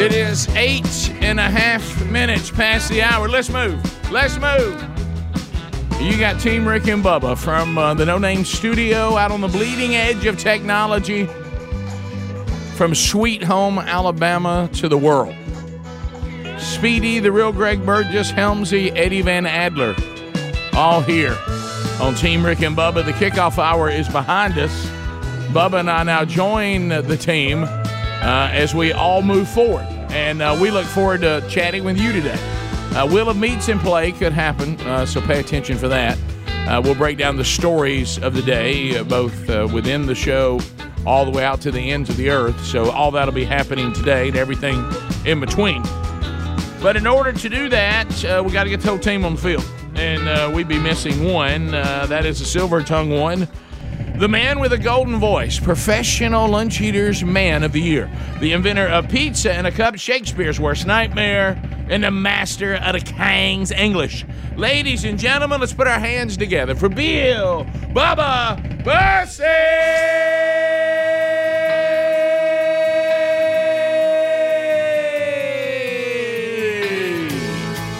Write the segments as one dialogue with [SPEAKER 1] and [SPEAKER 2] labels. [SPEAKER 1] It is eight and a half minutes past the hour. Let's move. Let's move. You got Team Rick and Bubba from uh, the No Name Studio out on the bleeding edge of technology, from sweet home Alabama to the world. Speedy, the real Greg Burgess, Helmsy, Eddie Van Adler, all here on Team Rick and Bubba. The kickoff hour is behind us. Bubba and I now join the team uh, as we all move forward. And uh, we look forward to chatting with you today. Uh, Will of Meats in play could happen, uh, so pay attention for that. Uh, we'll break down the stories of the day, uh, both uh, within the show, all the way out to the ends of the earth. So all that'll be happening today and everything in between. But in order to do that, uh, we got to get the whole team on the field. And uh, we'd be missing one. Uh, that is the silver tongue one. The man with a golden voice, professional lunch eater's man of the year, the inventor of pizza and a cup, Shakespeare's worst nightmare, and the master of the Kang's English. Ladies and gentlemen, let's put our hands together for Bill Bubba Bussey!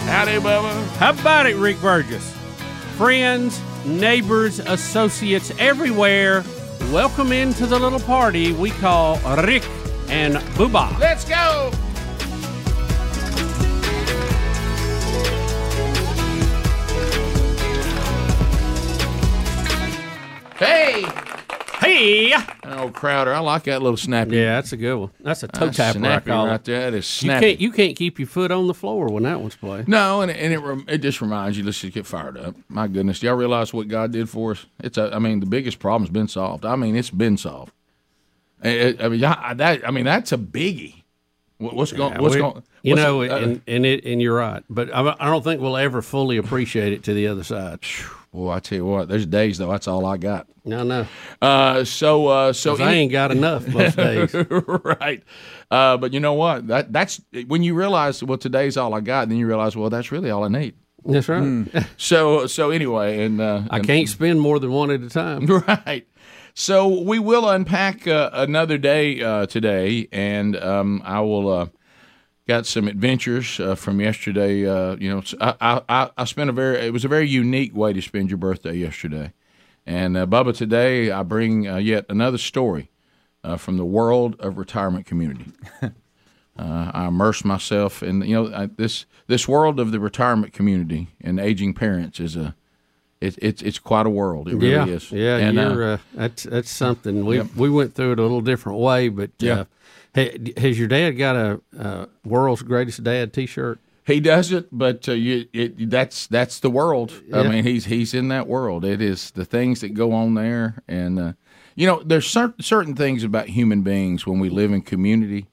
[SPEAKER 1] Howdy, Bubba.
[SPEAKER 2] How about it, Rick Burgess? Friends, neighbors, associates everywhere, welcome into the little party we call Rick and Bubba.
[SPEAKER 1] Let's go! Hey!
[SPEAKER 2] Hey! Yeah,
[SPEAKER 1] Oh, Crowder, I like that little snappy.
[SPEAKER 2] that's a good one. That's a toe
[SPEAKER 1] That's
[SPEAKER 2] tapper, I
[SPEAKER 1] snappy
[SPEAKER 2] call
[SPEAKER 1] right
[SPEAKER 2] it.
[SPEAKER 1] there. That is
[SPEAKER 2] You
[SPEAKER 1] snappy.
[SPEAKER 2] can't, you can't keep your foot on the floor when that one's played.
[SPEAKER 1] no, and, and it rem- it just reminds you. Let's just get fired up. My goodness, do y'all realize what God did for us? It's a, I mean, the biggest problem's been solved. I mean, it's been solved. Eh, I, I- I mean, yeah, I- that I mean, that's a biggie. What- What's going? what's
[SPEAKER 2] We're-
[SPEAKER 1] going?
[SPEAKER 2] You
[SPEAKER 1] what's-
[SPEAKER 2] know,
[SPEAKER 1] uh,
[SPEAKER 2] and, and, it, and you're right. But I, I don't think we'll ever fully appreciate it to the other side.
[SPEAKER 1] boy, I tell you what. There's days though. That's all I got.
[SPEAKER 2] No, no.
[SPEAKER 1] Uh, so, uh, so
[SPEAKER 2] 'Cause I ain't got enough most days.
[SPEAKER 1] right. Uh, but you know what? That that's when you realize, well, today's all I got. And then you realize, well, that's really all I need.
[SPEAKER 2] That's right.
[SPEAKER 1] Hmm. So, so anyway, and uh,
[SPEAKER 2] I can't spend more than one at a time.
[SPEAKER 1] Right. So we will unpack uh, another day uh, today, and um, I will uh, got some adventures uh, from yesterday. Uh, you know, I, I- I I spent a very it was a very unique way to spend your birthday yesterday, and uh, Bubba today I bring uh, yet another story uh, from the world of retirement community. Uh, I immerse myself in you know I, this this world of the retirement community and aging parents is a it, it's it's quite a world. It really
[SPEAKER 2] yeah,
[SPEAKER 1] is.
[SPEAKER 2] yeah.
[SPEAKER 1] and, uh,
[SPEAKER 2] you're, uh, that's that's something. We we went through it a little different way, but
[SPEAKER 1] Yeah.
[SPEAKER 2] Uh, ha- has your dad got a uh, world's greatest dad T-shirt?
[SPEAKER 1] He doesn't, but uh, you, it, that's that's the world. I
[SPEAKER 2] Yeah.
[SPEAKER 1] mean, he's he's in that world. It is the things that go on there, and uh, you know, there's certain certain things about human beings when we live in community.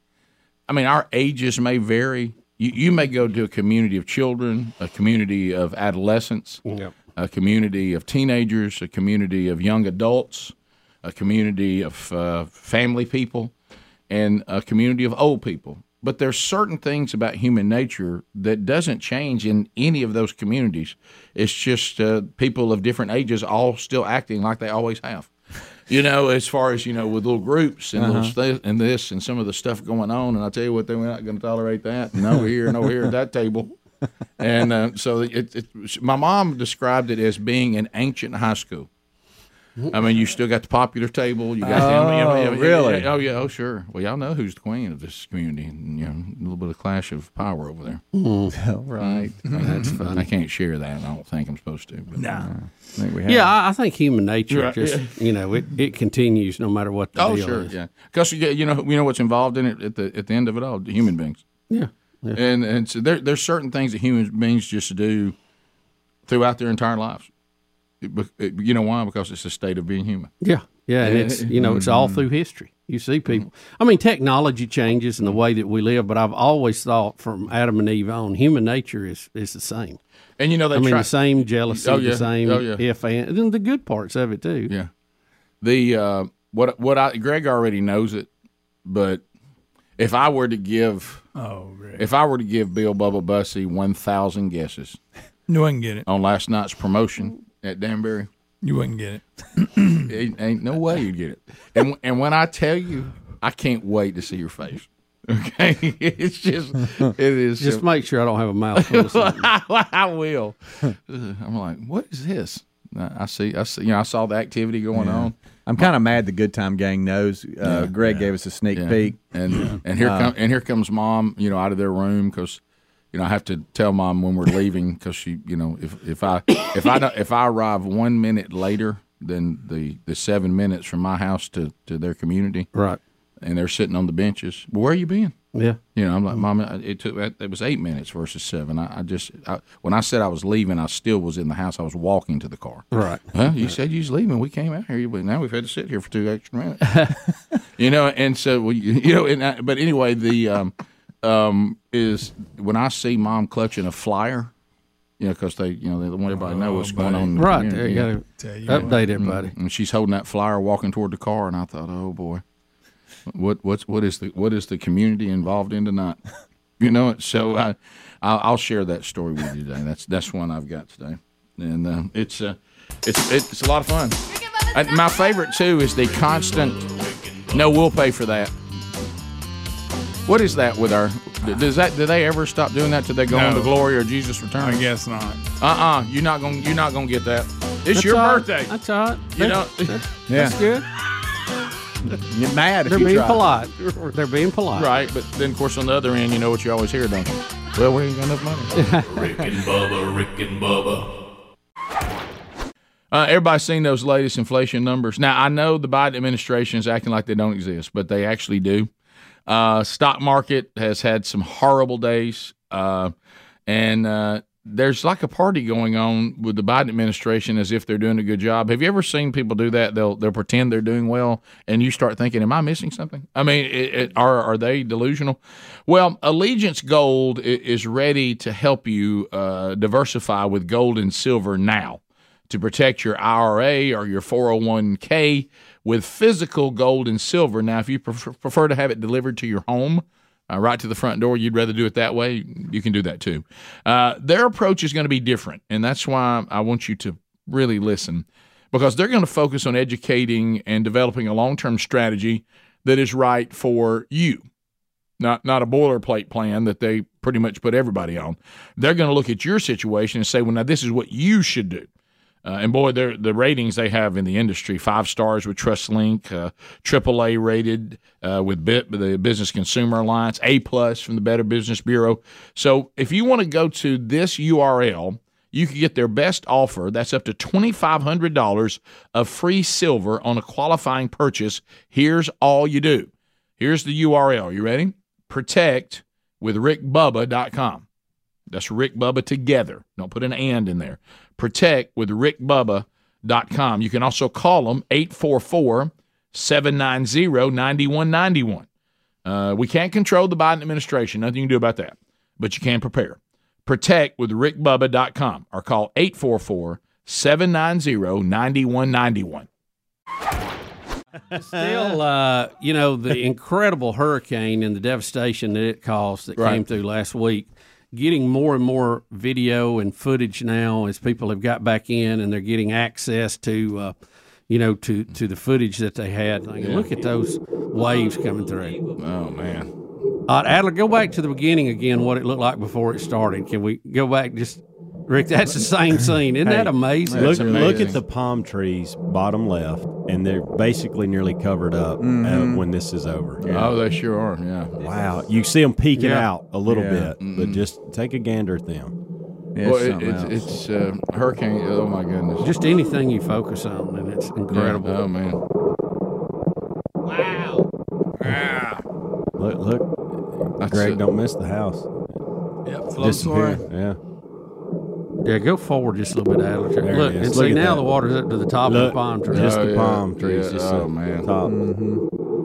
[SPEAKER 1] I mean, our ages may vary. You, you may go to a community of children, a community of adolescents, a community of teenagers, a community of young adults, a community of uh, family people, and a community of old people. But there's certain things about human nature that doesn't change in any of those communities. It's just uh, people of different ages all still acting like they always have. You know, as far as you know, with little groups and little st- and this and some of the stuff going on, and I tell you what, they're not going to tolerate that. And over here and over here at that table, and uh, so it, it, my mom described it as being an ancient high school. I mean, you still got the popular table. You got the,
[SPEAKER 3] Oh, really?
[SPEAKER 1] Oh yeah, oh sure. Well, y'all know who's the queen of this community, and you know, a little bit of clash of power over there. Oh,
[SPEAKER 3] right.
[SPEAKER 2] Mm-hmm.
[SPEAKER 1] That's fun. I can't share that. I don't think I'm supposed to. But, uh, no.
[SPEAKER 3] I think we have.
[SPEAKER 2] Yeah, I, I think human nature
[SPEAKER 1] Right,
[SPEAKER 2] just
[SPEAKER 1] yeah.
[SPEAKER 2] you know it, it continues no matter what the
[SPEAKER 1] Oh
[SPEAKER 2] deal
[SPEAKER 1] sure,
[SPEAKER 2] is.
[SPEAKER 1] yeah. Because you know, you know what's involved in it at the at the end of it all, the human beings.
[SPEAKER 2] Yeah. yeah.
[SPEAKER 1] And and so there there's certain things that human beings just do throughout their entire lives. It- it- you know why? Because it's the state of being human. Mm-hmm.
[SPEAKER 2] Yeah, yeah, and it's you know it's all through history. You see people. I mean, technology changes in the way that we live, but I've always thought from Adam and Eve on, human nature is is the same.
[SPEAKER 1] And you know they
[SPEAKER 2] I mean,
[SPEAKER 1] try
[SPEAKER 2] the same jealousy,
[SPEAKER 1] Oh, yeah.
[SPEAKER 2] the same
[SPEAKER 1] Oh, yeah.
[SPEAKER 2] if and, and then the good parts of it too.
[SPEAKER 1] Yeah. the uh, what what I Greg already knows it, but if I were to give
[SPEAKER 4] Oh, great.
[SPEAKER 1] if I were to give Bill Bubba Bussy one thousand guesses
[SPEAKER 4] You wouldn't get it.
[SPEAKER 1] on last night's promotion at Danbury,
[SPEAKER 4] You wouldn't get it.
[SPEAKER 1] ain't, ain't no way you'd get it. And and when I tell you, I can't wait to see your face. Okay, it's just it is
[SPEAKER 2] Just make sure I don't have a mouthful. Of something.
[SPEAKER 1] I, I will. I'm like, what is this? I I see. I see. You know, I saw the activity going on,
[SPEAKER 5] I'm kind of mad the Good Time Gang knows. Uh, Greg gave us a sneak peek.
[SPEAKER 1] and and here come and here comes mom. You know, out of their room because you know I have to tell mom when we're leaving because she, you know, if if I if I don't, if I arrive one minute later than the the seven minutes from my house to to their community,
[SPEAKER 2] right.
[SPEAKER 1] and they're sitting on the benches. Well, where you been?
[SPEAKER 2] Yeah.
[SPEAKER 1] You know, I'm like, Mom, it took it was eight minutes versus seven. I, I just I, when I said I was leaving, I still was in the house. I was walking to the car.
[SPEAKER 2] Right.
[SPEAKER 1] Huh? You said you was leaving. We came out here, but now we've had to sit here for two extra minutes. you know, and so well, you, you know, and I, but anyway, the um, um, is when I see Mom clutching a flyer, you know, because they you know they want everybody to know what's going on. in the
[SPEAKER 2] Right. There
[SPEAKER 1] community.
[SPEAKER 2] you
[SPEAKER 1] Yeah.
[SPEAKER 2] gotta
[SPEAKER 4] Tell you what.
[SPEAKER 2] update everybody.
[SPEAKER 1] And she's holding that flyer, walking toward the car, and I thought, oh boy, what what's what is the what is the community involved in tonight? You know, so I I'll, I'll share that story with you today. That's that's one I've got today, and uh, it's uh, it's it's a lot of fun. And my favorite too is the constant. No, we'll pay for that. What is that with our? Does that do they ever stop doing that till they go on to
[SPEAKER 4] No.
[SPEAKER 1] glory or Jesus
[SPEAKER 4] I
[SPEAKER 1] return?
[SPEAKER 4] guess not.
[SPEAKER 1] Uh uh-uh, uh, you are not gonna you're not gonna get that. It's your
[SPEAKER 2] all right.
[SPEAKER 1] birthday.
[SPEAKER 2] That's all right.
[SPEAKER 1] You know,
[SPEAKER 5] Yeah,
[SPEAKER 2] That's good.
[SPEAKER 5] you're mad if
[SPEAKER 2] They're
[SPEAKER 5] you
[SPEAKER 2] being
[SPEAKER 5] try.
[SPEAKER 2] polite. They're being polite.
[SPEAKER 1] right? But then, of course, on the other end, you know what you always hear, don't you? Well, we ain't got enough money.
[SPEAKER 6] Rick and Bubba, Rick and Bubba,
[SPEAKER 1] Uh, everybody's seen those latest inflation numbers. Now, I know the Biden administration is acting like they don't exist, but they actually do. Uh, stock market has had some horrible days, uh, and uh, there's like a party going on with the Biden administration as if they're doing a good job. Have you ever seen people do that? They'll they'll pretend they're doing well, and you start thinking, "Am I missing something?" I mean, it, it, are are they delusional? Well, Allegiance Gold i- is ready to help you uh, diversify with gold and silver now to protect your IRA or your 401k with physical gold and silver. Now, if you prefer, prefer to have it delivered to your home, uh, right to the front door, you'd rather do it that way, you can do that too. Uh, their approach is going to be different, and that's why I want you to really listen because they're going to focus on educating and developing a long term strategy that is right for you not not a boilerplate plan that they pretty much put everybody on. They're going to look at your situation and say, well, now this is what you should do. Uh, and boy, they're- the ratings they have in the industry five stars with TrustLink, uh, AAA rated uh, with Bit, the Business Consumer Alliance, A plus from the Better Business Bureau. So if you want to go to this URL, you can get their best offer. That's up to $2,500 of free silver on a qualifying purchase. Here's all you do. Here's the URL. You ready? Protect with rickbubba.com. That's Rick Bubba together. Don't put an and in there. Protect with rickbubba.com. You can also call them 844 790 9191. Uh, We can't control the Biden administration. Nothing you can do about that. But you can prepare. Protect with rickbubba.com or call 844 790 9191.
[SPEAKER 2] Still, uh, you know, the incredible hurricane and the devastation that it caused that came
[SPEAKER 1] Right.
[SPEAKER 2] through last week. Getting more and more video and footage now as people have got back in and they're getting access to, uh, you know, to, to the footage that they had. Like, Look at those waves coming through.
[SPEAKER 1] Oh, man.
[SPEAKER 2] All right, Adler, go back to the beginning again. What it looked like before it started. Can we go back? Just Rick, that's the same scene. Isn't that amazing?
[SPEAKER 7] Look,
[SPEAKER 1] That's
[SPEAKER 7] look
[SPEAKER 1] amazing.
[SPEAKER 7] at the palm trees bottom left, and they're basically nearly covered up
[SPEAKER 1] Mm-hmm.
[SPEAKER 7] uh, when this is over.
[SPEAKER 1] Oh, they sure are. Yeah.
[SPEAKER 7] Wow, you see them peeking
[SPEAKER 2] Yeah.
[SPEAKER 7] out a little
[SPEAKER 5] Yeah.
[SPEAKER 7] bit,
[SPEAKER 1] Mm-hmm.
[SPEAKER 7] but just take a gander at them.
[SPEAKER 5] Yeah, it's
[SPEAKER 1] well, it,
[SPEAKER 5] something
[SPEAKER 1] it's,
[SPEAKER 5] else.
[SPEAKER 1] it's uh, hurricane. Oh my goodness!
[SPEAKER 2] Just anything you focus on, and it's incredible.
[SPEAKER 1] Yeah, oh man!
[SPEAKER 7] Look, look,
[SPEAKER 1] That's
[SPEAKER 7] Greg,
[SPEAKER 1] it.
[SPEAKER 7] don't miss the house.
[SPEAKER 4] Yep.
[SPEAKER 7] Disappear. Yeah.
[SPEAKER 2] Yeah, go forward just a little bit, Adler.
[SPEAKER 7] There it
[SPEAKER 2] Look,
[SPEAKER 7] is.
[SPEAKER 2] and
[SPEAKER 7] Look
[SPEAKER 2] see
[SPEAKER 7] at
[SPEAKER 2] now
[SPEAKER 7] that.
[SPEAKER 2] the water's up to the top of
[SPEAKER 7] Look,
[SPEAKER 2] the palm tree.
[SPEAKER 7] Just
[SPEAKER 1] Oh,
[SPEAKER 7] the
[SPEAKER 1] yeah,
[SPEAKER 7] palm trees.
[SPEAKER 1] yeah,
[SPEAKER 7] Just
[SPEAKER 1] oh,
[SPEAKER 7] the
[SPEAKER 1] man.
[SPEAKER 7] Top.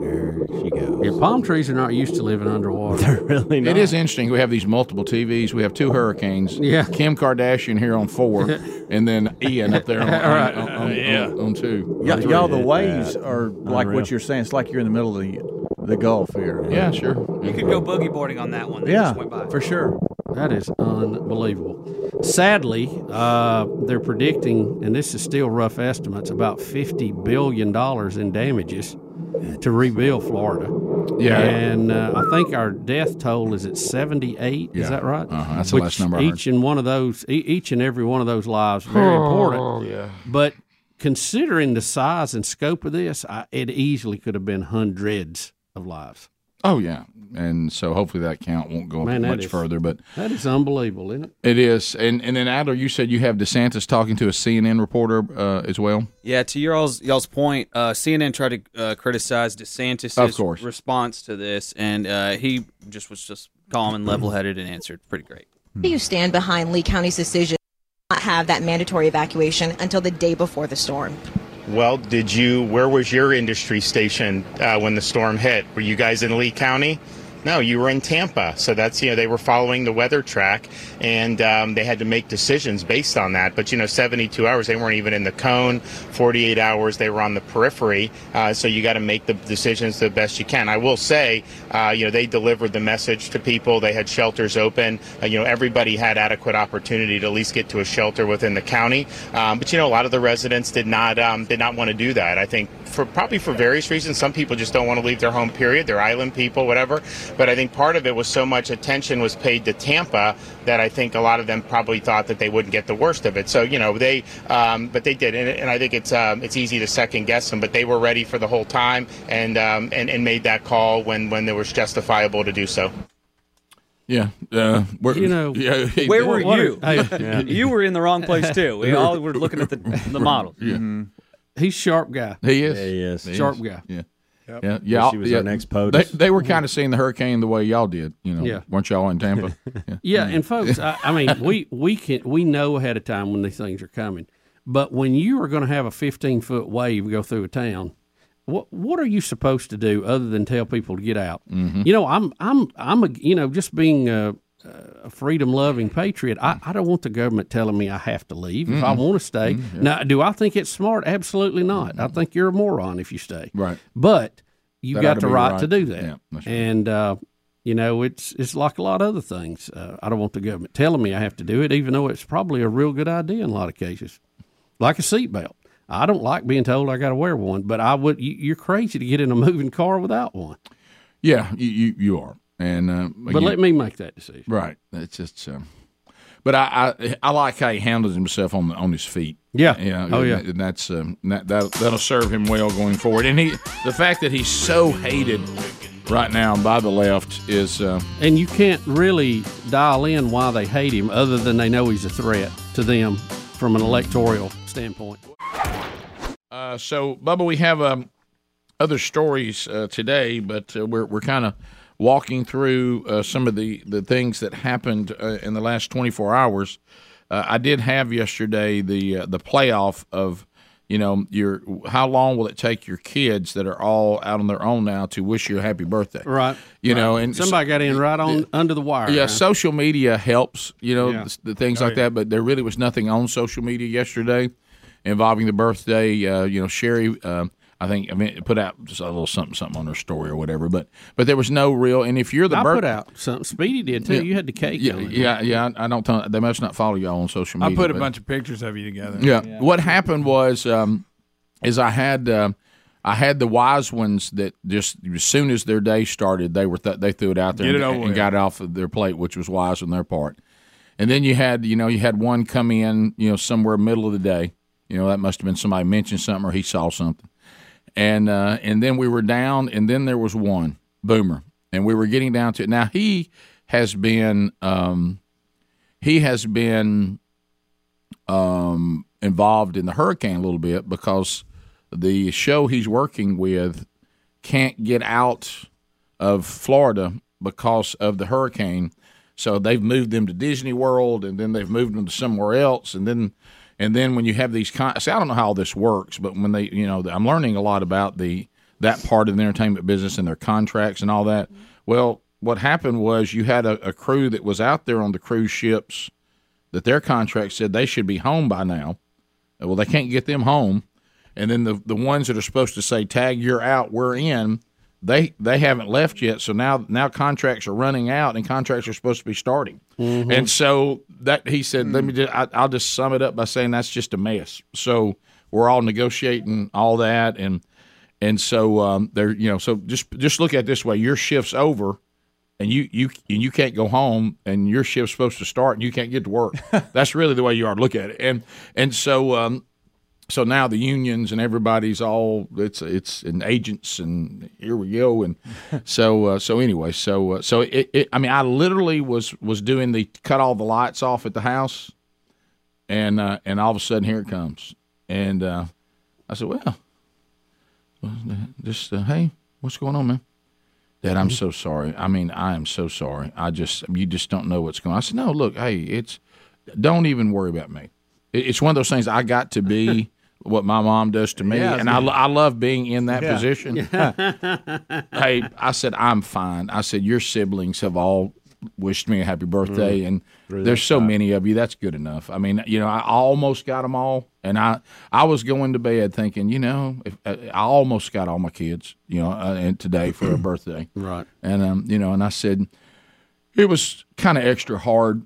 [SPEAKER 7] There
[SPEAKER 8] There she goes.
[SPEAKER 2] Yeah, palm trees are not used to living underwater.
[SPEAKER 8] really not.
[SPEAKER 1] It is interesting. We have these multiple TVs. We have two hurricanes.
[SPEAKER 2] Oh. Yeah.
[SPEAKER 1] Kim Kardashian here on four, and then Ian up there on, on-
[SPEAKER 2] Right.
[SPEAKER 1] on- on- on- on two.
[SPEAKER 5] y'all, y'all, the
[SPEAKER 8] Yeah.
[SPEAKER 5] waves are like
[SPEAKER 8] Unreal.
[SPEAKER 5] what you're saying. It's like you're in the middle of the, the Gulf here.
[SPEAKER 1] Yeah, sure.
[SPEAKER 9] You could go boogie boarding on that one. That
[SPEAKER 5] Yeah,
[SPEAKER 9] just went by.
[SPEAKER 5] for sure.
[SPEAKER 2] That is unbelievable. Sadly, uh, they're predicting, and this is still rough estimates, about fifty billion dollars in damages to rebuild Florida.
[SPEAKER 1] Yeah.
[SPEAKER 2] And uh, I think our death toll is at 78. Is
[SPEAKER 1] Yeah.
[SPEAKER 2] that right?
[SPEAKER 1] Uh-huh. That's the
[SPEAKER 2] Which
[SPEAKER 1] last number I heard.
[SPEAKER 2] Each and one of those, e- each and every one of those lives, very important. Yeah. But considering the size and scope of this, I, it easily could have been hundreds of lives.
[SPEAKER 1] Oh yeah. And so hopefully that count won't go up
[SPEAKER 2] Man, that
[SPEAKER 1] much
[SPEAKER 2] is-
[SPEAKER 1] further, but
[SPEAKER 2] That is unbelievable, isn't it?
[SPEAKER 1] it is. And and then Adler, you said you have DeSantis talking to a CNN reporter uh, as well.
[SPEAKER 9] Yeah, to y'all's y'all's point, uh, CNN tried to uh, criticize DeSantis'
[SPEAKER 1] Of course.
[SPEAKER 9] response to this, and uh, he just was just calm and level headed and answered pretty great.
[SPEAKER 10] Do you stand behind Lee County's decision to not have that mandatory evacuation until the day before the storm?
[SPEAKER 11] Well, did you? Where was your industry stationed uh, when the storm hit? Were you guys in Lee County? No, you were in Tampa. So that's you know they were following the weather track, and um, they had to make decisions based on that. But you know, 72 hours they weren't even in the cone. 48 hours they were on the periphery. Uh, so you got to make the decisions the best you can. I will say, uh, you know, they delivered the message to people. They had shelters open. Uh, you know, everybody had adequate opportunity to at least get to a shelter within the county. Um, but you know, a lot of the residents did not um, did not want to do that. I think for probably for various reasons. Some people just don't want to leave their home. Period. They're island people, whatever. But I think part of it was so much attention was paid to Tampa that I think a lot of them probably thought that they wouldn't get the worst of it. So you know, they um, but they did, and, and I think it's um, it's easy to second guess them. But they were ready for the whole time and um, and and made that call when when there was justifiable to do so.
[SPEAKER 1] Yeah. Uh, where,
[SPEAKER 2] You know,
[SPEAKER 1] yeah, he
[SPEAKER 9] Where
[SPEAKER 1] did.
[SPEAKER 9] were
[SPEAKER 2] What
[SPEAKER 9] you?
[SPEAKER 2] a-
[SPEAKER 9] You were in the wrong place too. We all were looking at the the model.
[SPEAKER 2] He's sharp guy.
[SPEAKER 1] He is.
[SPEAKER 8] Yeah, he is.
[SPEAKER 2] Sharp guy.
[SPEAKER 1] Yeah. Yeah, yeah.
[SPEAKER 8] She was
[SPEAKER 1] yeah.
[SPEAKER 8] our next POTUS.
[SPEAKER 1] They, they were kind of seeing the hurricane the way y'all did, you know.
[SPEAKER 2] Yeah.
[SPEAKER 1] Weren't y'all in Tampa? yeah.
[SPEAKER 2] Yeah, and folks, I, I mean, we we can we know ahead of time when these things are coming, but when you are going to have a fifteen foot wave go through a town, what what are you supposed to do other than tell people to get out? You know, I'm I'm I'm a you know just being a, a freedom loving patriot. I, I don't want the government telling me I have to leave if I want to stay. Now, do I think it's smart? Absolutely not. I think you're a moron if you stay.
[SPEAKER 1] Right.
[SPEAKER 2] But you
[SPEAKER 1] That ought
[SPEAKER 2] got
[SPEAKER 1] to
[SPEAKER 2] the
[SPEAKER 1] be
[SPEAKER 2] right,
[SPEAKER 1] right.
[SPEAKER 2] to do that.
[SPEAKER 1] Yeah, that's right.
[SPEAKER 2] And uh, you know, it's it's like a lot of other things. Uh, I don't want the government telling me I have to do it, even though it's probably a real good idea in a lot of cases, like a seatbelt. I don't like being told I got to wear one, but I would. You, you're crazy to get in a moving car without one.
[SPEAKER 1] Yeah, you, you, you are. And uh,
[SPEAKER 2] But let me make that decision.
[SPEAKER 1] Right. That's just. Um, but I, I I like how he handles himself on the, on his feet.
[SPEAKER 2] Yeah.
[SPEAKER 1] Yeah.
[SPEAKER 2] Oh
[SPEAKER 1] and
[SPEAKER 2] yeah.
[SPEAKER 1] that- And that's um, that that'll, that'll serve him well going forward. And he the fact that he's so hated right now by the left is uh,
[SPEAKER 2] And you can't really dial in why they hate him, other than they know he's a threat to them from an electoral standpoint.
[SPEAKER 1] uh, so. Bubba, we have um, other stories uh, today, but uh, we're we're kind of walking through uh, some of the the things that happened uh, in the last 24 hours. Uh, I did have yesterday the uh, the playoff of you know your how long will it take your kids that are all out on their own now to wish you a happy birthday?
[SPEAKER 2] Right.
[SPEAKER 1] You know, and
[SPEAKER 2] Somebody got in right on under the wire.
[SPEAKER 1] yeah,
[SPEAKER 2] huh?
[SPEAKER 1] social media helps, you know,
[SPEAKER 2] Yeah.
[SPEAKER 1] the, the things like that. But there really was nothing on social media yesterday involving the birthday. Uh, you know, Sherry, um, I think, I mean, put out just a little something, something on her story or whatever. But but there was no real. And if you're the
[SPEAKER 2] I
[SPEAKER 1] birth-
[SPEAKER 2] put out something. Speedy did too. You had the cake.
[SPEAKER 1] yeah,
[SPEAKER 2] on it.
[SPEAKER 1] yeah, yeah. I, I don't. Tell, they must not follow y'all on social
[SPEAKER 4] I
[SPEAKER 1] media.
[SPEAKER 4] put a
[SPEAKER 1] but-
[SPEAKER 4] bunch of pictures of you together.
[SPEAKER 1] yeah. What happened was, um, is I had um I had the wise ones that just as soon as their day started, they were th- they threw it out there
[SPEAKER 4] Get
[SPEAKER 1] and,
[SPEAKER 4] it over
[SPEAKER 1] and
[SPEAKER 4] with.
[SPEAKER 1] got it off of their plate, which was wise on their part. And then you had you know you had one come in you know somewhere middle of the day, you know that must have been somebody mentioned something or he saw something, and uh, and then we were down, and then there was one boomer, and we were getting down to it. Now he has been um, he has been um, involved in the hurricane a little bit because the show he's working with can't get out of Florida because of the hurricane. So they've moved them to Disney World, and then they've moved them to somewhere else, and then and then when you have these, con- see, I don't know how all this works, but when they, you know, I'm learning a lot about the that part of the entertainment business and their contracts and all that. Well, what happened was you had a, a crew that was out there on the cruise ships that their contract said they should be home by now. Uh, Well, they can't get them home, and then the the ones that are supposed to say tag you're out, we're in. They they haven't left yet, so now now contracts are running out, and contracts are supposed to be starting. And so that he said, let me. Just, I, I'll just sum it up by saying that's just a mess. So we're all negotiating all that, and and so um, there, you know, so just just look at it this way: your shift's over, and you you and you can't go home, and your shift's supposed to start, and you can't get to work. that's really the way you are to look at it, and and so. Um, so now the unions and everybody's all it's it's and agents and here we go and so uh, so anyway so uh, so it, it I mean I literally was was doing the cut all the lights off at the house and uh, and all of a sudden here it comes and uh, I said well just uh, hey what's going on man Dad I'm so sorry I mean I am so sorry I just you just don't know what's going on I said no look hey it's don't even worry about me it- it's one of those things I got to be what my mom does to me,
[SPEAKER 5] Yeah,
[SPEAKER 1] and I, lo- I love being in that
[SPEAKER 5] Yeah.
[SPEAKER 1] position. hey, I said I'm fine. I said your siblings have all wished me a happy birthday,
[SPEAKER 5] Mm.
[SPEAKER 1] and there's so many of you. That's good enough. I mean, you know, I almost got them all, and I I was going to bed thinking, you know, if, uh, I I almost got all my kids, you know, uh, and today for a birthday,
[SPEAKER 2] Right.
[SPEAKER 1] and um, you know, and I said it was kind of extra hard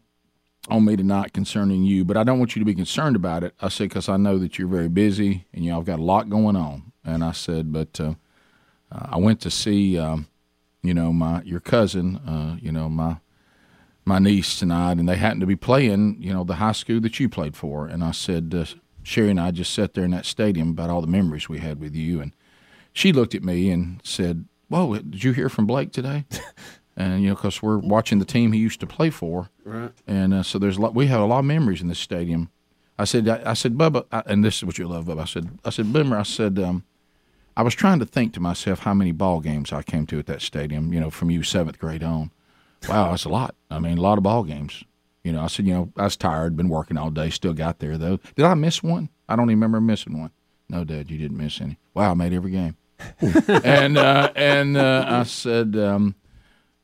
[SPEAKER 1] on me tonight concerning you, but I don't want you to be concerned about it. I said because I know that you're very busy and y'all have got a lot going on. And I said, but uh, uh, I went to see, um, you know, my your cousin, uh, you know, my my niece tonight, and they happened to be playing, you know, the high school that you played for. And I said, uh, Sherry and I just sat there in that stadium about all the memories we had with you, and she looked at me and said, "Whoa, did you hear from Blake today?" and you know, because we're watching the team he used to play for, right? And uh, so there's a lot. We have a lot of memories in this stadium. I said, I, I said, Bubba, I, and this is what you love, Bubba. I said, I said, Boomer, I said, um, I was trying to think to myself how many ball games I came to at that stadium. You know, from you seventh grade on. Wow, that's a lot. I mean, a lot of ball games. You know, I said, you know, I was tired, been working all day, still got there though. Did I miss one? I don't even remember missing one. No, Dad, you didn't miss any. Wow, I made every game and uh, and uh, I said, um,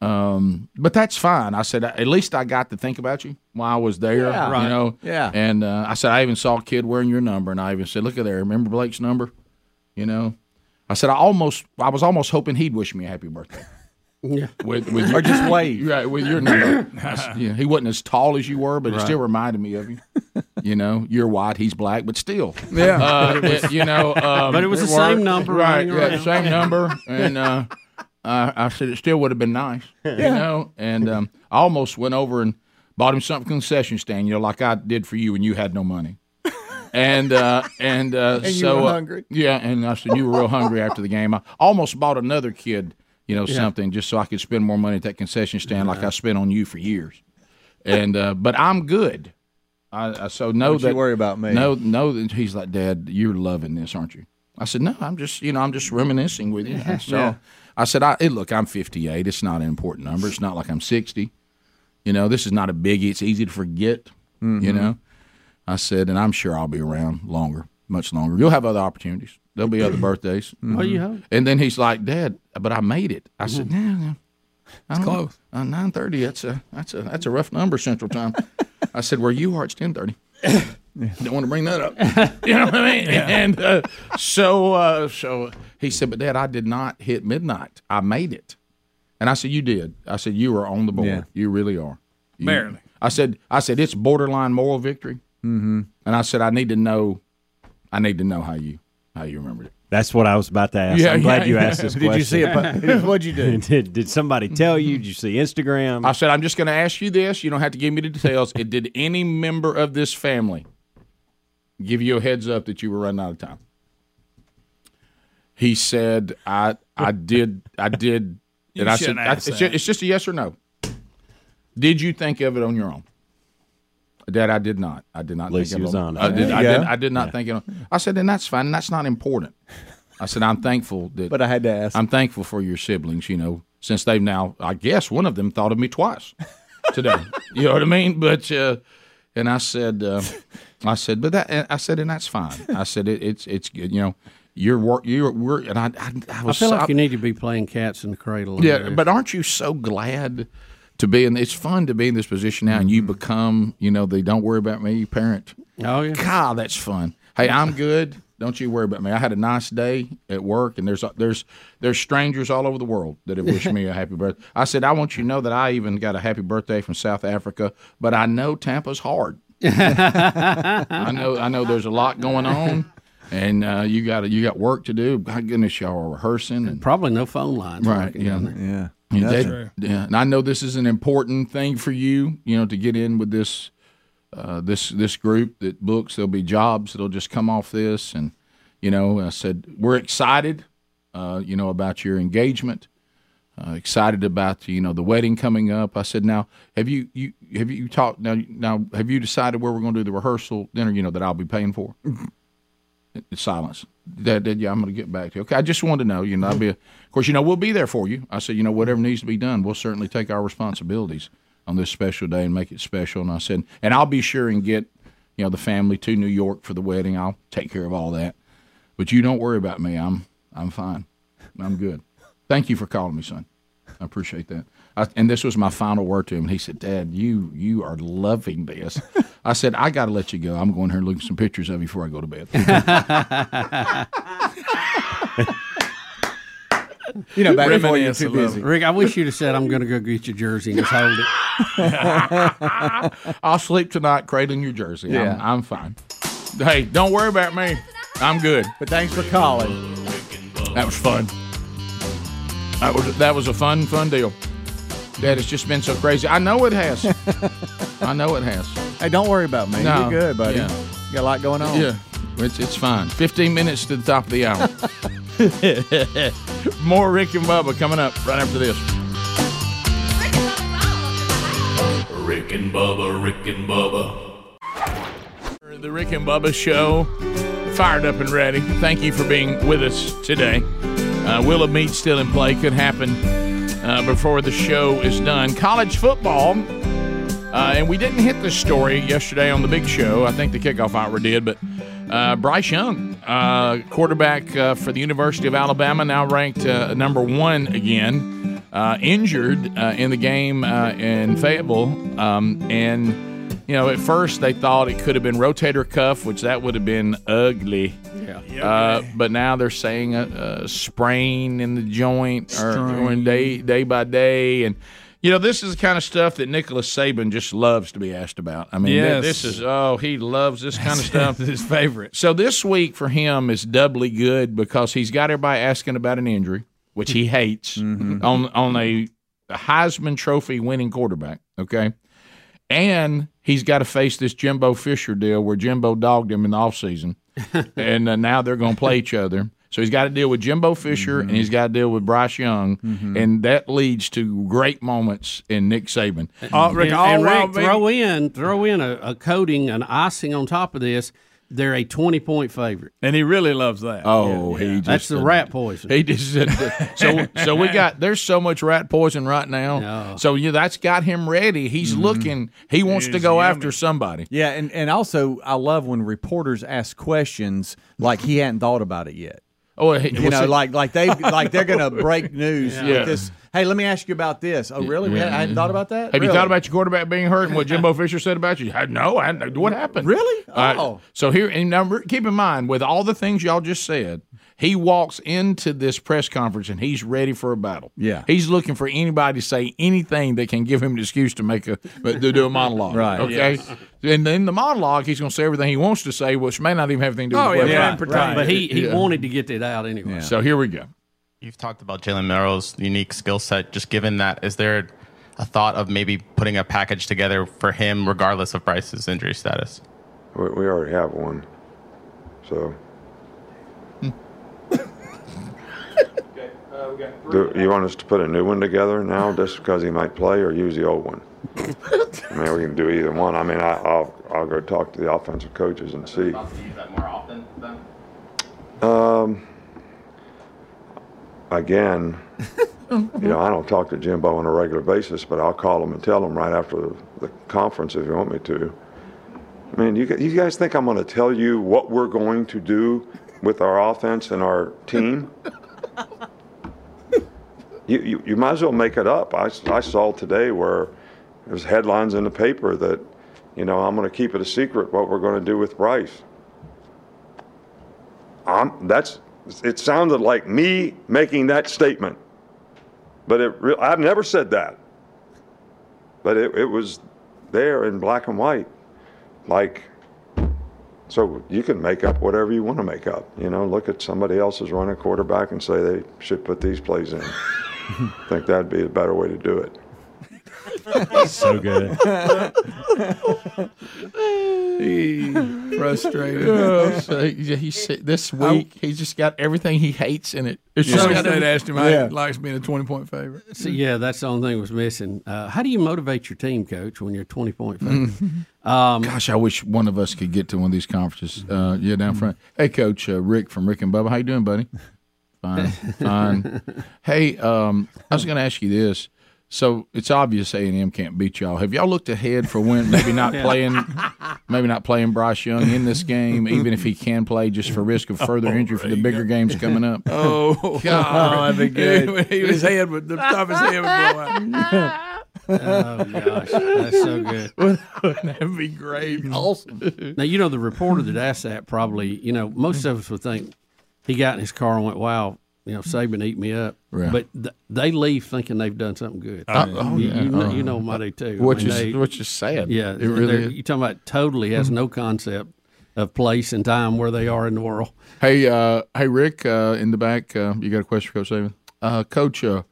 [SPEAKER 1] um, but that's fine. I said, at least I got to think about you while I was there.
[SPEAKER 5] Yeah.
[SPEAKER 1] you know.
[SPEAKER 5] Yeah.
[SPEAKER 1] And uh, I said, I even saw a kid wearing your number, and I even said, look at there, remember Blake's number? You know. I said, I almost, I was almost hoping he'd wish me a happy birthday.
[SPEAKER 2] Yeah.
[SPEAKER 1] With, with your,
[SPEAKER 5] Or just wave.
[SPEAKER 1] right with your number. I said, yeah, he wasn't as tall as you were, but it still reminded me of you. You know, you're white, he's black, but still,
[SPEAKER 6] Yeah.
[SPEAKER 1] uh, you know, um,
[SPEAKER 2] But it was the same
[SPEAKER 1] worked.
[SPEAKER 2] number
[SPEAKER 1] right?
[SPEAKER 2] running
[SPEAKER 1] yeah,
[SPEAKER 2] around.
[SPEAKER 1] same number, and uh, I, I said it still would have been nice, you know. And um, I almost went over and bought him something from the concession stand, you know, like I did for you when you had no money. And uh, and, uh,
[SPEAKER 5] And you
[SPEAKER 1] so
[SPEAKER 5] were
[SPEAKER 1] uh,
[SPEAKER 5] hungry.
[SPEAKER 1] yeah, and I said you were real hungry after the game. I almost bought another kid, you know, something just so I could spend more money at that concession stand, like I spent on you for years. And uh, but I'm good. I, I so know
[SPEAKER 5] Don't
[SPEAKER 1] that
[SPEAKER 5] you worry about me.
[SPEAKER 1] no, no. that- He's like, Dad, you're loving this, aren't you? I said, No, I'm just, you know, I'm just reminiscing with you. So I said, I, hey, look, I'm 58. It's not an important number. It's not like I'm 60. You know, this is not a biggie. It's easy to forget. You know, I said, and I'm sure I'll be around longer, much longer. You'll have other opportunities. There'll be other birthdays.
[SPEAKER 2] Well, Oh, you hope.
[SPEAKER 1] And then he's like, Dad, but I made it. I said, No, no. It's
[SPEAKER 6] close.
[SPEAKER 1] Uh, Nine thirty. That's a that's a that's a rough number Central Time. I said, where you are, it's ten thirty. Don't want to bring that up. You know what I mean? And uh, so uh, so he said, but Dad, I did not hit midnight. I made it. And I said, you did. I said, you are on the board.
[SPEAKER 5] Yeah.
[SPEAKER 1] You really are. You-
[SPEAKER 6] Barely.
[SPEAKER 1] I said, I said it's borderline moral victory. Mm-hmm. And I said, I need to know, I need to know how you how you remembered it.
[SPEAKER 7] That's what I was about to ask.
[SPEAKER 1] Yeah,
[SPEAKER 7] I'm glad
[SPEAKER 1] yeah,
[SPEAKER 7] you
[SPEAKER 1] yeah.
[SPEAKER 7] asked this
[SPEAKER 5] Did
[SPEAKER 7] question.
[SPEAKER 5] you see it? What'd you do?
[SPEAKER 7] did, did somebody tell you? Did you see Instagram?
[SPEAKER 1] I said, I'm just going to ask you this. You don't have to give me the details. it did any member of this family give you a heads up that you were running out of time? He said, I I did I did
[SPEAKER 6] You
[SPEAKER 1] and I said
[SPEAKER 6] shouldn't
[SPEAKER 1] I-
[SPEAKER 6] ask
[SPEAKER 1] it's,
[SPEAKER 6] that.
[SPEAKER 1] just, it's just a yes or no. Did you think of it on your own? Dad, I did not. I did not
[SPEAKER 7] least
[SPEAKER 1] think
[SPEAKER 7] he
[SPEAKER 1] of
[SPEAKER 7] was
[SPEAKER 1] it
[SPEAKER 7] honest.
[SPEAKER 1] I did, I
[SPEAKER 5] Yeah.
[SPEAKER 1] did I did not think it on I said, and that's fine, and that's not important. I said, I'm thankful that
[SPEAKER 5] But I had to ask.
[SPEAKER 1] I'm thankful for your siblings, you know, since they've now, I guess one of them thought of me twice today. you know what I mean? But, uh, and I said, uh, I said, but that, and I said, and that's fine. I said, it, it's, it's good, you know, You're wor- you're we're and I I, I
[SPEAKER 2] I
[SPEAKER 1] was
[SPEAKER 2] feel
[SPEAKER 1] I-
[SPEAKER 2] like you need to be playing cats in the cradle. over
[SPEAKER 1] yeah,
[SPEAKER 2] there.
[SPEAKER 1] but aren't you so glad to be in? It's fun to be in this position now, and you become you know the don't worry about me parent.
[SPEAKER 2] oh yeah,
[SPEAKER 1] God, that's fun. Hey, I'm good. Don't you worry about me. I had a nice day at work, and there's uh, there's there's strangers all over the world that have wished me a happy birthday. I said, I want you to know that I even got a happy birthday from South Africa, but I know Tampa's hard. I know I know there's a lot going on, and uh, you got you got work to do. My goodness, y'all are rehearsing and
[SPEAKER 2] probably no phone lines.
[SPEAKER 1] right,
[SPEAKER 2] working
[SPEAKER 1] yeah.
[SPEAKER 2] down there.
[SPEAKER 5] Yeah.
[SPEAKER 1] And
[SPEAKER 5] That's
[SPEAKER 1] that-
[SPEAKER 5] right.
[SPEAKER 1] Yeah, and I know this is an important thing for you, you know, to get in with this, uh, this this group that books. There'll be jobs that'll just come off this, and you know, I said we're excited, uh, you know, about your engagement. Uh, excited about you know the wedding coming up. I said, now have you you have you talked now now have you decided where we're going to do the rehearsal dinner? You know that I'll be paying for. The silence. That, that yeah, I'm going to get back to. You. Okay, I just wanted to know. You know, I'll be. Of course, you know, we'll be there for you. I said, you know, whatever needs to be done, we'll certainly take our responsibilities on this special day and make it special. And I said, and I'll be sure and get, you know, the family to New York for the wedding. I'll take care of all that. But you don't worry about me. I'm I'm fine. I'm good. Thank you for calling me, son. I appreciate that. I, and this was my final word to him. He said, "Dad, you you are loving this." I said, "I got to let you go. I'm going here and look at some pictures of you before I go to bed."
[SPEAKER 5] You know, back before you're
[SPEAKER 8] Reminisce a
[SPEAKER 5] too
[SPEAKER 8] little.
[SPEAKER 5] busy.
[SPEAKER 2] Rick, I wish you'd have said I'm going to go get your jersey and just hold it.
[SPEAKER 1] I'll sleep tonight cradling your jersey.
[SPEAKER 5] Yeah.
[SPEAKER 1] I'm, I'm fine. Hey, don't worry about me. I'm good.
[SPEAKER 5] But thanks for calling.
[SPEAKER 1] That was fun. That was that was a fun fun deal. Dad, it's just been so crazy. I know it has. I know it has.
[SPEAKER 5] Hey, don't worry about me.
[SPEAKER 1] No.
[SPEAKER 5] You're good, buddy.
[SPEAKER 1] Yeah.
[SPEAKER 5] You got a lot going on.
[SPEAKER 1] Yeah, it's it's fine. Fifteen minutes to the top of the hour. More Rick and Bubba coming up right after this.
[SPEAKER 6] Rick and Bubba, Rick and Bubba.
[SPEAKER 1] The Rick and Bubba Show, fired up and ready. Thank you for being with us today. Uh, will of meat still in play? Could happen uh, before the show is done. College football, uh, and we didn't hit this story yesterday on the big show. I think the kickoff hour did, but uh, Bryce Young, uh, quarterback uh, for the University of Alabama, now ranked uh, number one again, uh, injured uh, in the game uh, in Fayetteville, um, and. You know, at first they thought it could have been rotator cuff, which that would have been ugly. Yeah. Uh, but now they're saying a, a sprain in the joint, or, or in day day by day, and you know this is the kind of stuff that Nicholas Saban just loves to be asked about. I mean, thi-
[SPEAKER 8] Yes.
[SPEAKER 1] this is oh, he loves this kind of stuff.
[SPEAKER 8] his favorite.
[SPEAKER 1] So this week for him is doubly good because he's got everybody asking about an injury, which he hates,
[SPEAKER 2] Mm-hmm.
[SPEAKER 1] on on a Heisman Trophy winning quarterback. Okay. And he's got to face this Jimbo Fisher deal where Jimbo dogged him in the offseason. and uh, now they're going to play each other. So he's got to deal with Jimbo Fisher and
[SPEAKER 2] Mm-hmm.
[SPEAKER 1] he's got to deal with Bryce Young. And that leads to great moments in Nick Saban.
[SPEAKER 8] All, Rick,
[SPEAKER 2] and,
[SPEAKER 8] all
[SPEAKER 2] and Rick,
[SPEAKER 8] while being-
[SPEAKER 2] throw in throw in a, a coating, an icing on top of this. They're a twenty point favorite.
[SPEAKER 8] and he really loves that.
[SPEAKER 1] Oh, he just
[SPEAKER 2] That's the rat poison.
[SPEAKER 1] He just said, so so we got there's so much rat poison right now.
[SPEAKER 2] No.
[SPEAKER 1] So yeah, that's got him ready. He's looking. He wants to
[SPEAKER 8] He's
[SPEAKER 1] go
[SPEAKER 8] yummy.
[SPEAKER 1] after somebody.
[SPEAKER 5] Mm-hmm. Yeah, and, and also I love when reporters ask questions like he hadn't thought about it yet.
[SPEAKER 1] Oh, he,
[SPEAKER 5] You
[SPEAKER 1] what's
[SPEAKER 5] know,
[SPEAKER 1] it-
[SPEAKER 5] like like they like they're gonna break news
[SPEAKER 1] Yeah.
[SPEAKER 5] with this. Hey, let me ask you about this. Oh, really? We hadn't- I hadn't thought about that.
[SPEAKER 1] have you
[SPEAKER 5] Really?
[SPEAKER 1] thought about your quarterback being hurt and what Jimbo Fisher said about you? I, no, I what happened?
[SPEAKER 5] Really?
[SPEAKER 1] Uh,
[SPEAKER 5] Oh.
[SPEAKER 1] so here and now, re- keep in mind with all the things y'all just said, he walks into this press conference and he's ready for a battle.
[SPEAKER 5] Yeah.
[SPEAKER 1] he's looking for anybody to say anything that can give him an excuse to make a to do a monologue.
[SPEAKER 5] Right.
[SPEAKER 1] Okay. And then the monologue, he's going to say everything he wants to say, which may not even have anything to do
[SPEAKER 8] Oh,
[SPEAKER 1] with
[SPEAKER 8] yeah,
[SPEAKER 1] what-
[SPEAKER 8] yeah.
[SPEAKER 5] Right,
[SPEAKER 8] pretend.
[SPEAKER 2] but he, he
[SPEAKER 1] Yeah.
[SPEAKER 2] wanted to get that out anyway.
[SPEAKER 5] Yeah.
[SPEAKER 1] So here we go.
[SPEAKER 12] You've talked about Jalen Merrill's unique skill set. Just given that, is there a thought of maybe putting a package together for him, regardless of Bryce's injury status?
[SPEAKER 13] We, we already have one. So. Do you want us to put a new one together now just because he might play or use the old one? I mean, we can do either one. I mean, I, I'll, I'll go talk to the offensive coaches and see.
[SPEAKER 12] Use that more often then.
[SPEAKER 13] Um, again, you know, I don't talk to Jimbo on a regular basis, but I'll call him and tell him right after the, the conference if you want me to. I mean, you, gu- you guys think I'm going to tell you what we're going to do with our offense and our team. you, you, you might as well make it up. I, s- I saw today where there's headlines in the paper that, you know, I'm going to keep it a secret what we're going to do with Bryce. I'm, that's, it sounded like me making that statement. But it, re- I've never said that. But it, it was there in black and white. Like, so you can make up whatever you want to make up. You know, look at somebody else's running quarterback and say they should put these plays in. I think that'd be a better way to do it.
[SPEAKER 7] so good.
[SPEAKER 3] Frustrated.
[SPEAKER 14] Oh, so he- he said this week he's just got everything he hates in it. It's
[SPEAKER 3] Yeah.
[SPEAKER 14] just
[SPEAKER 3] Somebody
[SPEAKER 14] got every-
[SPEAKER 3] asked him how he likes being a twenty point favorite.
[SPEAKER 2] So yeah, that's the only thing was missing. Uh, how do you motivate your team, coach, when you're twenty point favorite?
[SPEAKER 1] Mm. Gosh, I wish one of us could get to one of these conferences. Uh, yeah, down front. Hey, Coach uh, Rick from Rick and Bubba, how you doing, buddy? Fine, fine. Hey, um, I was going to ask you this. So it's obvious A and M can't beat y'all. Have y'all looked ahead for when maybe not
[SPEAKER 3] Yeah.
[SPEAKER 1] playing, maybe not playing Bryce Young in this game, even if he can play, just for risk of further injury for the bigger games coming up?
[SPEAKER 3] Oh, God.
[SPEAKER 1] that'd be good.
[SPEAKER 3] his head would, the top of his head would blow out.
[SPEAKER 2] Oh, gosh. That's so good.
[SPEAKER 3] That'd be great. Awesome.
[SPEAKER 2] now you know the reporter that asked that probably you know most of us would think he got in his car and went wow you know Saban eat me up
[SPEAKER 1] Right.
[SPEAKER 2] but th- they leave thinking they've done something good
[SPEAKER 1] Oh, yeah. Oh,
[SPEAKER 2] you,
[SPEAKER 1] yeah.
[SPEAKER 2] you know,
[SPEAKER 1] Oh.
[SPEAKER 2] you know my day too
[SPEAKER 1] Which
[SPEAKER 2] I mean,
[SPEAKER 1] is-
[SPEAKER 2] they-
[SPEAKER 1] which is sad.
[SPEAKER 2] yeah
[SPEAKER 1] It really
[SPEAKER 2] they're-
[SPEAKER 1] is.
[SPEAKER 2] you're talking about totally has no concept of place and time where they are in the world
[SPEAKER 1] Hey, uh, hey, Rick, uh, in the back, uh, you got a question for Coach Saban? Uh, Coach, uh,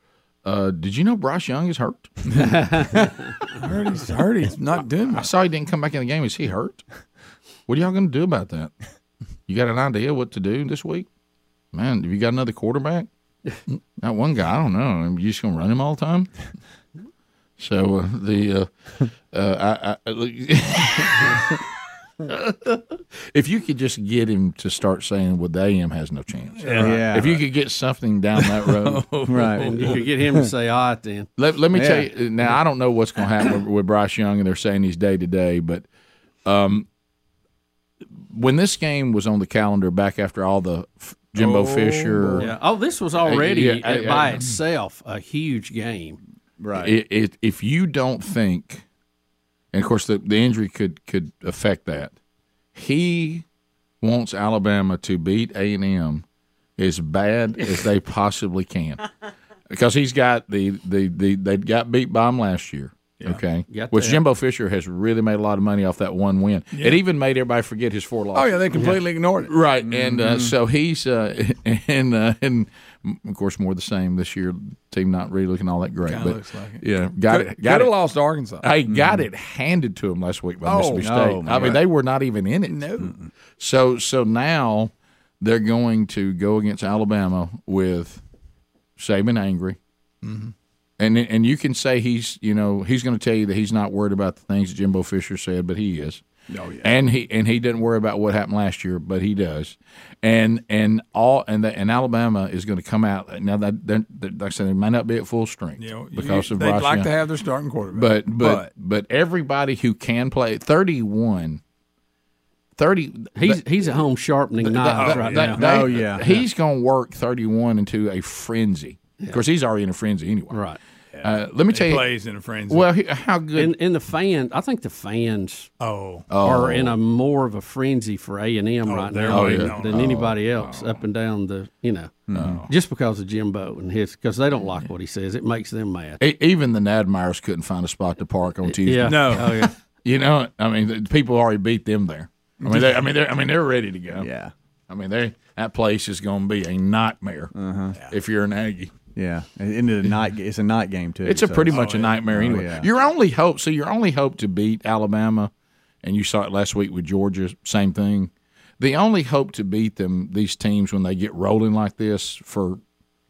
[SPEAKER 1] uh, did you know Bryce Young is hurt? I
[SPEAKER 3] heard he's hurt. He's not doing.
[SPEAKER 1] I saw he didn't come back in the game. Is he hurt? What are y'all going to do about that? You got an idea what to do this week? Man, have you got another quarterback? Not one guy. I don't know. You just going to run him all the time? So uh, the uh, uh, I, I, look- if you could just get him to start saying, "Well, the AM has no chance."
[SPEAKER 2] Yeah. Yeah.
[SPEAKER 1] If you could get something down that road,
[SPEAKER 2] and you could get him to say all right then
[SPEAKER 1] let, let me tell you now. I don't know what's going to happen with, with Bryce Young, and they're saying he's day to day. But um, when this game was on the calendar back after all the f- Jimbo Fisher,
[SPEAKER 2] yeah. oh this was already
[SPEAKER 1] Yeah, I-
[SPEAKER 2] uh, by
[SPEAKER 1] I-
[SPEAKER 2] itself a huge game
[SPEAKER 1] right? if you don't think, and of course the, the injury could could affect that. He wants Alabama to beat A and M as bad as they possibly can, because he's got the the, the they got beat by him last year. Okay,
[SPEAKER 2] Got
[SPEAKER 1] which
[SPEAKER 2] that.
[SPEAKER 1] Jimbo Fisher has really made a lot of money off that one win.
[SPEAKER 3] Yeah.
[SPEAKER 1] It even made everybody forget his four losses.
[SPEAKER 3] Oh, yeah, they completely ignored it.
[SPEAKER 1] Right, and uh,
[SPEAKER 3] Mhm.
[SPEAKER 1] so he's uh, and uh, and mm, of course more the same this year. Team not really looking all that great,
[SPEAKER 3] Kinda
[SPEAKER 1] but
[SPEAKER 3] looks like it.
[SPEAKER 1] yeah, got
[SPEAKER 3] Could-
[SPEAKER 1] it. Got
[SPEAKER 3] coulda
[SPEAKER 1] it.
[SPEAKER 3] lost to Arkansas.
[SPEAKER 8] Uh,
[SPEAKER 1] Hey, got
[SPEAKER 3] Mhm.
[SPEAKER 1] it handed to him last week by
[SPEAKER 3] Oh,
[SPEAKER 1] Mississippi
[SPEAKER 3] no,
[SPEAKER 1] State. I
[SPEAKER 3] man.
[SPEAKER 1] mean, they were not even in it.
[SPEAKER 3] No.
[SPEAKER 1] So so now they're going to go against Alabama with Saban angry.
[SPEAKER 3] Mm-hmm.
[SPEAKER 1] And, and you can say he's you know he's going to tell you that he's not worried about the things that Jimbo Fisher said, but he is.
[SPEAKER 3] Oh, yeah.
[SPEAKER 1] And he and he didn't worry about what happened last year, but he does. And and all and the, and Alabama is going to come out now that they're, they're, like I said, they may not be at full strength
[SPEAKER 3] You know,
[SPEAKER 1] because
[SPEAKER 3] you-
[SPEAKER 1] of
[SPEAKER 3] they'd
[SPEAKER 1] Bryce
[SPEAKER 3] like
[SPEAKER 1] Young.
[SPEAKER 3] to have their starting quarterback,
[SPEAKER 1] But but but everybody who can play thirty one. 30
[SPEAKER 2] He's- he's at home sharpening
[SPEAKER 1] uh,
[SPEAKER 2] knives right now. Oh, yeah.
[SPEAKER 1] he's going to work 31 into a frenzy of course he's already in a frenzy anyway
[SPEAKER 2] right
[SPEAKER 1] uh, let me
[SPEAKER 3] He
[SPEAKER 1] tell you
[SPEAKER 3] plays in a frenzy.
[SPEAKER 1] well he- how good
[SPEAKER 2] And, and the fans, I think the fans
[SPEAKER 3] oh.
[SPEAKER 2] are in a more of a frenzy for A and M right
[SPEAKER 3] they're
[SPEAKER 2] now
[SPEAKER 3] way
[SPEAKER 2] than,
[SPEAKER 3] down.
[SPEAKER 2] than
[SPEAKER 3] Oh,
[SPEAKER 2] anybody else up and down the you know
[SPEAKER 1] No.
[SPEAKER 2] just because of Jimbo and his because they don't like what he says it makes them mad.
[SPEAKER 1] E- even the Nadmires couldn't find a spot to park on Tuesday.
[SPEAKER 2] Yeah. No. Oh, yeah.
[SPEAKER 1] you know, I mean, the people already beat them there. I mean, they, I mean, they're, I mean, they're ready to go.
[SPEAKER 5] Yeah.
[SPEAKER 1] I mean, they that place is going to be a nightmare
[SPEAKER 2] Uh-huh.
[SPEAKER 1] if you're an Aggie.
[SPEAKER 5] Yeah, and and the night it's a night game too.
[SPEAKER 1] It's a
[SPEAKER 5] so
[SPEAKER 1] pretty much a nightmare
[SPEAKER 5] Oh,
[SPEAKER 1] anyway.
[SPEAKER 5] yeah.
[SPEAKER 1] Your only hope, so your only hope to beat Alabama, and you saw it last week with Georgia, same thing. The only hope to beat them, these teams, when they get rolling like this for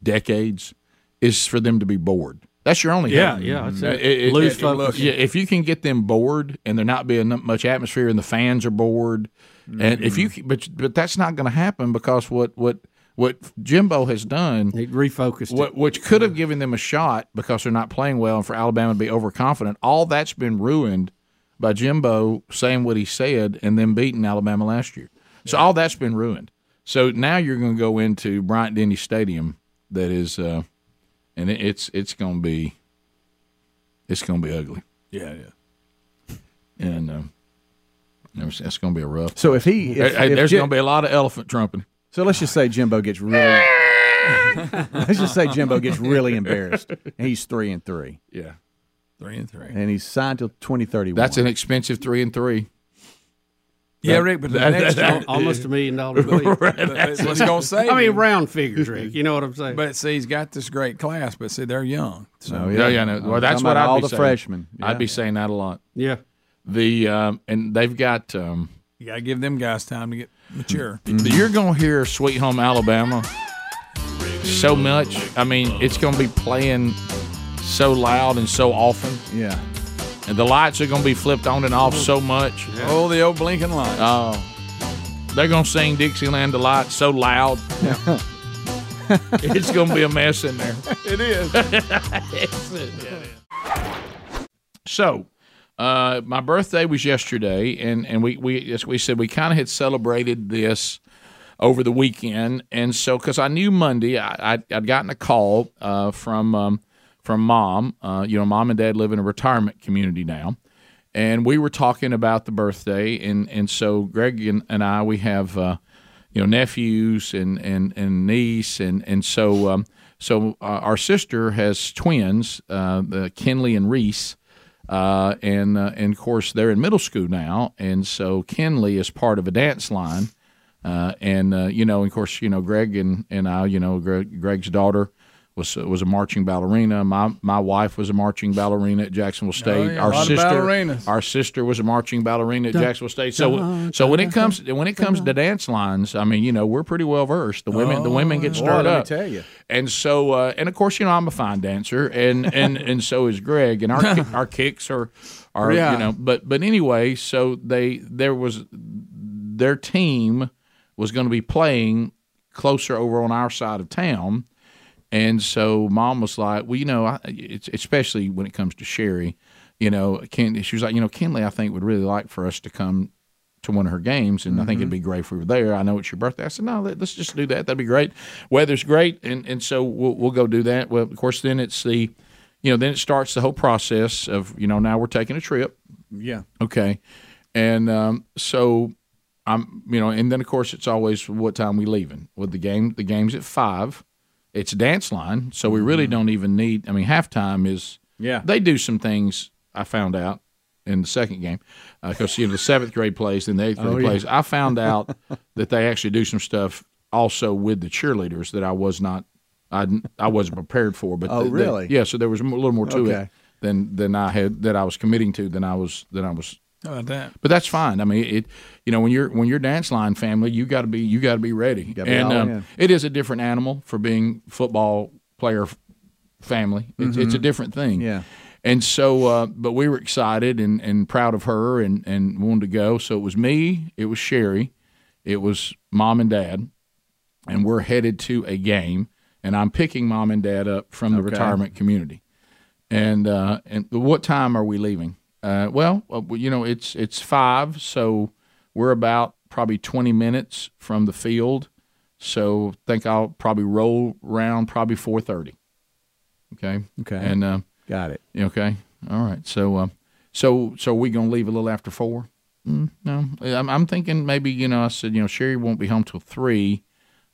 [SPEAKER 1] decades, is for them to be bored. That's your only
[SPEAKER 2] Yeah,
[SPEAKER 1] hope.
[SPEAKER 2] yeah, that's it.
[SPEAKER 1] Uh, it-
[SPEAKER 2] Lose
[SPEAKER 1] it-
[SPEAKER 2] focus.
[SPEAKER 1] yeah, if you can get them bored and there not being that much atmosphere and the fans are bored, and if you
[SPEAKER 5] Mm-hmm.
[SPEAKER 1] c- but but that's not going to happen because what what what Jimbo has done,
[SPEAKER 2] he refocused,
[SPEAKER 1] what, which could have given them a shot because they're not playing well, and for Alabama to be overconfident, all that's been ruined by Jimbo saying what he said and then beating Alabama last year. So all that's been ruined. So now you're going to go into Bryant Denny Stadium, that is, uh, and it, it's it's going to be it's going to be ugly,
[SPEAKER 8] Yeah, yeah.
[SPEAKER 1] and um, there's- that's going to be a rough.
[SPEAKER 5] So if he, if,
[SPEAKER 1] Hey,
[SPEAKER 5] if
[SPEAKER 1] there's
[SPEAKER 5] Jim-
[SPEAKER 1] going to be a lot of elephant trumping.
[SPEAKER 5] So let's just say Jimbo gets really. let's just say Jimbo gets really embarrassed. And he's three and three,
[SPEAKER 1] Yeah, three and three.
[SPEAKER 5] and he's signed till twenty thirty one.
[SPEAKER 1] That's an expensive three and three.
[SPEAKER 5] Yeah, Rick, but the next one-
[SPEAKER 2] almost a million dollars a week.
[SPEAKER 8] Right, that's what's gonna save
[SPEAKER 2] I mean,
[SPEAKER 8] him.
[SPEAKER 2] round figures, Rick. You know what I'm saying?
[SPEAKER 8] But see, he's got this great class, but see, they're young. So
[SPEAKER 1] Oh, yeah, yeah. no. Well, that's what I'd be saying. I'd be saying that a lot.
[SPEAKER 2] Yeah.
[SPEAKER 1] The um, and they've got um,
[SPEAKER 8] You got to give them guys time to get mature.
[SPEAKER 3] Mm.
[SPEAKER 1] you're gonna hear "Sweet Home Alabama" so much. I mean, it's gonna be playing so loud and so often.
[SPEAKER 5] Yeah.
[SPEAKER 1] And the lights are gonna be flipped on and off so much.
[SPEAKER 3] Mm.
[SPEAKER 8] Oh, the old blinking lights.
[SPEAKER 3] Uh,
[SPEAKER 1] Oh. They're going to sing Dixieland Delight so loud. it's going to be a mess in there.
[SPEAKER 8] It is.
[SPEAKER 1] So, uh, my birthday was yesterday, and, and we, we, as we said, we kind of had celebrated this over the weekend. And so, because I knew Monday, I, I'd, I'd gotten a call uh, from, um, from mom. Uh, you know, mom and dad live in a retirement community now. And we were talking about the birthday, and, and so Greg and, and I, we have. Uh, you know nephews and and and niece and and so um, so uh, our sister has twins, uh, the Kenley and Reese, uh, and uh, and of course they're in middle school now, and so Kenley is part of a dance line, uh, and uh, you know of course you know Greg and and I you know Greg, Greg's daughter. Was, was a marching ballerina. My my wife was a marching ballerina at Jacksonville State.
[SPEAKER 8] Oh, yeah, a
[SPEAKER 1] our
[SPEAKER 8] lot of
[SPEAKER 1] sister,
[SPEAKER 8] ballerinas.
[SPEAKER 1] our sister was a marching ballerina at
[SPEAKER 8] Dun,
[SPEAKER 1] Jacksonville State. So
[SPEAKER 8] dun,
[SPEAKER 1] so when it comes when it comes to dance lines, I mean, you know, we're pretty well versed. The women the women
[SPEAKER 8] Oh,
[SPEAKER 1] get
[SPEAKER 5] Boy, let
[SPEAKER 1] stirred
[SPEAKER 5] me
[SPEAKER 1] up.
[SPEAKER 5] tell you.
[SPEAKER 1] And so uh, and of course, you know, I'm a fine dancer and and and so is Greg and our ki- our kicks are are
[SPEAKER 8] Yeah.
[SPEAKER 1] you know, but but anyway, so they there was their team was going to be playing closer over on our side of town. And so mom was like, well, you know, I, it's, especially when it comes to Sherry, you know, Ken, she was like, you know, Kenley, I think would really like for us to come to one of her games, and I think it'd be great if we were there. I know it's your birthday. I said, no, let, let's just do that. That'd be great. Weather's great, and and so we'll we'll go do that. Well, of course, then it's the, you know, then it starts the whole process of you know now we're taking a trip.
[SPEAKER 8] Yeah.
[SPEAKER 1] Okay. And um, so I'm, you know, and then of course it's always what time we leaving. With the game, the game's at five. It's dance line, so we really don't even need. I mean, halftime is.
[SPEAKER 5] Mm-hmm. Yeah.
[SPEAKER 1] They do some things I found out in the second game because you know the seventh grade plays, then the eighth grade
[SPEAKER 8] Oh, yeah.
[SPEAKER 1] plays. I found out that they actually do some stuff also with the cheerleaders that I was not. I, I wasn't prepared for, but
[SPEAKER 5] Oh,
[SPEAKER 1] the- the-
[SPEAKER 5] really?
[SPEAKER 1] yeah. So there was a little more to
[SPEAKER 5] Okay.
[SPEAKER 1] it than than I had that I was committing to than I was than I was
[SPEAKER 8] How about that?
[SPEAKER 1] but that's fine. I mean, it. You know, when you're when you're dance line family, you got to be you got to be ready.
[SPEAKER 8] Gotta be
[SPEAKER 1] and
[SPEAKER 8] all
[SPEAKER 1] um,
[SPEAKER 8] in.
[SPEAKER 1] it is a different animal for being football player f- family. It's, it's a
[SPEAKER 8] Mm-hmm.
[SPEAKER 5] Mhm.
[SPEAKER 1] different thing.
[SPEAKER 5] Yeah.
[SPEAKER 1] And so, uh, but we were excited and, and proud of her and and wanted to go. So it was me, it was Sherry, it was mom and dad, and we're headed to a game. And I'm picking mom and dad up from the
[SPEAKER 5] Okay.
[SPEAKER 1] retirement community. And uh, and what time are we leaving? Uh, well, uh, you know, it's it's five, so we're about probably twenty minutes from the field. So think I'll probably roll around probably four thirty. Okay.
[SPEAKER 5] Okay.
[SPEAKER 1] And uh,
[SPEAKER 5] got it.
[SPEAKER 1] Okay. All right. So uh, so so we gonna leave a little after four. Mm, no, I'm, I'm thinking maybe you know I said you know Sherry won't be home till three.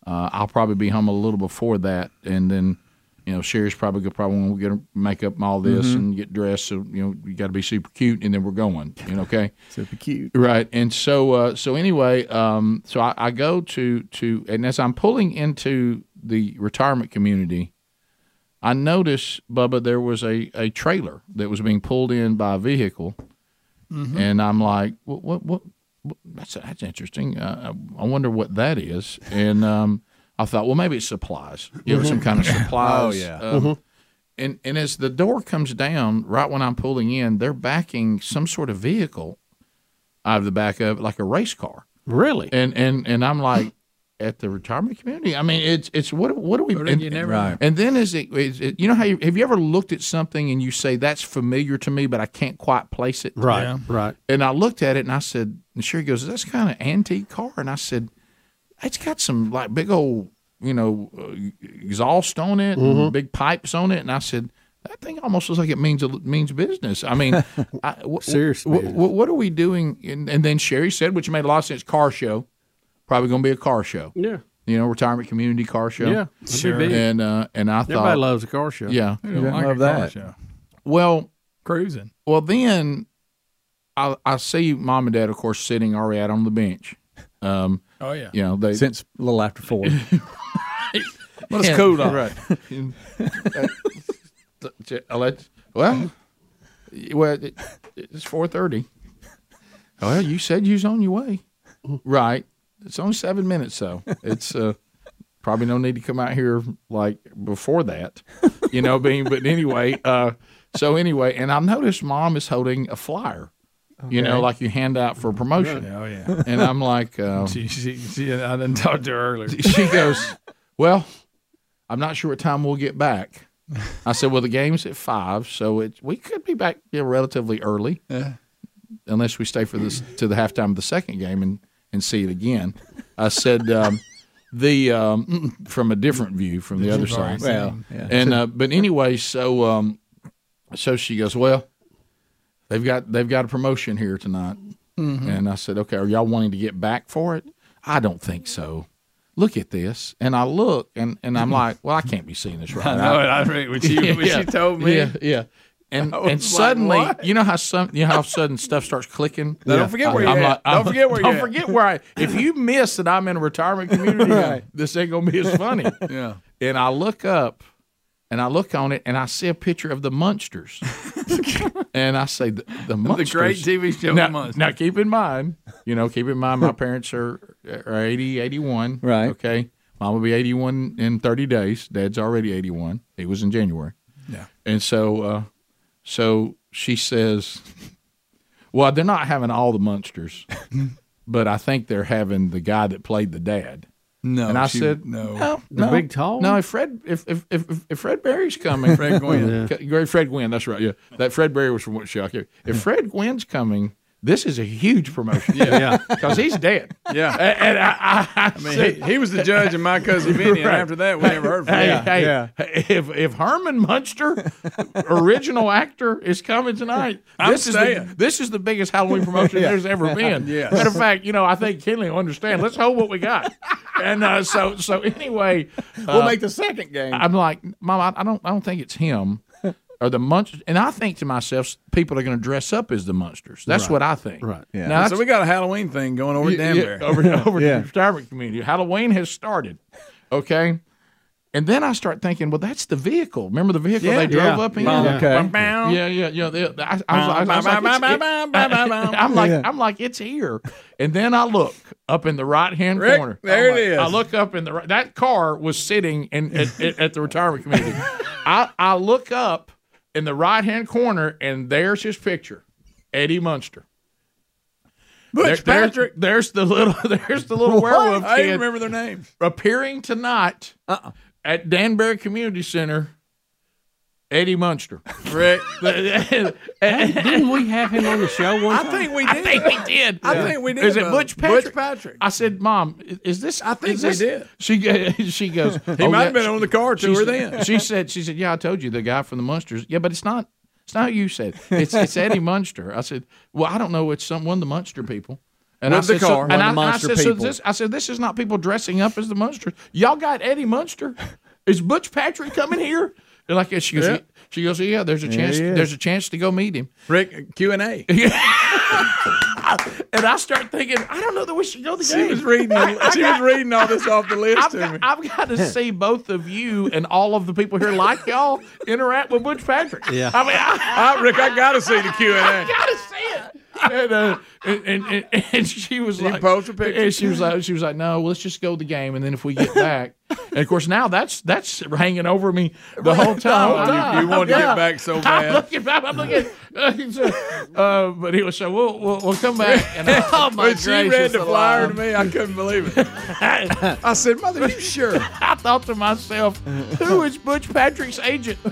[SPEAKER 1] Uh, I'll probably be home a little before that, and then you know Sherry's probably gonna probably want to get her makeup and all this
[SPEAKER 8] Mhm.
[SPEAKER 1] and get dressed. So you know you got to be super cute, and then we're going. You know, okay.
[SPEAKER 5] Super cute.
[SPEAKER 1] Right. And so uh, so anyway, um, so I, I go to to and as I'm pulling into the retirement community, I noticed Bubba there was a a trailer that was being pulled in by a vehicle,
[SPEAKER 8] Mhm.
[SPEAKER 1] and I'm like, what what what. what- That's, that's interesting. Uh, I I wonder what that is. And um, I thought, well, maybe it's supplies. You know, some
[SPEAKER 8] Mhm.
[SPEAKER 1] kind of supplies.
[SPEAKER 8] Oh, yeah.
[SPEAKER 1] Um,
[SPEAKER 8] Mhm.
[SPEAKER 1] And and as the door comes down, right when I'm pulling in, they're backing some sort of vehicle out of the back of like a race car. Really? And and and I'm like at the retirement community. I mean, it's it's what what do we?
[SPEAKER 8] What
[SPEAKER 1] and,
[SPEAKER 8] did you never- Right.
[SPEAKER 1] and then is it, is it you know how you, have you ever looked at something and you say that's familiar to me, but I can't quite place it.
[SPEAKER 2] Right, right.
[SPEAKER 1] And I looked at it and I said, and Sherry goes, that's kind of antique car. And I said, it's got some like big old you know uh, exhaust on it,
[SPEAKER 8] Mhm.
[SPEAKER 1] and big pipes on it, and I said. That thing almost looks like it means it means business. I mean, I, wh-
[SPEAKER 2] Serious
[SPEAKER 1] wh- wh- what are we doing? And, and then Sherry said, which made a lot of sense. Car show, probably going to be a car show.
[SPEAKER 2] Yeah.
[SPEAKER 1] you know, retirement community car show.
[SPEAKER 2] Yeah, it'd be Sure. big.
[SPEAKER 1] And uh, and I thought
[SPEAKER 2] Everybody loves a car show.
[SPEAKER 1] Yeah,
[SPEAKER 2] They don't Yeah, like love a car that. show.
[SPEAKER 1] Well,
[SPEAKER 8] cruising.
[SPEAKER 1] Well, then I I see mom and dad, of course, sitting already out on the bench. Um,
[SPEAKER 8] Oh, yeah.
[SPEAKER 1] you know they
[SPEAKER 5] Since
[SPEAKER 1] a little after four.
[SPEAKER 8] Well, it's cool, though.
[SPEAKER 1] uh, Right. I'll let- well, well, it- it's four thirty. Well, you said you was on your way, right? It's only seven minutes, though. It's uh, probably no need to come out here like before that, you know. Being, but anyway, uh, so anyway, and I noticed mom is holding a flyer, you know,
[SPEAKER 8] Okay.
[SPEAKER 1] like you hand out for promotion.
[SPEAKER 8] Oh, yeah.
[SPEAKER 1] And I'm like, um,
[SPEAKER 8] she, she, she, I didn't talk to her earlier.
[SPEAKER 1] she goes, "Well, I'm not sure what time we'll get back." I said, "Well, the game's at five, so it we could be back you know, relatively early,
[SPEAKER 8] Yeah.
[SPEAKER 1] unless we stay for this to the halftime of the second game and and see it again." I said, um, "The um, from a different view, from the
[SPEAKER 8] That
[SPEAKER 1] other
[SPEAKER 8] you've already
[SPEAKER 1] side."
[SPEAKER 8] seen. Yeah.
[SPEAKER 1] and uh, but anyway, so um, so she goes, "Well, they've got they've got a promotion here tonight."
[SPEAKER 8] Mhm.
[SPEAKER 1] And I said, "Okay, are y'all wanting to get back for it?" I don't think so. Look at this, and I look, and, and I'm like, "Well, I can't be seeing this right
[SPEAKER 8] I
[SPEAKER 1] now."
[SPEAKER 8] know it. I read what you- what you told me.
[SPEAKER 1] Yeah, yeah. And
[SPEAKER 8] I was
[SPEAKER 1] and
[SPEAKER 8] like,
[SPEAKER 1] suddenly,
[SPEAKER 8] "What?"
[SPEAKER 1] you know how some, you know how sudden stuff starts clicking.
[SPEAKER 8] Now, don't forget where
[SPEAKER 1] I'm
[SPEAKER 8] you're at.
[SPEAKER 1] like,
[SPEAKER 8] Don't
[SPEAKER 1] I'm-
[SPEAKER 8] forget where
[SPEAKER 1] Don't
[SPEAKER 8] you're at.
[SPEAKER 1] forget where I. If you miss that I'm in a retirement community,
[SPEAKER 8] Right.
[SPEAKER 1] this ain't gonna be as funny.
[SPEAKER 8] Yeah.
[SPEAKER 1] And I look up, and I look on it, and I see a picture of the Munsters. and I say the, the Munsters,
[SPEAKER 8] great TV show,
[SPEAKER 1] Now,
[SPEAKER 8] Munsters.
[SPEAKER 1] now keep in mind, you know, keep in mind, my parents are are 80, 81. Right. Okay. Mom will be eighty one in thirty days. Dad's already eighty one. He was in January.
[SPEAKER 8] Yeah.
[SPEAKER 1] And so, uh, so she says, "Well, they're not having all the Munsters, but I think they're having the guy that played the dad."
[SPEAKER 8] No,
[SPEAKER 1] and I
[SPEAKER 8] she-
[SPEAKER 1] said,
[SPEAKER 8] no.
[SPEAKER 1] no,
[SPEAKER 8] The
[SPEAKER 1] no,
[SPEAKER 8] big tall
[SPEAKER 1] No,
[SPEAKER 8] one?
[SPEAKER 1] if Fred, if if if, if- if Fred Berry's coming,
[SPEAKER 8] Fred Gwynn.
[SPEAKER 1] C- great Fred Gwynn, that's right. Yeah, that Fred Berry was from what show? I can't- If Fred Gwynn's coming, this is a huge promotion.
[SPEAKER 8] Yeah.
[SPEAKER 1] because he's dead.
[SPEAKER 8] Yeah.
[SPEAKER 1] and, and I, I, I,
[SPEAKER 8] I mean,
[SPEAKER 1] said-
[SPEAKER 8] he, he was the judge in my cousin Vinny, and
[SPEAKER 1] Right.
[SPEAKER 8] after that, we never heard from
[SPEAKER 1] Hey,
[SPEAKER 8] him.
[SPEAKER 1] hey, if if Herman Munster, original actor, is coming tonight,
[SPEAKER 8] I'm
[SPEAKER 1] this is
[SPEAKER 8] saying.
[SPEAKER 1] the, this is the biggest Halloween promotion
[SPEAKER 8] Yeah.
[SPEAKER 1] there's ever been.
[SPEAKER 8] Yes.
[SPEAKER 1] Matter of fact, you know, I think Kenley will understand. Let's hold what we got. And uh, so so anyway,
[SPEAKER 5] We'll
[SPEAKER 1] uh,
[SPEAKER 5] make the second game.
[SPEAKER 1] I'm like, Mom, I, I don't I don't think it's him. Or the monsters, and I think to myself, people are going to dress up as the monsters. That's
[SPEAKER 8] Right.
[SPEAKER 1] what I think.
[SPEAKER 8] Right.
[SPEAKER 1] Yeah.
[SPEAKER 8] so we got a Halloween thing going over at
[SPEAKER 1] Yeah,
[SPEAKER 8] Danbury.
[SPEAKER 1] yeah, over over to the retirement community. Halloween has started. Okay. And then I start thinking, well, that's the vehicle. Remember the vehicle
[SPEAKER 8] Yeah.
[SPEAKER 1] they drove
[SPEAKER 8] Yeah.
[SPEAKER 1] up in?
[SPEAKER 8] Bow, Okay. bow, bow.
[SPEAKER 1] Yeah, yeah, yeah. They- I, I was, I was
[SPEAKER 8] Bow,
[SPEAKER 1] like,
[SPEAKER 8] bow,
[SPEAKER 1] it's-
[SPEAKER 8] bow,
[SPEAKER 1] it-
[SPEAKER 8] bow, bow, bow, bow.
[SPEAKER 1] I'm like,
[SPEAKER 8] Yeah.
[SPEAKER 1] I'm like, it's here. And then I look up in the right hand
[SPEAKER 8] Rick,
[SPEAKER 1] corner.
[SPEAKER 8] there
[SPEAKER 1] I'm
[SPEAKER 8] it
[SPEAKER 1] like- I
[SPEAKER 8] is.
[SPEAKER 1] look up in the right. That car was sitting in at, at, at the retirement community. I, I look up in the right hand corner, and there's his picture, Eddie Munster.
[SPEAKER 8] Butch Patrick.
[SPEAKER 1] There's the little there's the little
[SPEAKER 8] What?
[SPEAKER 1] werewolf
[SPEAKER 8] I
[SPEAKER 1] kid
[SPEAKER 8] didn't remember their names.
[SPEAKER 1] appearing tonight at Danbury Community Center. Eddie Munster. Rick. Didn't
[SPEAKER 2] we have him on the show one
[SPEAKER 1] I think we did. I think we did.
[SPEAKER 8] I think we did,
[SPEAKER 1] Is it
[SPEAKER 8] brother.
[SPEAKER 1] Butch
[SPEAKER 8] Butch
[SPEAKER 1] Patrick? Patrick. I said, Mom, i- is this? I
[SPEAKER 8] think we did.
[SPEAKER 1] She g- she goes.
[SPEAKER 8] He
[SPEAKER 1] "Oh,
[SPEAKER 8] might
[SPEAKER 1] yeah."
[SPEAKER 8] have been on the car
[SPEAKER 1] She
[SPEAKER 8] tour
[SPEAKER 1] said-
[SPEAKER 8] then.
[SPEAKER 1] She said. She said, Yeah, I told you the guy from the Munsters. Yeah, but it's not. It's not you said. It's it's Eddie Munster. I said, Well, I don't know. It's some one of the Munster people. I
[SPEAKER 8] With the
[SPEAKER 1] said, so-
[SPEAKER 8] car.
[SPEAKER 1] and
[SPEAKER 8] One of the
[SPEAKER 1] I- and I
[SPEAKER 8] Munster
[SPEAKER 1] said, so
[SPEAKER 8] people.
[SPEAKER 1] this, I said, this is not people dressing up as the Munsters. Y'all got Eddie Munster. Is Butch Patrick coming here? They're like, yeah, she goes,
[SPEAKER 8] Yeah.
[SPEAKER 1] she goes, yeah. There's a
[SPEAKER 8] Yeah,
[SPEAKER 1] chance.
[SPEAKER 8] he is.
[SPEAKER 1] There's a chance to go meet him.
[SPEAKER 8] Rick, Q&A.
[SPEAKER 1] And I start thinking, I don't know that we should go to the
[SPEAKER 8] She
[SPEAKER 1] game.
[SPEAKER 8] was reading the-
[SPEAKER 1] I- I
[SPEAKER 8] she
[SPEAKER 1] got-
[SPEAKER 8] was reading all this off the list
[SPEAKER 1] I've
[SPEAKER 8] to
[SPEAKER 1] got,
[SPEAKER 8] me.
[SPEAKER 1] I've got to see both of you and all of the people here, like y'all, interact with Butch Patrick.
[SPEAKER 8] Yeah.
[SPEAKER 1] I mean, I,
[SPEAKER 8] Rick, I got to see the Q&A.
[SPEAKER 1] and, uh, and, and, and- and she was like,
[SPEAKER 8] posted a picture.
[SPEAKER 1] and she was like, she was like, no, let's just go to the game, and then if we get back, and of course now that's that's hanging over me the whole time.
[SPEAKER 8] whole time. Oh, You- you wanted to get back so bad.
[SPEAKER 1] I'm looking, I'm looking. uh, but he was so we'll, we'll we'll come back. And I- oh my
[SPEAKER 8] When she read
[SPEAKER 1] gracious
[SPEAKER 8] the flyer to
[SPEAKER 1] alive.
[SPEAKER 8] me, I couldn't believe it. I said, Mother, you sure?
[SPEAKER 1] I thought to myself, who is Butch Patrick's agent?
[SPEAKER 8] I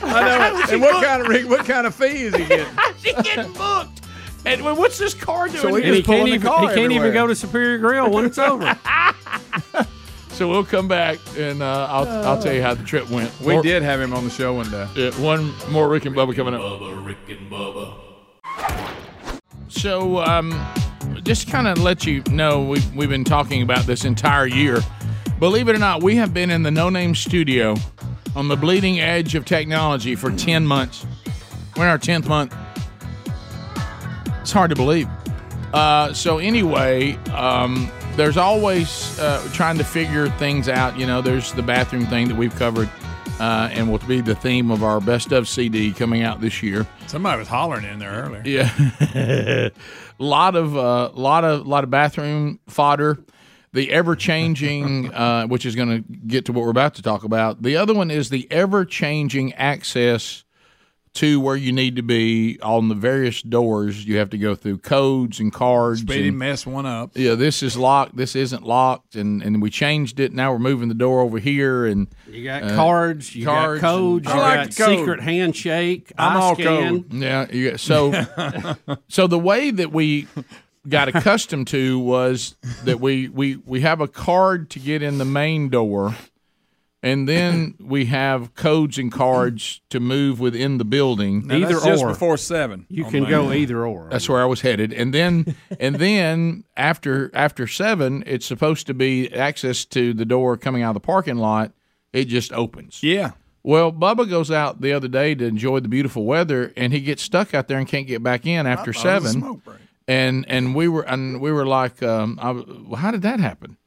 [SPEAKER 8] know. And what kind of Rick, what kind of fee is he getting?
[SPEAKER 1] How's he getting booked? And well, what's this car doing?
[SPEAKER 8] So he
[SPEAKER 1] here?
[SPEAKER 8] just pulling the car
[SPEAKER 2] he can't even
[SPEAKER 8] everywhere.
[SPEAKER 2] go to Superior Grill when it's over.
[SPEAKER 1] So we'll come back and uh, I'll, I'll tell you how the trip went.
[SPEAKER 4] We
[SPEAKER 1] More-
[SPEAKER 4] did have him on the show one day.
[SPEAKER 1] Yeah, one more Rick and Bubba coming up.
[SPEAKER 6] Bubba, Rick and Bubba.
[SPEAKER 1] So, um, just kind of let you know, we've, we've been talking about this entire year. Believe it or not, we have been in the No Name studio on the bleeding edge of technology for 10 months. We're in our 10th month. It's hard to believe. Uh, so, anyway, um, there's always uh, trying to figure things out. You know, there's the bathroom thing that we've covered uh, and will be the theme of our best of CD coming out this year.
[SPEAKER 4] Somebody was hollering in there earlier.
[SPEAKER 1] Yeah, lot of uh, lot of lot of bathroom fodder. The ever changing, uh, which is going to get to what we're about to talk about. The other one is the ever changing access to where you need to be on the various doors. You have to go through codes and cards.
[SPEAKER 4] Speedy
[SPEAKER 1] and-
[SPEAKER 4] messed one up.
[SPEAKER 1] yeah, this is locked. This isn't locked, and and we changed it. Now we're moving the door over here, and
[SPEAKER 2] You got cards, you got codes, you got secret handshake,
[SPEAKER 1] I'm
[SPEAKER 2] eye
[SPEAKER 1] all
[SPEAKER 2] scan.
[SPEAKER 1] code. Yeah, you got, so so the way that we got accustomed to was that we we we have a card to get in the main door, and then we have codes and cards to move within the building.
[SPEAKER 4] Now, that's just before seven.
[SPEAKER 2] You
[SPEAKER 8] Oh,
[SPEAKER 4] on
[SPEAKER 2] can
[SPEAKER 4] the-
[SPEAKER 2] go either or.
[SPEAKER 1] That's where I was headed, and then and then after after seven, it's supposed to be access to the door coming out of the parking lot. It just opens.
[SPEAKER 4] Yeah.
[SPEAKER 1] Well, Bubba goes out the other day to enjoy the beautiful weather, and he gets stuck out there and can't get back in after
[SPEAKER 4] thought it was a
[SPEAKER 1] seven.
[SPEAKER 4] smoke
[SPEAKER 1] And and we were and we were like, um, I, well, how did that happen?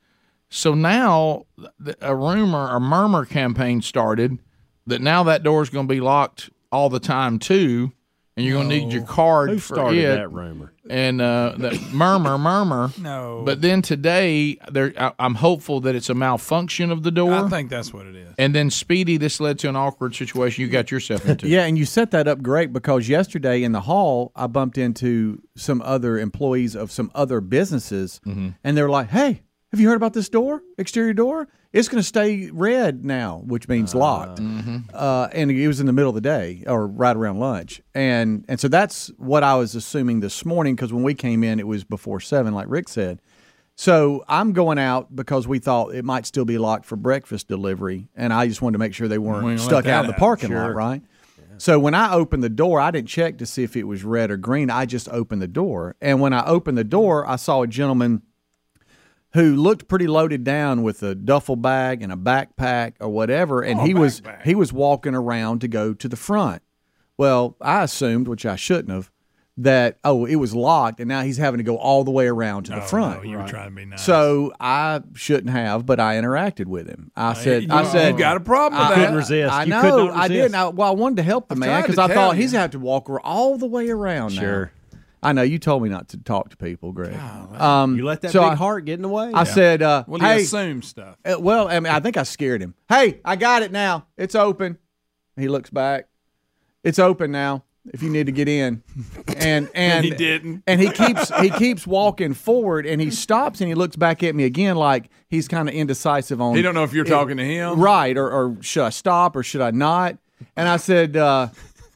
[SPEAKER 1] So now th- a rumor, a murmur campaign started that now that door is going to be locked all the time too, and you're going to need your card
[SPEAKER 7] Who
[SPEAKER 1] for
[SPEAKER 7] started
[SPEAKER 1] it.
[SPEAKER 7] that rumor?
[SPEAKER 1] And uh, that murmur, murmur.
[SPEAKER 4] No.
[SPEAKER 1] But then today, there I, I'm hopeful that it's a malfunction of the door.
[SPEAKER 4] I think that's what it is.
[SPEAKER 1] And then Speedy, this led to an awkward situation you got yourself into.
[SPEAKER 5] Yeah, and you set that up great because yesterday in the hall, I bumped into some other employees of some other businesses,
[SPEAKER 4] Mm-hmm.
[SPEAKER 5] and they're like, "Hey, have you heard about this door? Exterior door? It's going to stay red now, which means locked."
[SPEAKER 4] mm-hmm.
[SPEAKER 5] Uh, and it was in the middle of the day or right around lunch, and and so that's what I was assuming this morning because when we came in, it was before seven, like Rick said. So I'm going out because we thought it might still be locked for breakfast delivery, and I just wanted to make sure they
[SPEAKER 4] We
[SPEAKER 5] weren't
[SPEAKER 4] ain't let
[SPEAKER 5] stuck
[SPEAKER 4] that
[SPEAKER 5] out in the
[SPEAKER 4] happen.
[SPEAKER 5] parking lot,
[SPEAKER 4] Sure.
[SPEAKER 5] right? So when I opened the door, I didn't check to see if it was red or green. I just opened the door, and when I opened the door, I saw a gentleman who looked pretty loaded down with a duffel bag and a backpack or whatever, and
[SPEAKER 4] Oh,
[SPEAKER 5] he was he was walking around to go to the front. Well, I assumed, which I shouldn't have, that oh, it was locked, and now he's having to go all the way around to the front.
[SPEAKER 4] Oh, You were trying to be nice.
[SPEAKER 5] So I shouldn't have, but I interacted with him. I said,
[SPEAKER 4] Uh, you-
[SPEAKER 5] I
[SPEAKER 4] you
[SPEAKER 5] said,
[SPEAKER 4] got a problem with
[SPEAKER 5] I-
[SPEAKER 4] that. You couldn't resist.
[SPEAKER 5] I
[SPEAKER 4] You
[SPEAKER 5] know,
[SPEAKER 4] could not
[SPEAKER 5] I
[SPEAKER 4] resist.
[SPEAKER 5] didn't. I, well, I wanted to help the man
[SPEAKER 4] tried to
[SPEAKER 5] because I
[SPEAKER 4] tell
[SPEAKER 5] thought
[SPEAKER 4] you.
[SPEAKER 5] he's gonna have to walk r- all the way around. now.
[SPEAKER 4] Sure.
[SPEAKER 5] I know you told me not to talk to people, Greg. um,
[SPEAKER 7] you let that
[SPEAKER 5] so
[SPEAKER 7] big
[SPEAKER 5] I-
[SPEAKER 7] heart get in the way.
[SPEAKER 5] I said, uh,
[SPEAKER 7] Well, he
[SPEAKER 5] hey,
[SPEAKER 7] assumes stuff.
[SPEAKER 5] uh, well, I mean, I think I scared him. Hey, I got it now. It's open. He looks back. It's open now. If you need to get in, and and,
[SPEAKER 4] And he didn't.
[SPEAKER 5] and he keeps he keeps walking forward, and he stops, and he looks back at me again, like he's kind of indecisive on.
[SPEAKER 4] He don't know if you're
[SPEAKER 5] it-
[SPEAKER 4] talking to him.
[SPEAKER 5] right? Or, or should I stop, or should I not? And I said, uh,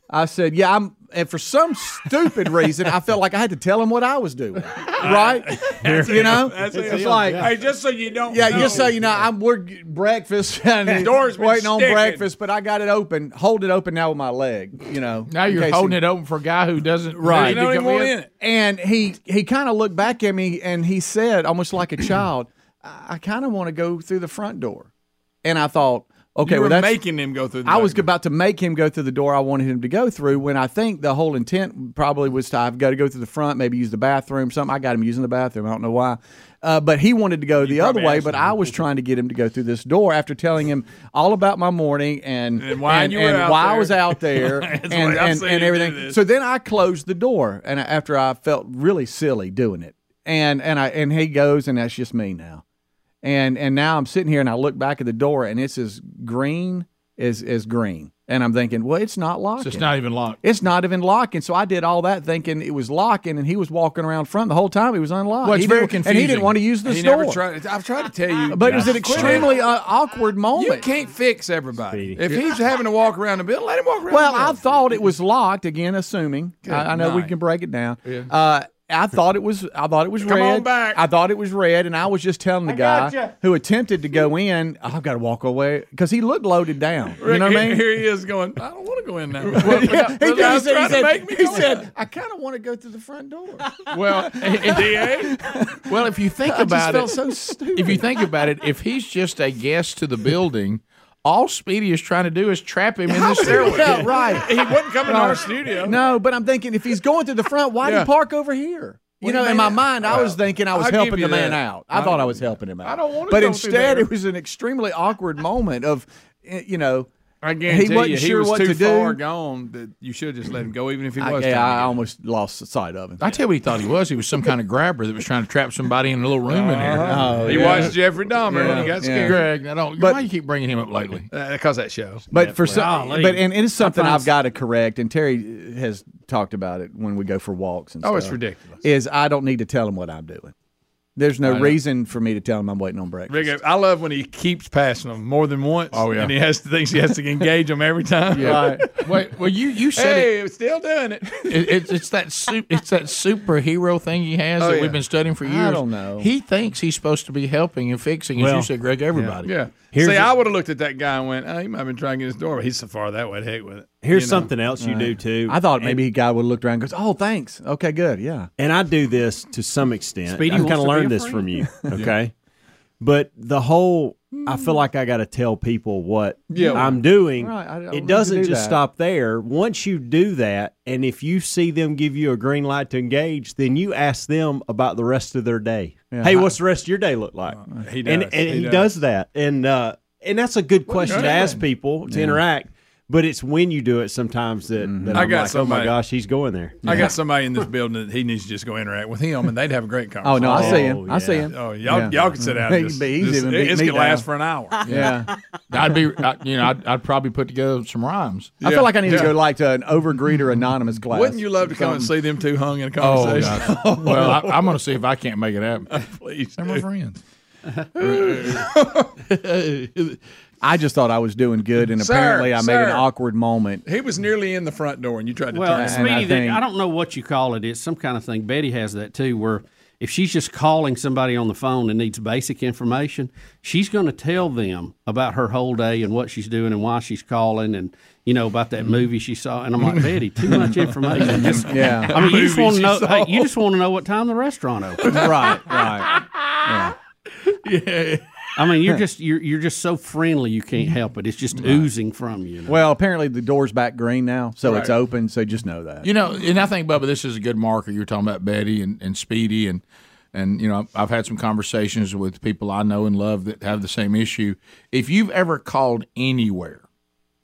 [SPEAKER 5] I said, yeah, I'm. And for some stupid reason, I felt like I had to tell him what I was doing, right?
[SPEAKER 4] That's
[SPEAKER 5] you
[SPEAKER 4] him.
[SPEAKER 5] know,
[SPEAKER 4] That's
[SPEAKER 5] it's
[SPEAKER 4] him.
[SPEAKER 5] like,
[SPEAKER 4] hey, just so you don't.
[SPEAKER 5] yeah,
[SPEAKER 4] know.
[SPEAKER 5] just so you know, I'm we're g- breakfast and
[SPEAKER 4] The door's been
[SPEAKER 5] waiting on
[SPEAKER 4] sticking.
[SPEAKER 5] breakfast, but I got it open, hold it open now with my leg. You know,
[SPEAKER 1] Now you're holding it open for a guy who doesn't
[SPEAKER 5] right.
[SPEAKER 1] need to come in.
[SPEAKER 5] And he he kind of looked back at me and he said, almost like a child, I, I kind of want to go through the front door. And I thought, okay,
[SPEAKER 4] you
[SPEAKER 5] well
[SPEAKER 4] were
[SPEAKER 5] that's
[SPEAKER 4] making him go through. The
[SPEAKER 5] I was about to make him go through the door I wanted him to go through when I think the whole intent probably was to I've got to go through the front, maybe use the bathroom, something. I got him using the bathroom. I don't know why. Uh, but he wanted to go the other
[SPEAKER 4] probably
[SPEAKER 5] way,
[SPEAKER 4] asked
[SPEAKER 5] but I was trying to get him to go through this door after telling him all about my morning and,
[SPEAKER 4] And why you were
[SPEAKER 5] and
[SPEAKER 4] out
[SPEAKER 5] why I
[SPEAKER 4] there.
[SPEAKER 5] was out there
[SPEAKER 4] That's
[SPEAKER 5] and,
[SPEAKER 4] why I've
[SPEAKER 5] and,
[SPEAKER 4] seen
[SPEAKER 5] and
[SPEAKER 4] you do
[SPEAKER 5] everything.
[SPEAKER 4] this.
[SPEAKER 5] So then I closed the door and I, after I felt really silly doing it. And and I and he goes and that's just me now and and now I'm sitting here and I look back at the door and it's as green as as green, and I'm thinking, well, it's not locking.
[SPEAKER 1] So it's not even locked.
[SPEAKER 5] It's not even locking. So I did all that thinking it was locking, and he was walking around front the whole time. It was unlocked.
[SPEAKER 4] Well, it's
[SPEAKER 5] He
[SPEAKER 4] very
[SPEAKER 5] didn't- And he
[SPEAKER 4] confusing.
[SPEAKER 5] didn't want to use
[SPEAKER 4] He
[SPEAKER 5] this
[SPEAKER 4] never
[SPEAKER 5] door.
[SPEAKER 4] tried- I've tried to tell
[SPEAKER 8] Ah,
[SPEAKER 4] you,
[SPEAKER 5] But it was an
[SPEAKER 4] Just quit.
[SPEAKER 5] extremely uh, awkward moment.
[SPEAKER 4] You can't fix everybody. If he's having to walk around the building, let him walk around.
[SPEAKER 5] Well,
[SPEAKER 4] the building.
[SPEAKER 5] I thought it was locked again, assuming.
[SPEAKER 4] Good
[SPEAKER 5] I, I know we
[SPEAKER 4] night.
[SPEAKER 5] can break it down.
[SPEAKER 4] Yeah.
[SPEAKER 5] Uh, I thought it was. I thought it was
[SPEAKER 8] Come on
[SPEAKER 5] red.
[SPEAKER 8] back.
[SPEAKER 5] I thought it was red, and I was just telling the
[SPEAKER 8] I
[SPEAKER 5] guy
[SPEAKER 8] gotcha.
[SPEAKER 5] who attempted to go in, "I've got to walk away" because he looked loaded down. you
[SPEAKER 8] Rick,
[SPEAKER 5] know what I
[SPEAKER 8] here-
[SPEAKER 5] mean?
[SPEAKER 8] Here he is going. I don't want to go in now.
[SPEAKER 5] yeah, he,
[SPEAKER 8] I
[SPEAKER 5] he
[SPEAKER 8] was
[SPEAKER 5] said, he
[SPEAKER 8] trying to
[SPEAKER 5] said,
[SPEAKER 8] make me
[SPEAKER 5] he
[SPEAKER 8] go in.
[SPEAKER 5] said, I kind of want to go through the front door.
[SPEAKER 8] Well, DA.
[SPEAKER 1] Well, if you think
[SPEAKER 8] I just
[SPEAKER 1] about
[SPEAKER 8] felt
[SPEAKER 1] it,
[SPEAKER 8] so stupid.
[SPEAKER 1] if you think about it, if he's just a guest to the building, all Speedy is trying to do is trap him in the stairway.
[SPEAKER 5] yeah, right.
[SPEAKER 8] He wouldn't come into our
[SPEAKER 5] Right.
[SPEAKER 8] studio.
[SPEAKER 5] No, but I'm thinking if he's going through the front, why do
[SPEAKER 8] Yeah.
[SPEAKER 5] you park over here? You
[SPEAKER 8] What do
[SPEAKER 5] know,
[SPEAKER 8] you
[SPEAKER 5] in my
[SPEAKER 8] mean?
[SPEAKER 5] mind, I was
[SPEAKER 8] Well,
[SPEAKER 5] thinking I was
[SPEAKER 8] I'll give
[SPEAKER 5] helping
[SPEAKER 8] you
[SPEAKER 5] the man
[SPEAKER 8] that.
[SPEAKER 5] out. I,
[SPEAKER 8] I
[SPEAKER 5] thought I
[SPEAKER 8] don't-
[SPEAKER 5] was helping him out.
[SPEAKER 8] I don't wanna
[SPEAKER 5] But
[SPEAKER 8] go through
[SPEAKER 5] instead,
[SPEAKER 8] there.
[SPEAKER 5] it was an extremely awkward moment of, eh, you know,
[SPEAKER 8] I
[SPEAKER 5] he
[SPEAKER 8] guarantee
[SPEAKER 5] wasn't
[SPEAKER 8] you, he
[SPEAKER 5] sure
[SPEAKER 8] was
[SPEAKER 5] what
[SPEAKER 8] too
[SPEAKER 5] to do.
[SPEAKER 8] far gone that you should just let him go, even if he
[SPEAKER 5] I-
[SPEAKER 8] was.
[SPEAKER 5] yeah,
[SPEAKER 8] trying to
[SPEAKER 5] I
[SPEAKER 8] get
[SPEAKER 5] almost lost sight of him.
[SPEAKER 1] I tell you what he thought he was. He was some kind of grabber that was trying to trap somebody in a little room in there.
[SPEAKER 8] Uh-huh. Oh, He yeah. watched Jeffrey Dahmer and he got scared.
[SPEAKER 1] Greg, I don't.
[SPEAKER 8] But- Uh,
[SPEAKER 1] why you keep bringing him up lately?
[SPEAKER 8] Because that show.
[SPEAKER 5] But for some,
[SPEAKER 1] Golly.
[SPEAKER 5] but and it is something
[SPEAKER 1] Sometimes-
[SPEAKER 5] I've got to correct. And Terry eh, has talked about it when we go for walks and stuff.
[SPEAKER 8] Oh, it's ridiculous.
[SPEAKER 5] Is I don't need to tell him what I'm doing. There's
[SPEAKER 8] I
[SPEAKER 5] no
[SPEAKER 8] know.
[SPEAKER 5] reason for me to tell him I'm waiting on breakfast.
[SPEAKER 8] Rick, I love when he keeps passing them more than once.
[SPEAKER 5] Oh, yeah.
[SPEAKER 8] and he has to thinks he has to engage them every time.
[SPEAKER 1] Yeah. Wait, well, you you said
[SPEAKER 8] hey, we're still doing it.
[SPEAKER 1] it, it, it's that su- it's that superhero thing he has
[SPEAKER 8] Oh,
[SPEAKER 1] that
[SPEAKER 8] yeah.
[SPEAKER 1] we've been studying for
[SPEAKER 8] I
[SPEAKER 1] years.
[SPEAKER 8] don't know.
[SPEAKER 1] He thinks he's supposed to be helping and fixing, as
[SPEAKER 8] Well,
[SPEAKER 1] you said, Greg. Everybody.
[SPEAKER 8] Yeah.
[SPEAKER 1] Here's
[SPEAKER 8] See,
[SPEAKER 1] a-
[SPEAKER 8] I would have looked at that guy and went, "Oh, he might have been trying to get his door, but he's so far that way. Heck with it."
[SPEAKER 7] Here's
[SPEAKER 8] You know?
[SPEAKER 7] something else you do too.
[SPEAKER 5] I thought maybe a guy would have looked around and goes, "Oh, thanks. Okay, good. Yeah."
[SPEAKER 7] and I do this to some extent.
[SPEAKER 5] Speedy
[SPEAKER 7] I've
[SPEAKER 5] wants
[SPEAKER 7] kind of
[SPEAKER 5] to be a
[SPEAKER 7] learned this
[SPEAKER 5] friend.
[SPEAKER 7] from you, okay? But the whole, I feel like I got to tell people what
[SPEAKER 5] Yeah.
[SPEAKER 7] I'm doing.
[SPEAKER 5] Right, I- I need
[SPEAKER 7] it
[SPEAKER 5] to
[SPEAKER 7] doesn't
[SPEAKER 5] do
[SPEAKER 7] just
[SPEAKER 5] that.
[SPEAKER 7] stop there. Once you do that, and if you see them give you a green light to engage, then you ask them about the rest of their day.
[SPEAKER 5] Yeah. Uh,
[SPEAKER 7] Hey, what's the rest of your day look like?
[SPEAKER 8] He
[SPEAKER 7] and
[SPEAKER 8] does.
[SPEAKER 7] and
[SPEAKER 8] He
[SPEAKER 7] he,
[SPEAKER 8] does.
[SPEAKER 7] does. that, and uh, and that's a good question to
[SPEAKER 8] doing?
[SPEAKER 7] ask people to
[SPEAKER 8] Yeah.
[SPEAKER 7] interact. But it's when you do it sometimes that,
[SPEAKER 5] Mm-hmm.
[SPEAKER 7] that
[SPEAKER 8] I
[SPEAKER 7] I'm
[SPEAKER 8] got
[SPEAKER 7] like, oh
[SPEAKER 8] somebody-
[SPEAKER 7] my gosh, he's going there.
[SPEAKER 8] I got somebody in this building that he needs to just go interact with him, and they'd have a great
[SPEAKER 5] Oh
[SPEAKER 8] conversation.
[SPEAKER 5] no, I see him. I see him.
[SPEAKER 8] Oh, y'all, y'all can sit down. and
[SPEAKER 5] He'd
[SPEAKER 8] just-
[SPEAKER 5] be- he's
[SPEAKER 8] just-
[SPEAKER 5] even
[SPEAKER 8] it-
[SPEAKER 5] beat
[SPEAKER 8] it's
[SPEAKER 5] me
[SPEAKER 8] gonna last
[SPEAKER 5] down.
[SPEAKER 8] for an hour.
[SPEAKER 5] Yeah.
[SPEAKER 1] I'd be, I, you know, I'd, I'd probably put together some rhymes.
[SPEAKER 5] I feel like I need to go like to an overgreeter anonymous class.
[SPEAKER 8] Wouldn't you love to come and see them two hung in a
[SPEAKER 1] Oh,
[SPEAKER 8] conversation?
[SPEAKER 1] God. well, I, I'm going to see if I can't make it happen.
[SPEAKER 8] Please,
[SPEAKER 1] they're my friends.
[SPEAKER 5] I just thought I was doing good, and
[SPEAKER 8] Sir,
[SPEAKER 5] apparently I made an
[SPEAKER 8] sir.
[SPEAKER 5] awkward moment.
[SPEAKER 8] He was nearly in the front door, and you tried to.
[SPEAKER 5] Well,
[SPEAKER 8] turn
[SPEAKER 5] it's
[SPEAKER 8] him.
[SPEAKER 5] me.
[SPEAKER 2] Speedy, that-
[SPEAKER 5] I think-
[SPEAKER 2] I don't know what you call it. It's some kind of thing. Betty has that too, where if she's just calling somebody on the phone and needs basic information, she's going to tell them about her whole day and what she's doing and why she's calling and you know about
[SPEAKER 5] Mm-hmm.
[SPEAKER 2] that movie she saw. And I'm like, Betty, too much information. Just,
[SPEAKER 5] Yeah.
[SPEAKER 2] I mean, you just
[SPEAKER 5] Movie
[SPEAKER 2] want
[SPEAKER 5] she
[SPEAKER 2] to know.
[SPEAKER 5] saw.
[SPEAKER 2] Hey, you just want to know what time the restaurant opens.
[SPEAKER 5] right. Right. Yeah.
[SPEAKER 2] yeah. I mean, you're just you're you're just so friendly you can't help it. It's just oozing from you.
[SPEAKER 5] Well, apparently the door's back green now, so it's
[SPEAKER 1] Right.
[SPEAKER 5] open. So just know that.
[SPEAKER 1] You know, and I think Bubba, this is a good marker. You're talking about Betty and, and Speedy, and and you know, I've had some conversations with people I know and love that have the same issue. If you've ever called anywhere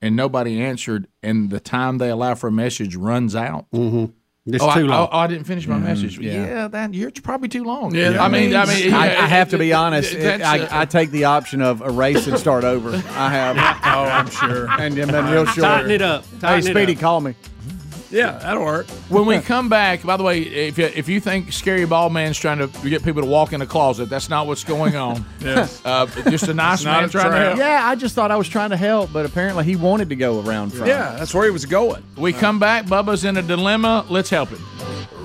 [SPEAKER 1] and nobody answered, and the time they allow for a message runs out,
[SPEAKER 2] It's
[SPEAKER 1] oh, I-
[SPEAKER 2] too long. Mm-hmm.
[SPEAKER 1] oh, I, didn't finish my message. Yeah. that you're probably too long. Yeah, I mean, I mean,
[SPEAKER 5] I,
[SPEAKER 1] yeah,
[SPEAKER 5] I have to be
[SPEAKER 1] it-
[SPEAKER 5] honest.
[SPEAKER 1] that's
[SPEAKER 5] I
[SPEAKER 1] a-
[SPEAKER 5] I take the option of erase and start over. I have.
[SPEAKER 8] Oh, I'm sure.
[SPEAKER 5] And then I'm real sure.
[SPEAKER 8] Tighten it up.
[SPEAKER 5] Hey,
[SPEAKER 8] Tighten it
[SPEAKER 5] Speedy,
[SPEAKER 8] up.
[SPEAKER 5] call me.
[SPEAKER 8] Yeah, that'll work.
[SPEAKER 1] When we come back, by the way, if you, if you think Scary Ball Man's trying to get people to walk in a closet, that's not what's going on.
[SPEAKER 8] Yes.
[SPEAKER 1] Uh, just a nice
[SPEAKER 8] It's not
[SPEAKER 1] man
[SPEAKER 8] a
[SPEAKER 1] trying to help.
[SPEAKER 5] Yeah, I just thought I was trying to help, but apparently he wanted to go around front.
[SPEAKER 1] Yeah,
[SPEAKER 8] that's where he was going.
[SPEAKER 1] We come back. Bubba's in a dilemma. Let's help him.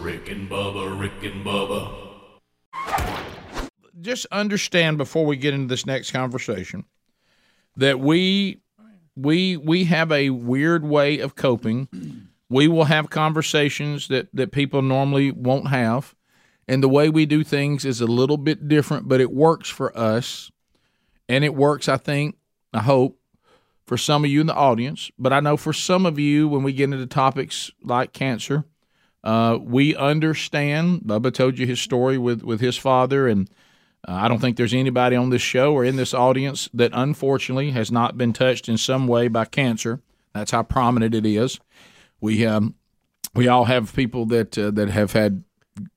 [SPEAKER 6] Rick and Bubba, Rick and Bubba,
[SPEAKER 1] Just understand before we get into this next conversation that we we we have a weird way of coping. We will have conversations that that people normally won't have, and the way we do things is a little bit different, but it works for us, and it works. I think. I hope for some of you in the audience, but I know for some of you when we get into topics like cancer, uh, we understand. Bubba told you his story with with his father, and uh, I don't think there's anybody on this show or in this audience that unfortunately has not been touched in some way by cancer. That's how prominent it is. We um, we all have people that uh, that have had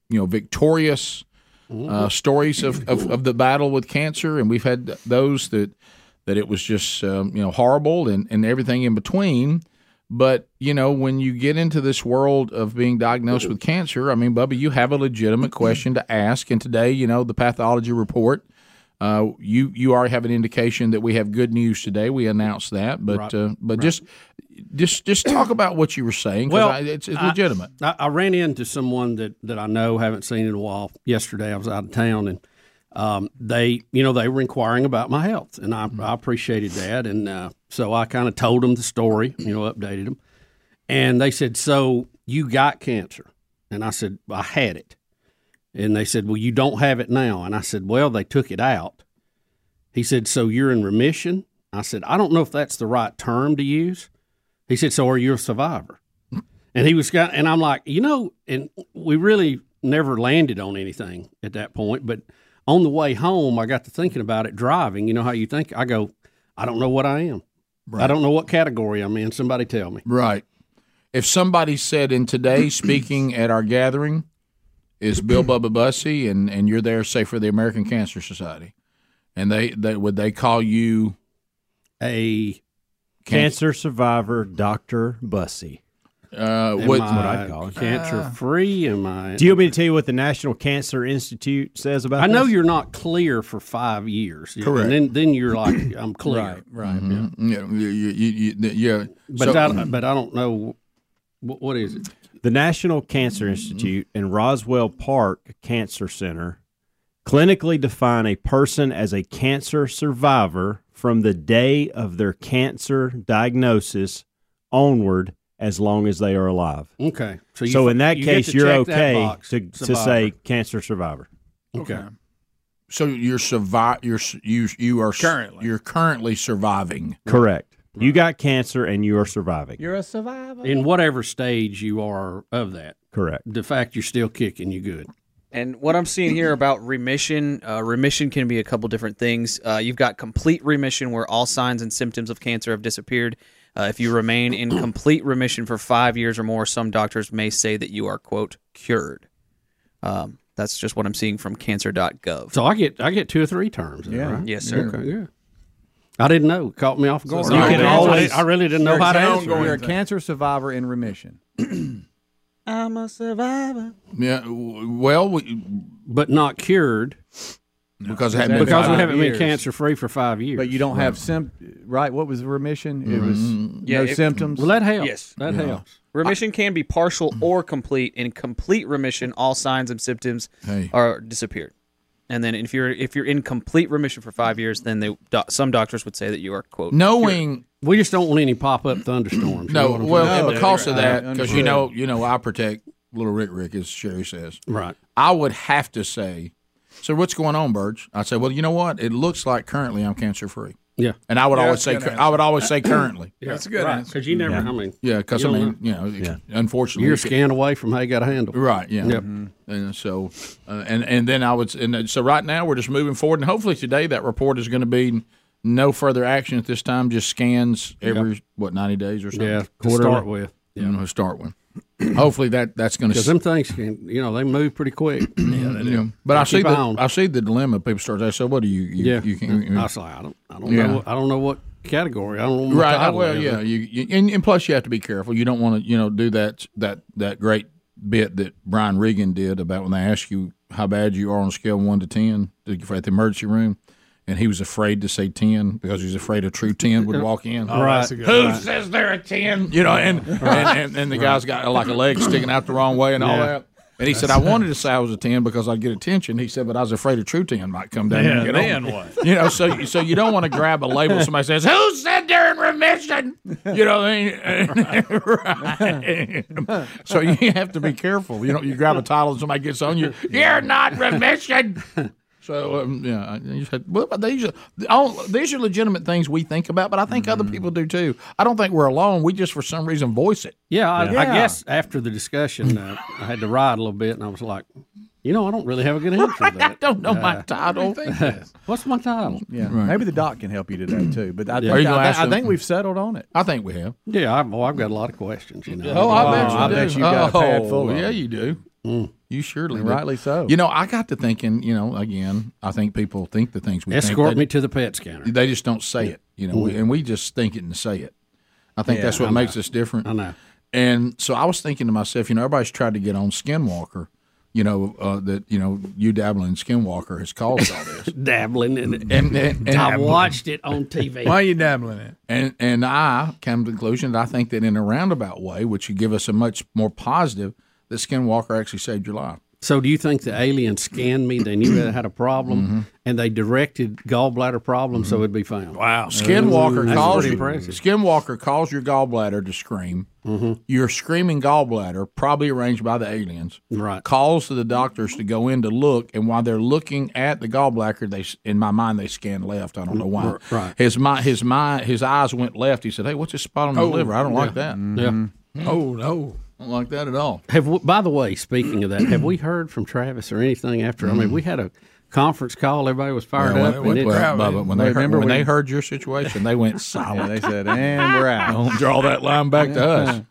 [SPEAKER 1] you know victorious uh, stories of, of, of the battle with cancer, and we've had those that that it was just um, you know horrible and, and everything in between. But you know when you get into this world of being diagnosed with cancer, I mean, Bubba, you have a legitimate question to ask, and today you know the pathology report. Uh, you you already have an indication that we have good news today. We announced that, but
[SPEAKER 2] Right.
[SPEAKER 1] uh, but just just just talk about what you were saying. 'cause I, it's, it's
[SPEAKER 2] I-
[SPEAKER 1] legitimate.
[SPEAKER 2] I, I ran into someone that, that I know haven't seen in a while yesterday. I was out of town and um, they, you know, they were inquiring about my health and I, I appreciated that. And uh, so I kind of told them the story, you know, updated them. And they said, So you got cancer? And I said, I had it. And they said, Well, you don't have it now. And I said, Well, they took it out. He said, So you're in remission? I said, I don't know if that's the right term to use. He said, So are you a survivor? And he was got, and I'm like, you know, and we really never landed on anything at that point. But on the way home, I got to thinking about it driving. You know how you think? I go, I don't know what I am. I don't know what category I'm in. Somebody tell me.
[SPEAKER 1] Right. If somebody said in today speaking at our gathering is Bill Bubba Bussy and, and you're there, say for the American Cancer Society, and they, they would they call you
[SPEAKER 2] a
[SPEAKER 7] Cancer survivor, Dr. Bussy.
[SPEAKER 1] Uh,
[SPEAKER 7] what, what I call it.
[SPEAKER 2] cancer free? Am I?
[SPEAKER 7] Do you want me to tell you what the National Cancer Institute says about
[SPEAKER 2] I know
[SPEAKER 7] this?
[SPEAKER 2] you're not clear for five years.
[SPEAKER 7] Correct.
[SPEAKER 2] And then, then you're like, I'm clear.
[SPEAKER 7] Right,
[SPEAKER 1] right. Mm-hmm. Yeah. Yeah. You, you, you, yeah.
[SPEAKER 2] But,
[SPEAKER 7] So-
[SPEAKER 2] I, but I don't know. What, what is it?
[SPEAKER 7] The National Cancer
[SPEAKER 2] Mm-hmm.
[SPEAKER 7] Institute and Roswell Park Cancer Center clinically define a person as a cancer survivor from the day of their cancer diagnosis onward as long as they are alive.
[SPEAKER 2] Okay.
[SPEAKER 7] So,
[SPEAKER 2] you-
[SPEAKER 7] in that
[SPEAKER 2] you get
[SPEAKER 7] case,
[SPEAKER 2] to
[SPEAKER 7] you're
[SPEAKER 2] check that
[SPEAKER 7] okay
[SPEAKER 2] box,
[SPEAKER 7] to, to
[SPEAKER 2] survivor.
[SPEAKER 7] say cancer survivor.
[SPEAKER 2] Okay.
[SPEAKER 1] So you're survive. You're s- you you are currently you're currently surviving.
[SPEAKER 7] Correct. You got cancer and you are surviving.
[SPEAKER 5] You're a survivor.
[SPEAKER 2] in whatever stage you are of that.
[SPEAKER 7] Correct.
[SPEAKER 2] The fact you're still kicking, you good.
[SPEAKER 9] And what I'm seeing here about remission, uh, remission can be a couple different things. Uh, you've got complete remission, where all signs and symptoms of cancer have disappeared. Uh, if you remain in complete remission for five years or more, some doctors may say that you are quote cured. Um, that's just what I'm seeing from cancer.gov.
[SPEAKER 2] So I get I get two or three terms. then,
[SPEAKER 9] Yeah.
[SPEAKER 2] right?
[SPEAKER 9] Yes, sir.
[SPEAKER 2] Okay, yeah. I didn't know. Caught me off guard.
[SPEAKER 5] You can always-
[SPEAKER 2] I really didn't know
[SPEAKER 5] you're
[SPEAKER 2] how to
[SPEAKER 5] a
[SPEAKER 2] answer.
[SPEAKER 5] cancer- You're a cancer survivor in remission.
[SPEAKER 9] I'm a survivor.
[SPEAKER 1] Yeah. Well, we,
[SPEAKER 2] but not cured
[SPEAKER 1] because
[SPEAKER 5] it hadn't been
[SPEAKER 2] because we
[SPEAKER 5] five
[SPEAKER 2] haven't
[SPEAKER 5] years.
[SPEAKER 2] been cancer free for five years.
[SPEAKER 5] But you don't have
[SPEAKER 2] Right.
[SPEAKER 5] symp right? What was the remission? It was
[SPEAKER 1] Mm-hmm.
[SPEAKER 2] Mhm.
[SPEAKER 5] no
[SPEAKER 9] Yeah, it-
[SPEAKER 5] symptoms.
[SPEAKER 2] Well, that helps.
[SPEAKER 9] Yes.
[SPEAKER 2] That
[SPEAKER 5] Yeah.
[SPEAKER 2] helps.
[SPEAKER 9] Remission can be partial or complete. In complete remission, all signs and symptoms
[SPEAKER 1] Hey.
[SPEAKER 9] are disappeared. And then if you're if you're in complete remission for five years, then they do, some doctors would say that you are quote
[SPEAKER 1] Knowing
[SPEAKER 2] we just don't want any pop up thunderstorms. You know
[SPEAKER 1] No,
[SPEAKER 2] what I'm
[SPEAKER 1] well,
[SPEAKER 2] saying?
[SPEAKER 1] and because of that, because you
[SPEAKER 2] Understood.
[SPEAKER 1] know, you know, I protect little Rick. Rick, as Sherry says,
[SPEAKER 2] Right.
[SPEAKER 1] I would have to say, so what's going on, Burge? I say, well, you know what? It looks like currently I'm cancer free.
[SPEAKER 2] Yeah.
[SPEAKER 1] and I would
[SPEAKER 2] Yeah,
[SPEAKER 1] always
[SPEAKER 2] that's
[SPEAKER 1] say,
[SPEAKER 2] a good
[SPEAKER 1] cur-
[SPEAKER 2] answer.
[SPEAKER 1] I would always say currently.
[SPEAKER 2] Yeah, That's a good right, answer. 'cause you never- I mean,
[SPEAKER 1] yeah, because
[SPEAKER 2] you
[SPEAKER 1] I
[SPEAKER 2] don't
[SPEAKER 1] mean, you know,
[SPEAKER 2] Yeah.
[SPEAKER 1] unfortunately,
[SPEAKER 2] You're
[SPEAKER 1] it-
[SPEAKER 2] scanned away from how you got handled.
[SPEAKER 1] Right. Yeah.
[SPEAKER 2] Yep.
[SPEAKER 1] And so, uh, and and then I would, and then- so right now we're just moving forward, and hopefully today that report is going to be no further action at this time, just scans every what ninety days or something.
[SPEAKER 2] Yeah,
[SPEAKER 1] to
[SPEAKER 2] quarterly.
[SPEAKER 1] start with. Yeah, to start with. Hopefully that that's going
[SPEAKER 2] Because them
[SPEAKER 1] to.
[SPEAKER 2] things can, you know, they move pretty quick. yeah, they
[SPEAKER 1] Yeah. But I see
[SPEAKER 2] Keep
[SPEAKER 1] the
[SPEAKER 2] an eye on 'em.
[SPEAKER 1] I see the dilemma. People start. They say, "What do you? you
[SPEAKER 2] yeah, Mm-hmm.
[SPEAKER 1] you can." You,
[SPEAKER 2] I was like, I don't, I don't
[SPEAKER 1] Yeah.
[SPEAKER 2] know, I don't know what category. I don't know. What
[SPEAKER 1] right. I-
[SPEAKER 2] title
[SPEAKER 1] Well,
[SPEAKER 2] it is.
[SPEAKER 1] yeah. You, you and, and plus you have to be careful. You don't want to you know do that that that great bit that Brian Regan did about when they ask you how bad you are on a scale of one to ten to- at the emergency room. And he was afraid to say ten because he was afraid a true ten would walk in.
[SPEAKER 8] Oh, that's a good-
[SPEAKER 1] Who
[SPEAKER 8] right.
[SPEAKER 1] says they're a ten? You know, and and, and, and the guy's got like a leg sticking out the wrong way and all
[SPEAKER 8] Yeah.
[SPEAKER 1] that. And he said, I wanted to say I was a ten because I'd get attention. He said, but I was afraid a true ten might come down.
[SPEAKER 8] Yeah,
[SPEAKER 1] and get
[SPEAKER 8] then
[SPEAKER 1] on me."
[SPEAKER 8] what?
[SPEAKER 1] You know, so so you don't want to grab a label. Somebody says, "Who said they're in remission?" You know, they, right. so you have to be careful. You know, you grab a title and somebody gets on you. You're not remission. So um, yeah, I- you said, well, but these are all, these are legitimate things we think about, but I think other
[SPEAKER 2] Mm-hmm.
[SPEAKER 1] people do too. I don't think we're alone. We just for some reason voice it.
[SPEAKER 2] Yeah, I, I
[SPEAKER 1] Yeah.
[SPEAKER 2] guess after the discussion, uh, I had to ride a little bit, and I was like, you know, I don't really have a good answer to that.
[SPEAKER 1] I don't know my
[SPEAKER 2] Uh,
[SPEAKER 1] title.
[SPEAKER 2] What's my title?
[SPEAKER 5] Yeah,
[SPEAKER 2] Right.
[SPEAKER 5] maybe the doc can help you today too. But I,
[SPEAKER 2] Yeah.
[SPEAKER 5] think,
[SPEAKER 2] Are you
[SPEAKER 5] I,
[SPEAKER 2] gonna
[SPEAKER 5] think-
[SPEAKER 2] ask
[SPEAKER 5] I
[SPEAKER 2] him?
[SPEAKER 5] think we've settled on it.
[SPEAKER 1] I think we have.
[SPEAKER 2] Yeah, I've, well, I've got a lot of questions. You know.
[SPEAKER 1] Oh, I bet
[SPEAKER 2] Wow,
[SPEAKER 1] you
[SPEAKER 2] I
[SPEAKER 1] do.
[SPEAKER 2] bet you got
[SPEAKER 1] oh,
[SPEAKER 2] a pad full of
[SPEAKER 1] Yeah,
[SPEAKER 2] them. Mm.
[SPEAKER 1] you do. You surely
[SPEAKER 2] And
[SPEAKER 1] do.
[SPEAKER 2] rightly so.
[SPEAKER 1] You know, I got to thinking. You know, again, I think people think the things we
[SPEAKER 2] Escort
[SPEAKER 1] think,
[SPEAKER 2] me to the pet scanner.
[SPEAKER 1] They just don't say it. You know, we,
[SPEAKER 2] Mm.
[SPEAKER 1] and we just think it and say it. I think
[SPEAKER 2] Yeah,
[SPEAKER 1] that's what
[SPEAKER 2] I
[SPEAKER 1] makes
[SPEAKER 2] know.
[SPEAKER 1] us different. I
[SPEAKER 2] know.
[SPEAKER 1] And so I was thinking to myself, you know, everybody's tried to get on Skinwalker, you know uh, that you know you dabbling in Skinwalker has caused all this.
[SPEAKER 2] dabbling in it.
[SPEAKER 1] And- and- and-
[SPEAKER 2] I watched it on TV.
[SPEAKER 1] dabbling in it? And and I came to the conclusion that I think that in a roundabout way, which would give us a much more positive, that Skinwalker actually saved your life.
[SPEAKER 2] So, do you think the aliens scanned me? They knew that I had a problem,
[SPEAKER 1] Mhm.
[SPEAKER 2] and they directed gallbladder problem
[SPEAKER 1] Mm-hmm.
[SPEAKER 2] so it'd be found. Wow,
[SPEAKER 1] Skinwalker calls you.
[SPEAKER 2] impressive. Mm-hmm.
[SPEAKER 1] Skinwalker calls your gallbladder to scream. Your screaming gallbladder, probably arranged by the aliens,
[SPEAKER 2] right?
[SPEAKER 1] Calls to the doctors to go in to look, and while they're looking at the gallbladder, they, s- in my mind, they scan left. I don't know why.
[SPEAKER 2] Right.
[SPEAKER 1] His mind, his mind, his eyes went left. He said, "Hey, what's this spot on the
[SPEAKER 2] Oh,
[SPEAKER 1] liver? I don't
[SPEAKER 2] yeah.
[SPEAKER 1] like that."
[SPEAKER 2] Yeah.
[SPEAKER 1] Oh no, don't like that at all.
[SPEAKER 2] Have we, by the way, speaking of that, have we heard from Travis or anything after? I mean, we had a conference call. Everybody was fired
[SPEAKER 1] Well,
[SPEAKER 2] up.
[SPEAKER 1] when-
[SPEAKER 2] Mm. it-
[SPEAKER 1] well, Bubba, when they, heard,
[SPEAKER 2] Remember
[SPEAKER 1] when
[SPEAKER 2] when-
[SPEAKER 1] they heard your situation, they went silent.
[SPEAKER 5] they said, "And we're out."
[SPEAKER 1] Don't draw that line back to us.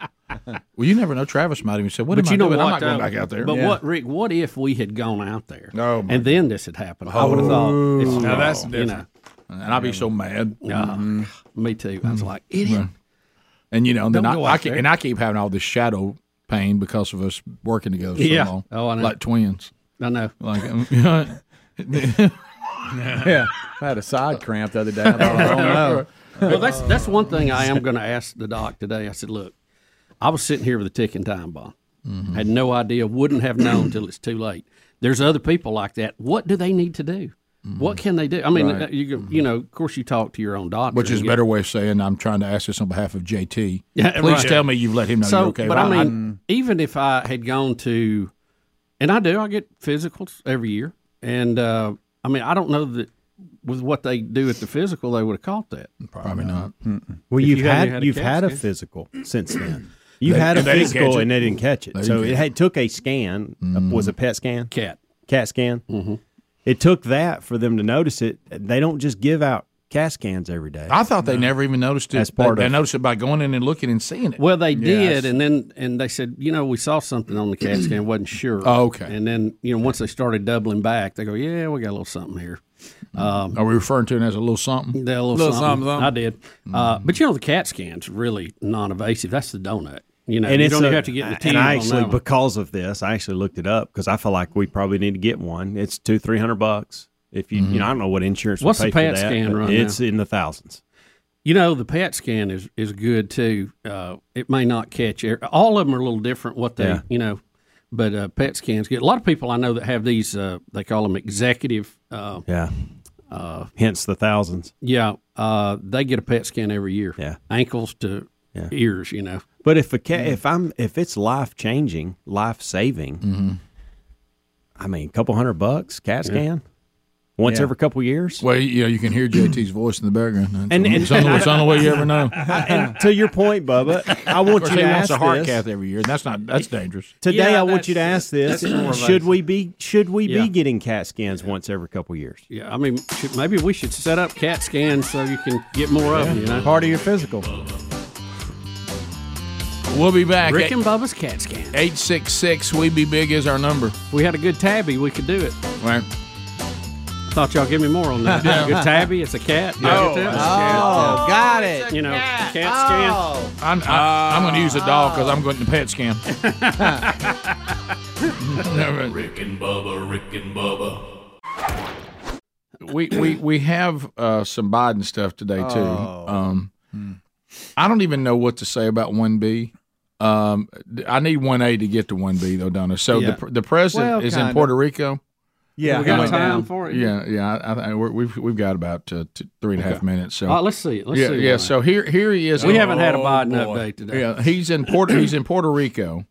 [SPEAKER 1] Well, you never know. Travis might even say, "What
[SPEAKER 2] but
[SPEAKER 1] am
[SPEAKER 2] you
[SPEAKER 1] I
[SPEAKER 2] know
[SPEAKER 1] doing?
[SPEAKER 2] what?
[SPEAKER 1] I'm not going
[SPEAKER 2] though?
[SPEAKER 1] back out there."
[SPEAKER 2] But what, Rick? What if we had gone out there?
[SPEAKER 1] No,
[SPEAKER 2] and then this had happened. I would have thought.
[SPEAKER 1] Oh.
[SPEAKER 2] This is
[SPEAKER 1] Now
[SPEAKER 2] wrong,
[SPEAKER 1] that's
[SPEAKER 2] you
[SPEAKER 1] different. Mm-hmm. And I'd be so mad.
[SPEAKER 2] Yeah. Me too. I was like, idiot.
[SPEAKER 1] Mm-hmm. And you know, and then
[SPEAKER 2] Don't
[SPEAKER 1] I,
[SPEAKER 2] go
[SPEAKER 1] I
[SPEAKER 2] out
[SPEAKER 1] keep,
[SPEAKER 2] there.
[SPEAKER 1] and I keep having all this shadow pain because of us working together so
[SPEAKER 2] Yeah.
[SPEAKER 1] long.
[SPEAKER 2] Oh, I know.
[SPEAKER 1] Like twins.
[SPEAKER 2] I know.
[SPEAKER 1] Like, um, you know,
[SPEAKER 5] yeah, I had a side cramp the other day. I thought, I don't know.
[SPEAKER 2] well, that's that's one thing I am going to ask the doc today. I said, look, I was sitting here with a ticking time bomb.
[SPEAKER 1] Mm-hmm.
[SPEAKER 2] Had no idea. Wouldn't have known till it's too late. There's other people like that. What do they need to do? What can they do? I mean,
[SPEAKER 1] Mm-hmm. Right. Mm-hmm.
[SPEAKER 2] uh, you go- you know, of course, you talk to your own doctor,
[SPEAKER 1] which is a
[SPEAKER 2] and
[SPEAKER 1] better way of saying I'm trying to ask this on behalf of JT.
[SPEAKER 2] Yeah,
[SPEAKER 1] Please
[SPEAKER 2] right.
[SPEAKER 1] tell me you've let him know
[SPEAKER 2] so,
[SPEAKER 1] you're okay.
[SPEAKER 2] But
[SPEAKER 1] Well,
[SPEAKER 2] I mean, even if I had gone to, and I do, I get physicals every year, and uh, I mean, I don't know that with what they do at the physical, they would have caught that.
[SPEAKER 1] Probably not.
[SPEAKER 7] Well,
[SPEAKER 2] If
[SPEAKER 7] you've
[SPEAKER 2] you hadn't
[SPEAKER 7] had,
[SPEAKER 2] had a
[SPEAKER 7] you've
[SPEAKER 2] CAT
[SPEAKER 7] had a
[SPEAKER 2] scan.
[SPEAKER 7] physical since then. You
[SPEAKER 2] They-
[SPEAKER 7] had a
[SPEAKER 2] and they didn't
[SPEAKER 7] physical
[SPEAKER 2] catch it.
[SPEAKER 7] and they didn't catch it.
[SPEAKER 2] They
[SPEAKER 7] so
[SPEAKER 2] didn't
[SPEAKER 7] it
[SPEAKER 2] catch Mm-hmm.
[SPEAKER 7] had, took a scan. uh, was a PET scan?
[SPEAKER 2] Cat.
[SPEAKER 7] CAT scan. Mm-hmm. It took that for them to notice it. They don't just give out CAT scans every day.
[SPEAKER 1] I thought they never even noticed it.
[SPEAKER 7] As part
[SPEAKER 1] they, they
[SPEAKER 7] of-
[SPEAKER 1] noticed it by going in and looking and seeing it.
[SPEAKER 2] Well, they
[SPEAKER 1] Yes.
[SPEAKER 2] did, and then and they said, you know, we saw something on the CAT scan, wasn't sure.
[SPEAKER 1] Oh, okay.
[SPEAKER 2] And then you know, once they started doubling back, they go, yeah, we got a little something here. Um,
[SPEAKER 1] Are we referring to it as a little something?
[SPEAKER 2] That little,
[SPEAKER 1] Little
[SPEAKER 2] something.
[SPEAKER 1] something, something.
[SPEAKER 2] I did,
[SPEAKER 7] Mm.
[SPEAKER 2] uh, but you know, the CAT scan's really non-invasive. That's the donut. You know,
[SPEAKER 7] and
[SPEAKER 2] you
[SPEAKER 7] it's
[SPEAKER 2] don't even
[SPEAKER 7] a-
[SPEAKER 2] have to get the tube
[SPEAKER 7] And I
[SPEAKER 2] on that
[SPEAKER 7] actually,
[SPEAKER 2] one.
[SPEAKER 7] because of this, I actually looked it up because I feel like we probably need to get one. It's two, three hundred bucks. If you, you know, I don't know what insurance. would
[SPEAKER 2] Mm-hmm. What's the
[SPEAKER 7] pay for
[SPEAKER 2] PET
[SPEAKER 7] that,
[SPEAKER 2] scan
[SPEAKER 7] but
[SPEAKER 2] right
[SPEAKER 7] It's
[SPEAKER 2] now?
[SPEAKER 7] in the thousands.
[SPEAKER 2] You know, the PET scan is is good too. Uh, it may not catch air. All of them are a little different. What they,
[SPEAKER 7] Yeah.
[SPEAKER 2] you know, but uh, PET scans get a lot of people I know that have these. Uh, they call them executive. Uh,
[SPEAKER 7] Yeah.
[SPEAKER 2] Uh,
[SPEAKER 7] Hence the thousands.
[SPEAKER 2] yeah. Uh, they get a PET scan every year.
[SPEAKER 7] Yeah.
[SPEAKER 2] Ankles to ears. You know.
[SPEAKER 7] But if a cat, if I'm, if it's life changing, life saving, I mean, a couple hundred bucks CAT
[SPEAKER 1] Yeah.
[SPEAKER 7] scan once
[SPEAKER 1] Yeah.
[SPEAKER 7] every couple years.
[SPEAKER 1] Well, you know, you can hear JT's voice in the background.
[SPEAKER 7] And- and-
[SPEAKER 1] it's, the only, it's the only way you ever know.
[SPEAKER 7] and to your point, Bubba, I
[SPEAKER 1] Of
[SPEAKER 7] want
[SPEAKER 1] course,
[SPEAKER 7] you to
[SPEAKER 1] he
[SPEAKER 7] ask
[SPEAKER 1] wants a heart
[SPEAKER 7] this.
[SPEAKER 1] cath every year. and That's not that's dangerous.
[SPEAKER 7] Today, I want you to ask this:
[SPEAKER 2] that's more
[SPEAKER 7] Should we be should we
[SPEAKER 2] Yeah.
[SPEAKER 7] be getting CAT scans once every couple years?
[SPEAKER 2] Yeah. I mean, should, maybe we should set up CAT scans so you can get more of them. You know.
[SPEAKER 5] Part of your physical.
[SPEAKER 1] We'll be back.
[SPEAKER 2] Rick and Bubba's CAT scan.
[SPEAKER 1] Eight six six. We be big is our number.
[SPEAKER 2] We had a good tabby. We could do it.
[SPEAKER 1] Right.
[SPEAKER 2] Thought y'all give me more on that.
[SPEAKER 1] Yeah.
[SPEAKER 2] Good tabby. It's a cat.
[SPEAKER 1] Oh,
[SPEAKER 2] Yeah.
[SPEAKER 1] that's a
[SPEAKER 2] Yeah.
[SPEAKER 1] cat.
[SPEAKER 5] got it.
[SPEAKER 2] You know, cat scan.
[SPEAKER 1] I'm, I, I'm going to use a doll because I'm going to pet scan.
[SPEAKER 6] Rick and Bubba, Rick and Bubba.
[SPEAKER 1] we we we have uh, some Biden stuff today too.
[SPEAKER 6] Oh.
[SPEAKER 1] Um,
[SPEAKER 2] Hmm.
[SPEAKER 1] I don't even know what to say about one B. Um, th- I need one A to get to one B though, Donna. So
[SPEAKER 2] Yeah.
[SPEAKER 1] the pr- the president
[SPEAKER 2] Well,
[SPEAKER 1] is
[SPEAKER 2] kinda.
[SPEAKER 1] in Puerto Rico.
[SPEAKER 2] Yeah, We got it went time down. for it.
[SPEAKER 1] Yeah, yeah. I, I, we're, we've we've got about uh, t- three and a half
[SPEAKER 2] Okay.
[SPEAKER 1] minutes. So
[SPEAKER 2] All right, let's see it. Let's
[SPEAKER 1] yeah,
[SPEAKER 2] see it.
[SPEAKER 1] yeah. So here here he is.
[SPEAKER 2] We
[SPEAKER 1] in-
[SPEAKER 2] haven't had a Biden update today.
[SPEAKER 1] Yeah, he's in Puerto he's in Puerto Rico,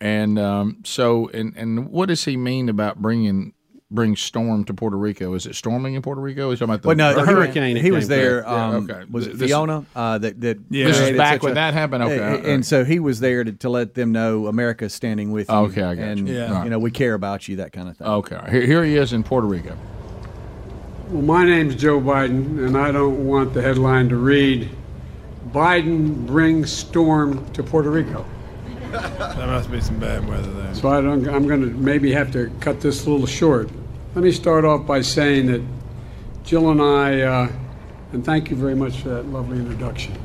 [SPEAKER 1] and um, so and and what does he mean about bringing bring storm to Puerto Rico? Is it storming in Puerto Rico? He's talking about the,
[SPEAKER 5] Well, no,
[SPEAKER 1] the
[SPEAKER 5] he- He was there.
[SPEAKER 1] Yeah,
[SPEAKER 5] Um,
[SPEAKER 1] okay.
[SPEAKER 5] Was it
[SPEAKER 1] This-
[SPEAKER 5] Fiona? Uh, that that.
[SPEAKER 1] Yeah. This is
[SPEAKER 5] created
[SPEAKER 1] back
[SPEAKER 5] such
[SPEAKER 1] when
[SPEAKER 5] a-
[SPEAKER 1] that happened? Okay, Uh,
[SPEAKER 5] A- a-
[SPEAKER 1] all
[SPEAKER 5] And,
[SPEAKER 1] right.
[SPEAKER 5] so he was there to, to let them know America's standing with you.
[SPEAKER 1] Okay, I got
[SPEAKER 5] and,
[SPEAKER 1] you. Yeah.
[SPEAKER 5] know, we care about you. That kind of thing.
[SPEAKER 1] Okay. all right. Here, here he is in Puerto Rico.
[SPEAKER 4] Well, my name's Joe Biden, and I don't want the headline to read Biden brings storm to Puerto Rico.
[SPEAKER 8] There must be some bad weather there.
[SPEAKER 4] So I don't, I'm going to maybe have to cut this a little short. Let me start off by saying that Jill and I, uh, and thank you very much for that lovely introduction.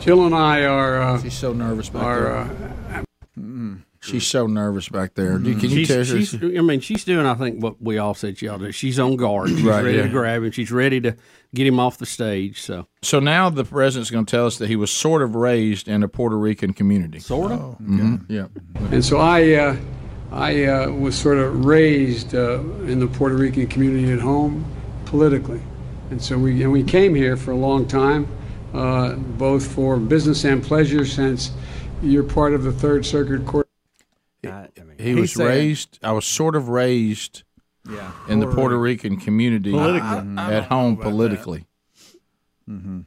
[SPEAKER 4] Jill and I are. Uh,
[SPEAKER 1] She's so nervous.
[SPEAKER 4] are,
[SPEAKER 1] there.
[SPEAKER 4] uh,
[SPEAKER 1] She's so nervous back there. Do you- Can you
[SPEAKER 2] she's,
[SPEAKER 1] tell her?
[SPEAKER 2] she's- I mean, she's doing. I think what we all said she ought to. do. She's on guard. She's
[SPEAKER 1] Right,
[SPEAKER 2] ready
[SPEAKER 1] yeah.
[SPEAKER 2] to grab him. She's ready to get him off the stage. So
[SPEAKER 1] So now the president's going to tell us that he was sort of raised in a Puerto Rican community. Oh,
[SPEAKER 2] Sort of.
[SPEAKER 1] Yeah.
[SPEAKER 4] And so I, uh, I uh, was sort of raised uh, in the Puerto Rican community at home politically. And so we, and we came here for a long time, uh, both for business and pleasure, since you're part of the Third Circuit Court.
[SPEAKER 1] He was raised. I was sort of raised.
[SPEAKER 4] Yeah.
[SPEAKER 1] In the
[SPEAKER 4] Puerto
[SPEAKER 1] Puerto Rican community.
[SPEAKER 4] Politically.
[SPEAKER 1] I-
[SPEAKER 4] I- I
[SPEAKER 1] at
[SPEAKER 4] don't
[SPEAKER 1] home politically. Mm-hmm.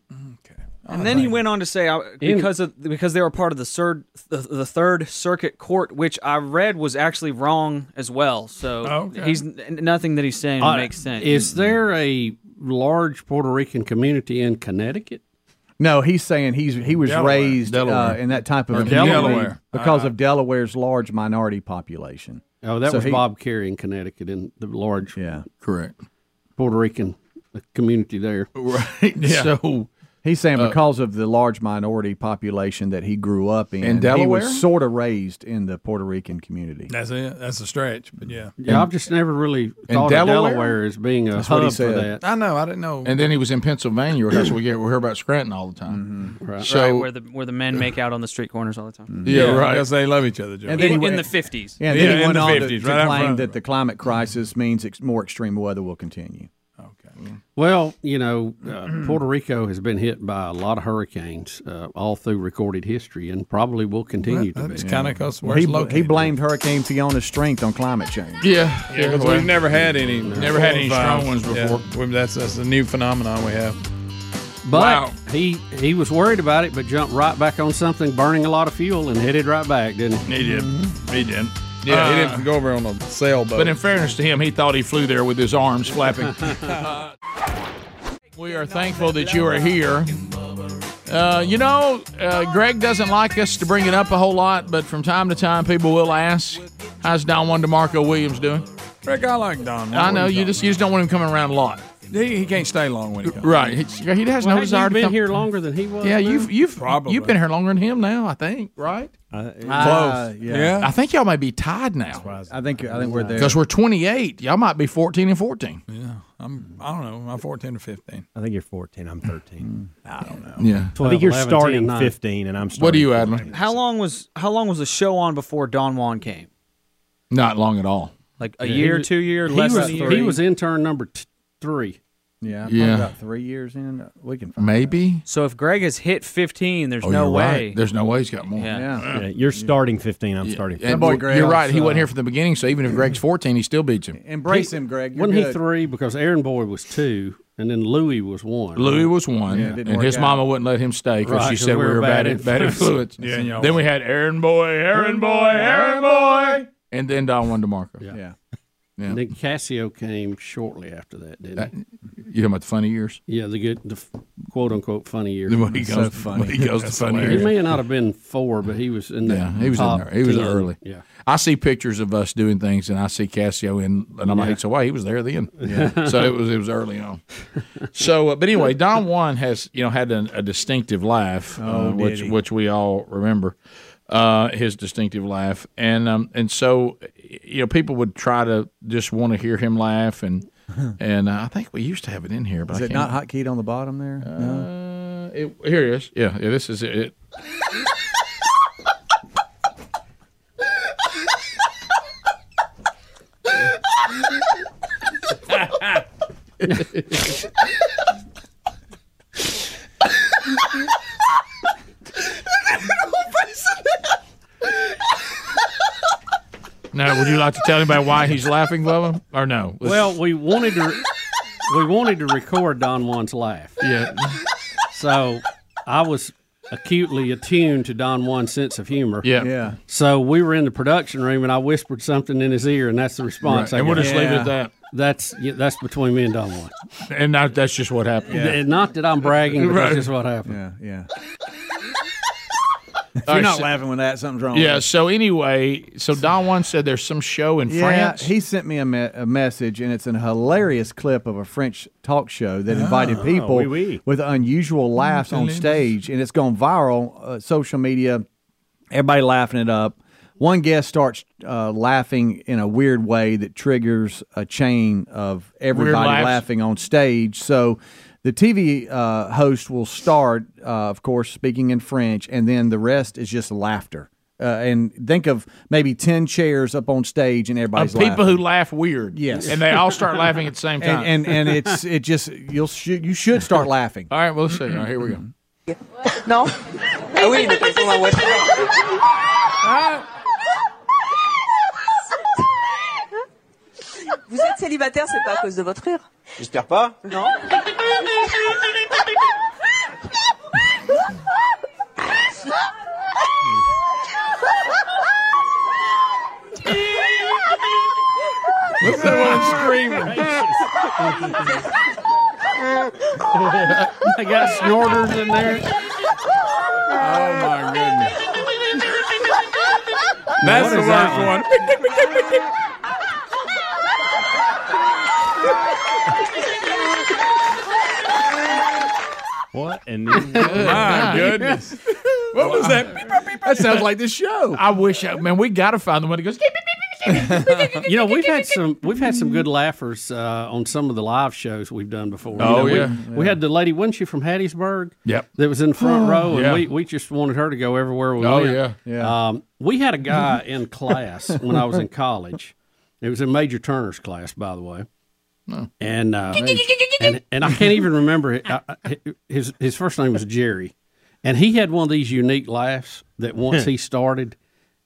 [SPEAKER 9] And then he went on to say uh,
[SPEAKER 2] In-
[SPEAKER 9] because of because they were part of the third the, the third circuit court, which I read was actually wrong as well. So
[SPEAKER 2] Oh, Okay.
[SPEAKER 9] he's n- nothing that he's saying
[SPEAKER 2] Uh,
[SPEAKER 9] makes sense.
[SPEAKER 2] Is there a large Puerto Rican community in Connecticut?
[SPEAKER 5] No, he's saying he's he was
[SPEAKER 2] Delaware.
[SPEAKER 5] raised Uh,
[SPEAKER 2] Delaware.
[SPEAKER 5] in that type of
[SPEAKER 2] Or
[SPEAKER 5] community
[SPEAKER 2] Delaware.
[SPEAKER 5] because
[SPEAKER 2] Uh,
[SPEAKER 5] of Delaware's large minority population.
[SPEAKER 2] Oh, that
[SPEAKER 5] So
[SPEAKER 2] was
[SPEAKER 5] he-
[SPEAKER 2] Bob Carey in Connecticut in the large,
[SPEAKER 5] yeah,
[SPEAKER 1] correct
[SPEAKER 2] Puerto Rican uh, community there.
[SPEAKER 1] Oh, Right. So
[SPEAKER 5] he's saying
[SPEAKER 2] uh,
[SPEAKER 5] because of the large minority population that he grew up in,
[SPEAKER 2] In Delaware?
[SPEAKER 5] he was sort of raised in the Puerto Rican community.
[SPEAKER 8] That's it. That's a stretch, but yeah.
[SPEAKER 2] Yeah, I've just never really thought
[SPEAKER 1] Delaware?
[SPEAKER 2] of Delaware as being a
[SPEAKER 1] That's
[SPEAKER 2] hub
[SPEAKER 1] what he
[SPEAKER 2] for
[SPEAKER 1] said.
[SPEAKER 2] that.
[SPEAKER 8] I know. I didn't know.
[SPEAKER 1] And then he was in Pennsylvania, where that's what we get. We hear about Scranton all the time.
[SPEAKER 9] Right,
[SPEAKER 1] So
[SPEAKER 9] where the where the men make out on the street corners all the time?
[SPEAKER 1] Mm-hmm. Yeah, Yeah, right.
[SPEAKER 8] because they love each other, Joe.
[SPEAKER 9] And
[SPEAKER 8] then
[SPEAKER 9] in,
[SPEAKER 8] he
[SPEAKER 9] in
[SPEAKER 8] went-
[SPEAKER 9] the fifties.
[SPEAKER 5] Yeah, and then
[SPEAKER 8] Yeah,
[SPEAKER 5] he
[SPEAKER 8] in
[SPEAKER 5] went
[SPEAKER 8] the
[SPEAKER 5] on to-
[SPEAKER 8] 50s,
[SPEAKER 5] to,
[SPEAKER 8] right out
[SPEAKER 5] claim
[SPEAKER 8] front.
[SPEAKER 5] that the climate crisis means ex- more extreme weather will continue.
[SPEAKER 2] Well, you know, uh, Puerto Rico has been hit by a lot of hurricanes uh, all through recorded history, and probably will continue to be.
[SPEAKER 5] Well, he, he blamed Hurricane Fiona's strength on climate change.
[SPEAKER 8] Yeah, because we've never had any,
[SPEAKER 1] Never had any strong ones
[SPEAKER 8] Yeah, we- that's that's a new phenomenon we have.
[SPEAKER 2] But
[SPEAKER 8] Wow.
[SPEAKER 2] he he was worried about it, but jumped right back on something burning a lot of fuel and headed right back, didn't he?
[SPEAKER 8] He did. He did. Yeah, he didn't go over on a sailboat.
[SPEAKER 1] But in fairness to him, he thought he flew there with his arms flapping. we are thankful that you are here. Uh, you know, uh, Greg doesn't like us to bring it up a whole lot, but from time to time, people will ask, "How's Don Juan DeMarco Williams doing?"
[SPEAKER 8] Rick, I like Don.
[SPEAKER 1] I know you just you just don't want him coming around a lot,
[SPEAKER 8] He, he can't stay long when he comes.
[SPEAKER 1] right? He, he has
[SPEAKER 2] Well, hadn't
[SPEAKER 1] no desire
[SPEAKER 2] you
[SPEAKER 1] to
[SPEAKER 2] been
[SPEAKER 1] come
[SPEAKER 2] here longer than he was.
[SPEAKER 1] Yeah,
[SPEAKER 2] now?
[SPEAKER 1] you've you've you've been here longer than him now, I think, right?
[SPEAKER 5] Ah, yeah. yeah.
[SPEAKER 1] I think y'all may be tied now
[SPEAKER 5] I think I think we're there.
[SPEAKER 1] because we're 28. Y'all might be 14 and 14.
[SPEAKER 8] Yeah, I'm. I don't know. I'm 14 or 15.
[SPEAKER 7] I think you're 14. I'm 13. I don't know.
[SPEAKER 1] Yeah.
[SPEAKER 7] Mm-hmm. I
[SPEAKER 1] 12,
[SPEAKER 7] think you're
[SPEAKER 1] 11, 10,
[SPEAKER 7] starting
[SPEAKER 1] 9.
[SPEAKER 7] 15, and I'm starting.
[SPEAKER 1] What do you, Adam?
[SPEAKER 9] How long was how long was the show on before Don Juan came?
[SPEAKER 1] Not long at all.
[SPEAKER 9] Like a
[SPEAKER 2] Yeah, he
[SPEAKER 9] year,
[SPEAKER 2] was-
[SPEAKER 9] two year,
[SPEAKER 2] he
[SPEAKER 9] less
[SPEAKER 2] was-
[SPEAKER 9] than
[SPEAKER 2] he
[SPEAKER 9] a year?
[SPEAKER 2] was intern number t- three.
[SPEAKER 5] Yeah,
[SPEAKER 1] probably Yeah. about
[SPEAKER 5] three years in. We can
[SPEAKER 1] Maybe.
[SPEAKER 9] So if Greg has hit fifteen, there's
[SPEAKER 1] Oh,
[SPEAKER 9] no
[SPEAKER 1] you're
[SPEAKER 9] way.
[SPEAKER 1] right. There's no way he's got more.
[SPEAKER 9] Yeah.
[SPEAKER 7] Yeah, you're starting 15. I'm starting.
[SPEAKER 1] And you're you're right. He wasn't here from the beginning, so even if Greg's 14, he still beats him.
[SPEAKER 5] Embrace him, Greg. You're
[SPEAKER 2] Wasn't he
[SPEAKER 5] good.
[SPEAKER 2] three? Because Aaron Boy was two, and then Louis was one.
[SPEAKER 1] Louis was one, and his mama wouldn't let him stay because
[SPEAKER 2] Right,
[SPEAKER 1] she said we were bad, bad, bad influence.
[SPEAKER 8] Yeah, and y'all-
[SPEAKER 1] then we had Aaron Boy, Aaron Boy, Aaron Boy, and then Don Juan DeMarco.
[SPEAKER 2] Yeah.
[SPEAKER 5] yeah.
[SPEAKER 2] And then Cassio came shortly after that, didn't
[SPEAKER 1] That-
[SPEAKER 2] he?
[SPEAKER 1] you talking about the funny years?
[SPEAKER 2] Yeah, the good, the f- quote unquote funny years.
[SPEAKER 1] The way he goes- the way he goes to funny years.
[SPEAKER 2] He may not have been four, but he was in the
[SPEAKER 1] Yeah, he was in
[SPEAKER 2] top
[SPEAKER 1] there. He was
[SPEAKER 2] 10.
[SPEAKER 1] early.
[SPEAKER 2] Yeah.
[SPEAKER 1] I see pictures of us doing things, and I see Cassio in, and I'm
[SPEAKER 2] Yeah.
[SPEAKER 1] like, so why he was there then?
[SPEAKER 2] Yeah.
[SPEAKER 1] so it was it was early on. So, uh, but anyway, Don Juan has you know had an, a distinctive laugh,
[SPEAKER 8] Oh,
[SPEAKER 1] uh,
[SPEAKER 8] did
[SPEAKER 1] which
[SPEAKER 8] he?
[SPEAKER 1] which we all remember, uh, his distinctive laugh, and um, and so you know people would try to just want to hear him laugh, and and uh, I think we used to have it in here, but
[SPEAKER 5] Is
[SPEAKER 1] I
[SPEAKER 5] it
[SPEAKER 1] can't- Uh,
[SPEAKER 5] not hotkeyed on the bottom there?
[SPEAKER 1] no. It, here it is. Yeah, yeah, this is it. it. Now, would you like to tell anybody why he's laughing, Bubba, or no?
[SPEAKER 2] Well, we wanted to we wanted to record Don Juan's laugh.
[SPEAKER 1] Yeah.
[SPEAKER 2] So I was acutely attuned to Don Juan's sense of humor.
[SPEAKER 1] Yeah. Yeah.
[SPEAKER 2] So we were in the production room, and I whispered something in his ear, and that's the response.
[SPEAKER 1] Right.
[SPEAKER 2] I
[SPEAKER 1] And we'll
[SPEAKER 2] got.
[SPEAKER 1] just leave it at that.
[SPEAKER 2] That's yeah, that's between me and Don Juan.
[SPEAKER 1] and that, that's just what happened.
[SPEAKER 2] And Not that I'm bragging, but
[SPEAKER 1] Right.
[SPEAKER 2] that's just what happened.
[SPEAKER 5] Yeah, yeah.
[SPEAKER 1] All
[SPEAKER 5] If you're
[SPEAKER 1] right,
[SPEAKER 5] not
[SPEAKER 1] so-
[SPEAKER 5] laughing when that something's wrong.
[SPEAKER 1] Yeah. So anyway, so Don Juan said there's some show in
[SPEAKER 5] Yeah,
[SPEAKER 1] France.
[SPEAKER 5] he sent me a, me- a message, and it's an hilarious clip of a French talk show that invited
[SPEAKER 1] Ah,
[SPEAKER 5] people
[SPEAKER 1] oui, oui.
[SPEAKER 5] with unusual laughs on
[SPEAKER 1] Excellent.
[SPEAKER 5] stage, and it's gone viral uh, social media. Everybody laughing it up. One guest starts uh, laughing in a weird way that triggers a chain of everybody
[SPEAKER 14] laughs.
[SPEAKER 5] laughing on stage. So the TV uh, host will start, uh, of course, speaking in French, and then the rest is just laughter. Uh, and think of maybe 10 chairs up on stage and everybody's
[SPEAKER 14] Of people
[SPEAKER 5] laughing.
[SPEAKER 14] who laugh weird.
[SPEAKER 5] Yes.
[SPEAKER 14] And they all start laughing at the same time.
[SPEAKER 5] And, and and it's it just you'll sh- you should start laughing.
[SPEAKER 14] All right, we'll see. All right, here we go.
[SPEAKER 5] No.
[SPEAKER 3] oui, mais passez-moi votre.
[SPEAKER 15] Vous êtes célibataire, c'est pas à cause de votre rire.
[SPEAKER 16] J'espère pas.
[SPEAKER 15] Non.
[SPEAKER 14] What's that
[SPEAKER 3] one
[SPEAKER 2] I got snorters in there.
[SPEAKER 14] Oh my goodness. That's
[SPEAKER 3] What
[SPEAKER 14] the
[SPEAKER 3] is
[SPEAKER 14] worst
[SPEAKER 3] that
[SPEAKER 14] one.
[SPEAKER 7] What? And
[SPEAKER 14] My goodness. What was that? That sounds like this show. I wish, I, man, we got to find the one that goes.
[SPEAKER 2] you know, we've had some we've had some good laughers uh, on some of the live shows we've done before. You
[SPEAKER 14] Oh,
[SPEAKER 2] know, we-
[SPEAKER 14] yeah.
[SPEAKER 2] we, had the lady, wasn't she from Hattiesburg?
[SPEAKER 14] Yep.
[SPEAKER 2] that was in the front row, and
[SPEAKER 14] Yeah.
[SPEAKER 2] we, we just wanted her to go everywhere we
[SPEAKER 14] Oh,
[SPEAKER 2] went.
[SPEAKER 14] yeah.
[SPEAKER 2] yeah. Um, we had a guy in class when I was in college. It was in Major Turner's class, by the way. And, uh, and and I can't even remember it. I, I- his his first name was Jerry, and he had one of these unique laughs that once he started,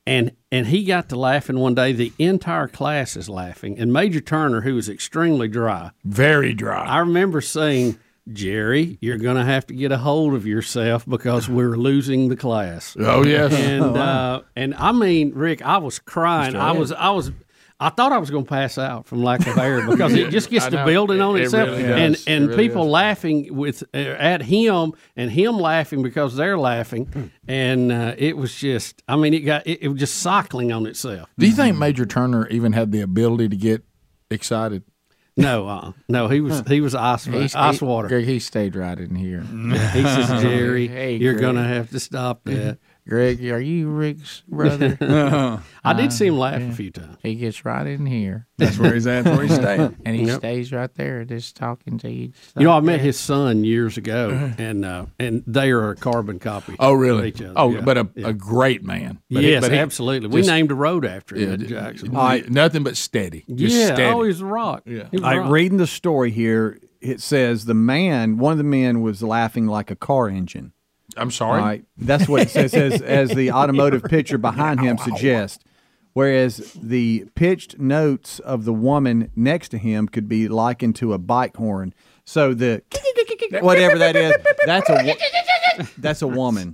[SPEAKER 2] and and he got to laughing one day. The entire class is laughing, and Major Turner, who was extremely dry,
[SPEAKER 14] very dry.
[SPEAKER 2] I remember saying. Jerry, you're going to have to get a hold of yourself because we're losing the class.
[SPEAKER 14] Oh, yes.
[SPEAKER 2] and
[SPEAKER 14] Oh, wow.
[SPEAKER 2] uh, and I mean, Rick, I was crying.
[SPEAKER 14] Mr.
[SPEAKER 2] I
[SPEAKER 14] Ed.
[SPEAKER 2] was I was I thought I was going to pass out from lack of air because it just gets
[SPEAKER 14] I
[SPEAKER 2] to
[SPEAKER 14] know.
[SPEAKER 2] building on
[SPEAKER 14] It- it
[SPEAKER 2] itself,
[SPEAKER 14] really
[SPEAKER 2] and
[SPEAKER 14] does.
[SPEAKER 2] and
[SPEAKER 14] It really
[SPEAKER 2] people laughing with uh, at him and him laughing because they're
[SPEAKER 14] Hmm.
[SPEAKER 2] laughing, and uh, it was just I mean it got it, it was just cycling on itself.
[SPEAKER 1] Do you think Major Turner even had the ability to get excited?
[SPEAKER 2] No, uh, no, he was he was ice
[SPEAKER 1] He stayed-
[SPEAKER 2] ice water.
[SPEAKER 1] Greg, he stayed right in here.
[SPEAKER 2] He says, Jerry, you're
[SPEAKER 1] Greg.
[SPEAKER 2] going to have to stop that.
[SPEAKER 1] Greg, are you Rick's brother?
[SPEAKER 2] I did
[SPEAKER 14] Ah,
[SPEAKER 2] see him laugh
[SPEAKER 1] yeah.
[SPEAKER 2] a few times.
[SPEAKER 1] He gets right in here.
[SPEAKER 2] That's where he's at, that's where he stayed.
[SPEAKER 1] And he
[SPEAKER 2] Yep.
[SPEAKER 1] stays right there, just talking to you. just
[SPEAKER 2] You know, I
[SPEAKER 1] like
[SPEAKER 2] met
[SPEAKER 1] that.
[SPEAKER 2] his son years ago, and uh, and they are a carbon copy.
[SPEAKER 1] Uh-huh. Oh,
[SPEAKER 2] of
[SPEAKER 1] really?
[SPEAKER 2] each other.
[SPEAKER 1] Oh,
[SPEAKER 2] Yeah.
[SPEAKER 1] but a,
[SPEAKER 2] Yeah.
[SPEAKER 1] a great man. But he-
[SPEAKER 2] yes,
[SPEAKER 1] but he
[SPEAKER 2] absolutely. we
[SPEAKER 1] just-
[SPEAKER 2] named a road after
[SPEAKER 1] Yeah,
[SPEAKER 2] him.
[SPEAKER 1] d-
[SPEAKER 2] Jackson.
[SPEAKER 1] n- nothing but steady. Just
[SPEAKER 2] yeah.
[SPEAKER 1] steady.
[SPEAKER 2] Oh, he's a rock.
[SPEAKER 1] Yeah.
[SPEAKER 2] He was a
[SPEAKER 5] Like
[SPEAKER 2] rock.
[SPEAKER 5] reading the story here, it says the man, one of the men was laughing like a car engine.
[SPEAKER 1] I'm sorry?
[SPEAKER 5] That's what it says as, as the automotive picture behind him suggests. Whereas the pitched notes of the woman next to him could be likened to a bike horn. So the whatever that is, that's a wo- that's a woman.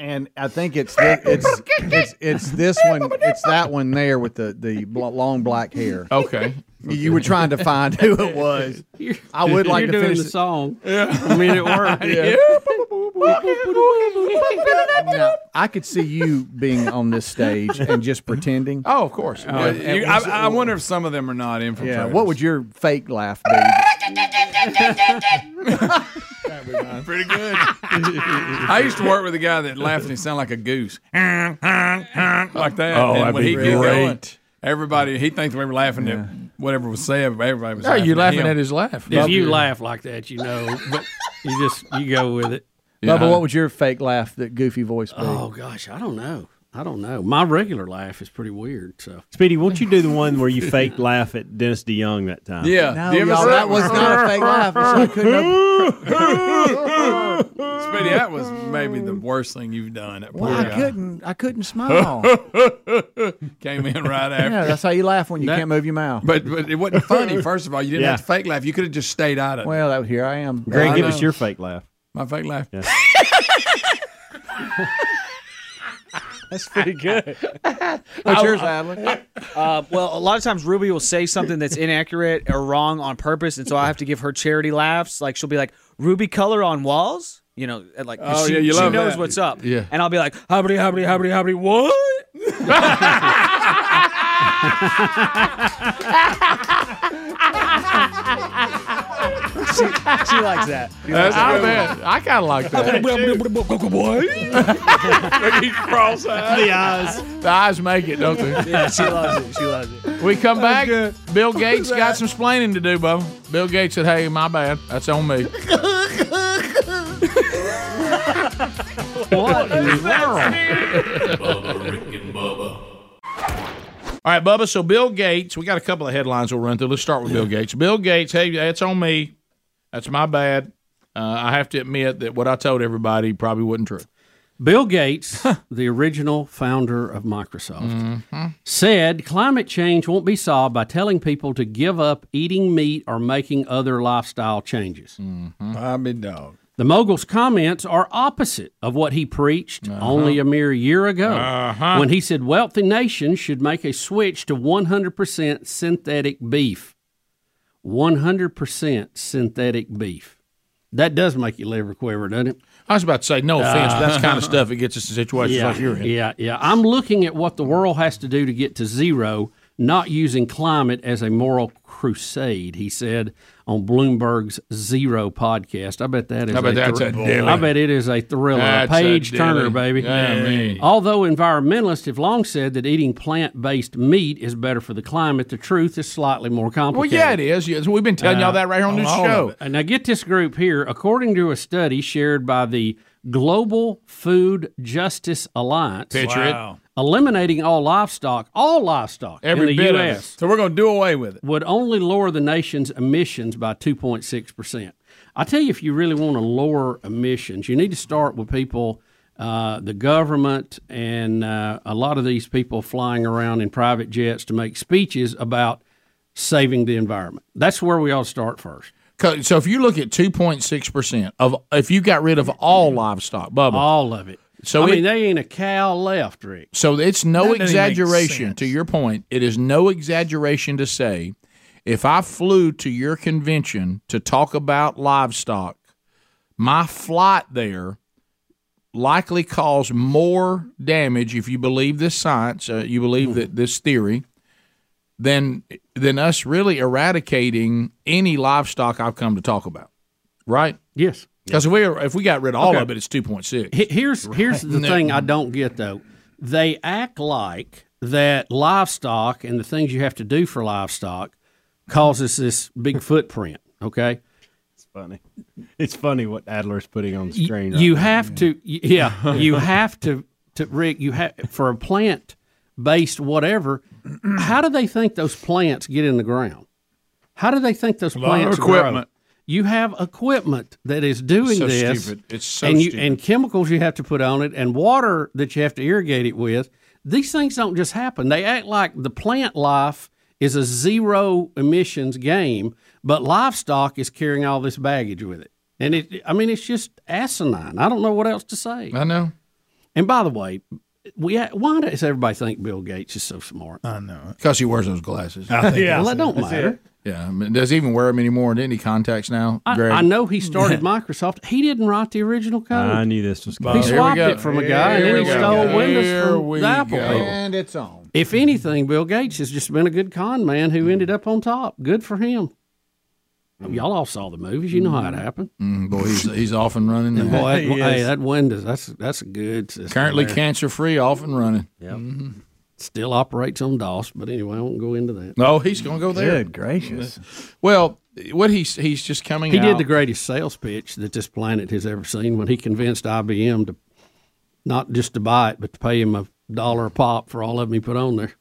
[SPEAKER 5] And I think it's thi- it's it's it's this one, it's that one there with the the bl- long black hair.
[SPEAKER 1] Okay.
[SPEAKER 5] You were trying to find who it was. I would like
[SPEAKER 2] You're
[SPEAKER 5] to
[SPEAKER 2] doing
[SPEAKER 5] finish
[SPEAKER 2] the
[SPEAKER 5] it-
[SPEAKER 2] song. I mean, it worked.
[SPEAKER 5] Yeah. Now, I could see you being on this stage and just pretending.
[SPEAKER 8] Oh, of course.
[SPEAKER 5] Oh,
[SPEAKER 8] Yeah,
[SPEAKER 5] and
[SPEAKER 8] you-
[SPEAKER 5] what's-
[SPEAKER 8] I, I wonder if some of them are not infiltrators.
[SPEAKER 5] Yeah. What would your fake laugh be?
[SPEAKER 8] Pretty good. I used to work with a guy that laughed and he sounded like a goose, like that.
[SPEAKER 1] Oh,
[SPEAKER 8] and
[SPEAKER 1] that'd
[SPEAKER 8] when
[SPEAKER 1] be
[SPEAKER 8] he'd get
[SPEAKER 1] great.
[SPEAKER 8] going, everybody he thinks we were laughing at whatever was said. but Everybody was.
[SPEAKER 1] No,
[SPEAKER 8] laughing
[SPEAKER 1] you're
[SPEAKER 8] at
[SPEAKER 1] laughing
[SPEAKER 8] him.
[SPEAKER 1] at his laugh.
[SPEAKER 2] If you laugh like that, you know. But you just you go with it.
[SPEAKER 5] Bubba, what would your fake laugh, that goofy voice
[SPEAKER 8] Uh,
[SPEAKER 5] be?
[SPEAKER 2] Oh gosh, I don't know. I don't know. My regular laugh is pretty weird. So
[SPEAKER 7] Speedy, won't you do the one where you faked laugh at Dennis DeYoung that time?
[SPEAKER 8] Yeah.
[SPEAKER 5] No,
[SPEAKER 8] Do you ever
[SPEAKER 5] y'all,
[SPEAKER 8] see
[SPEAKER 5] that was not a fake laugh. I couldn't
[SPEAKER 8] Speedy, that was maybe the worst thing you've done. That
[SPEAKER 5] Well,
[SPEAKER 8] poor
[SPEAKER 5] I
[SPEAKER 8] guy.
[SPEAKER 5] couldn't. I couldn't smile.
[SPEAKER 8] Came in right after.
[SPEAKER 5] yeah, that's how you laugh when you can't move your mouth.
[SPEAKER 8] But but it wasn't funny. First of all, you didn't
[SPEAKER 5] Yeah.
[SPEAKER 8] have to fake laugh. You could have just stayed out of it.
[SPEAKER 5] Well, that, here I am.
[SPEAKER 8] Greg, I give us know. your
[SPEAKER 7] fake laugh.
[SPEAKER 8] My fake laugh.
[SPEAKER 9] That's pretty good.
[SPEAKER 5] What's yours, Adler?
[SPEAKER 9] Uh, well, a lot of times Ruby will say something that's inaccurate or wrong on purpose, and so I have to give her charity laughs. Like she'll be like, "Ruby color on walls," you know, and like 'cause
[SPEAKER 8] Oh,
[SPEAKER 9] she,
[SPEAKER 8] yeah, you
[SPEAKER 9] she
[SPEAKER 8] love
[SPEAKER 9] knows
[SPEAKER 8] that.
[SPEAKER 9] what's up.
[SPEAKER 8] Yeah.
[SPEAKER 9] and I'll be like, "Hobbity, hobbity, hobbity, hobbity, what?"
[SPEAKER 8] she, she likes that.
[SPEAKER 1] That's I bet. I kind of like that.
[SPEAKER 8] The eyes.
[SPEAKER 1] The eyes make it, don't they?
[SPEAKER 8] Yeah, she loves it. She loves it.
[SPEAKER 1] We come back. Bill Gates got some explaining to do, Bubba. Bill Gates said, "Hey, my bad. That's on me."
[SPEAKER 8] What in the
[SPEAKER 6] Bubba, Rick and Bubba.
[SPEAKER 1] All right, Bubba. So Bill Gates, we got a couple of headlines we'll run through. Let's start with Bill Gates. Bill Gates, hey, that's on me. That's my bad. Uh, I have to admit that what I told everybody probably wasn't true.
[SPEAKER 2] Bill Gates, the original founder of Microsoft, said climate change won't be solved by telling people to give up eating meat or making other lifestyle changes.
[SPEAKER 4] I mean, dog.
[SPEAKER 2] The mogul's comments are opposite of what he preached only a mere year ago
[SPEAKER 4] Uh-huh.
[SPEAKER 2] when he said wealthy nations should make a switch to 100% synthetic beef. 100% synthetic beef. That does make your liver quiver, doesn't it?
[SPEAKER 1] I was about to say, no offense, but that's the kind of stuff that gets us in situations
[SPEAKER 2] yeah,
[SPEAKER 1] like you're in.
[SPEAKER 2] Yeah, yeah. I'm looking at what the world has to do to get to zero, not using climate as a moral crusade, he said on Bloomberg's Zero podcast. I bet that is
[SPEAKER 1] I bet
[SPEAKER 2] a
[SPEAKER 1] that's
[SPEAKER 2] thr-
[SPEAKER 1] a dilly.
[SPEAKER 2] I bet it is a thriller.
[SPEAKER 1] That's a
[SPEAKER 2] Page Turner,
[SPEAKER 1] dilly.
[SPEAKER 2] baby.
[SPEAKER 1] Yeah, I mean.
[SPEAKER 2] Although environmentalists have long said that eating plant based meat is better for the climate, the truth is slightly more
[SPEAKER 1] Well,
[SPEAKER 2] complicated.
[SPEAKER 1] yeah, it is. Yes, we've been telling y'all that right here on this
[SPEAKER 2] all of
[SPEAKER 1] show.
[SPEAKER 2] it. And now get this group here. According to a study shared by the Global Food Justice Alliance,
[SPEAKER 4] Picture it. Wow.
[SPEAKER 2] eliminating all livestock, all livestock
[SPEAKER 4] Every
[SPEAKER 2] in the
[SPEAKER 4] bit of it.
[SPEAKER 2] U.S. So we're going to do away with it. Would only lower the nation's emissions by 2.6 percent. I tell you, if you really want to lower emissions, you need to start with people. Uh, the government and uh, a lot of these people flying around in private jets to make speeches about saving the environment. That's where we all start first.
[SPEAKER 1] 'Cause- So if you look at 2.6% of if you got rid of all livestock, Bubba.
[SPEAKER 2] All of it.
[SPEAKER 1] So
[SPEAKER 2] I
[SPEAKER 1] it-
[SPEAKER 2] mean, they ain't a cow left, Rick.
[SPEAKER 1] So it's no
[SPEAKER 2] That doesn't make
[SPEAKER 1] exaggeration to your point. It is no exaggeration to say if I flew to your convention to talk about livestock, my flight there likely caused more damage if you believe this science, uh, you believe that this theory than than us really eradicating any livestock I've come to talk about. Right?
[SPEAKER 2] Yes.
[SPEAKER 1] Because if we if we got rid of all
[SPEAKER 2] Okay.
[SPEAKER 1] of it, it's two point six.
[SPEAKER 2] He- Here's here's the
[SPEAKER 1] No.
[SPEAKER 2] thing I don't get though. They act like that livestock and the things you have to do for livestock causes this big footprint. Okay.
[SPEAKER 7] It's funny. It's funny what Adler's putting on the screen.
[SPEAKER 2] you have to y- yeah you have to to rick you have for a plant based whatever how do they think those plants get in the ground how do they think those
[SPEAKER 4] A lot of
[SPEAKER 2] plants grow?
[SPEAKER 4] equipment.
[SPEAKER 2] you have equipment that is doing
[SPEAKER 4] So
[SPEAKER 2] this
[SPEAKER 4] stupid. It's so
[SPEAKER 2] and you
[SPEAKER 4] stupid.
[SPEAKER 2] and chemicals you have to put on it and water that you have to irrigate it with these things don't just happen they act like the plant life is a zero emissions game but livestock is carrying all this baggage with it and it i mean it's just asinine i don't know what else to say
[SPEAKER 1] i know
[SPEAKER 2] and by the way we why does everybody think bill gates is so smart
[SPEAKER 1] I know. Because he wears those glasses.
[SPEAKER 2] I think Yeah. that's Well, that it. don't That's matter. it.
[SPEAKER 1] Yeah. I mean, does he even wear them anymore? Didn't he contacts now?
[SPEAKER 2] I,
[SPEAKER 1] Greg?
[SPEAKER 2] I know he started Microsoft. He didn't write the original code.
[SPEAKER 7] I knew this was
[SPEAKER 2] He swapped it from a guy and then he stole Windows from the Apple
[SPEAKER 8] Oh.
[SPEAKER 2] people.
[SPEAKER 5] And it's on.
[SPEAKER 2] If anything, Bill Gates has just been a good con man who ended up on top. Good for him.
[SPEAKER 1] Hmm.
[SPEAKER 2] Y'all all saw the movies. You know how it happened.
[SPEAKER 1] Mm, boy, he's, he's off and running now.
[SPEAKER 2] And boy, that, hey, that Windows, that's that's a good system.
[SPEAKER 1] Currently
[SPEAKER 2] there.
[SPEAKER 1] cancer free, off and running.
[SPEAKER 2] Yep. Still operates on DOS, but anyway, I won't go into that.
[SPEAKER 1] No, Oh, he's going to go there.
[SPEAKER 2] Good gracious.
[SPEAKER 1] Well, what he's he's just coming
[SPEAKER 2] He
[SPEAKER 1] out.
[SPEAKER 2] did the greatest sales pitch that this planet has ever seen when he convinced IBM to not just to buy it, but to pay him a dollar a pop for all of them he put on there.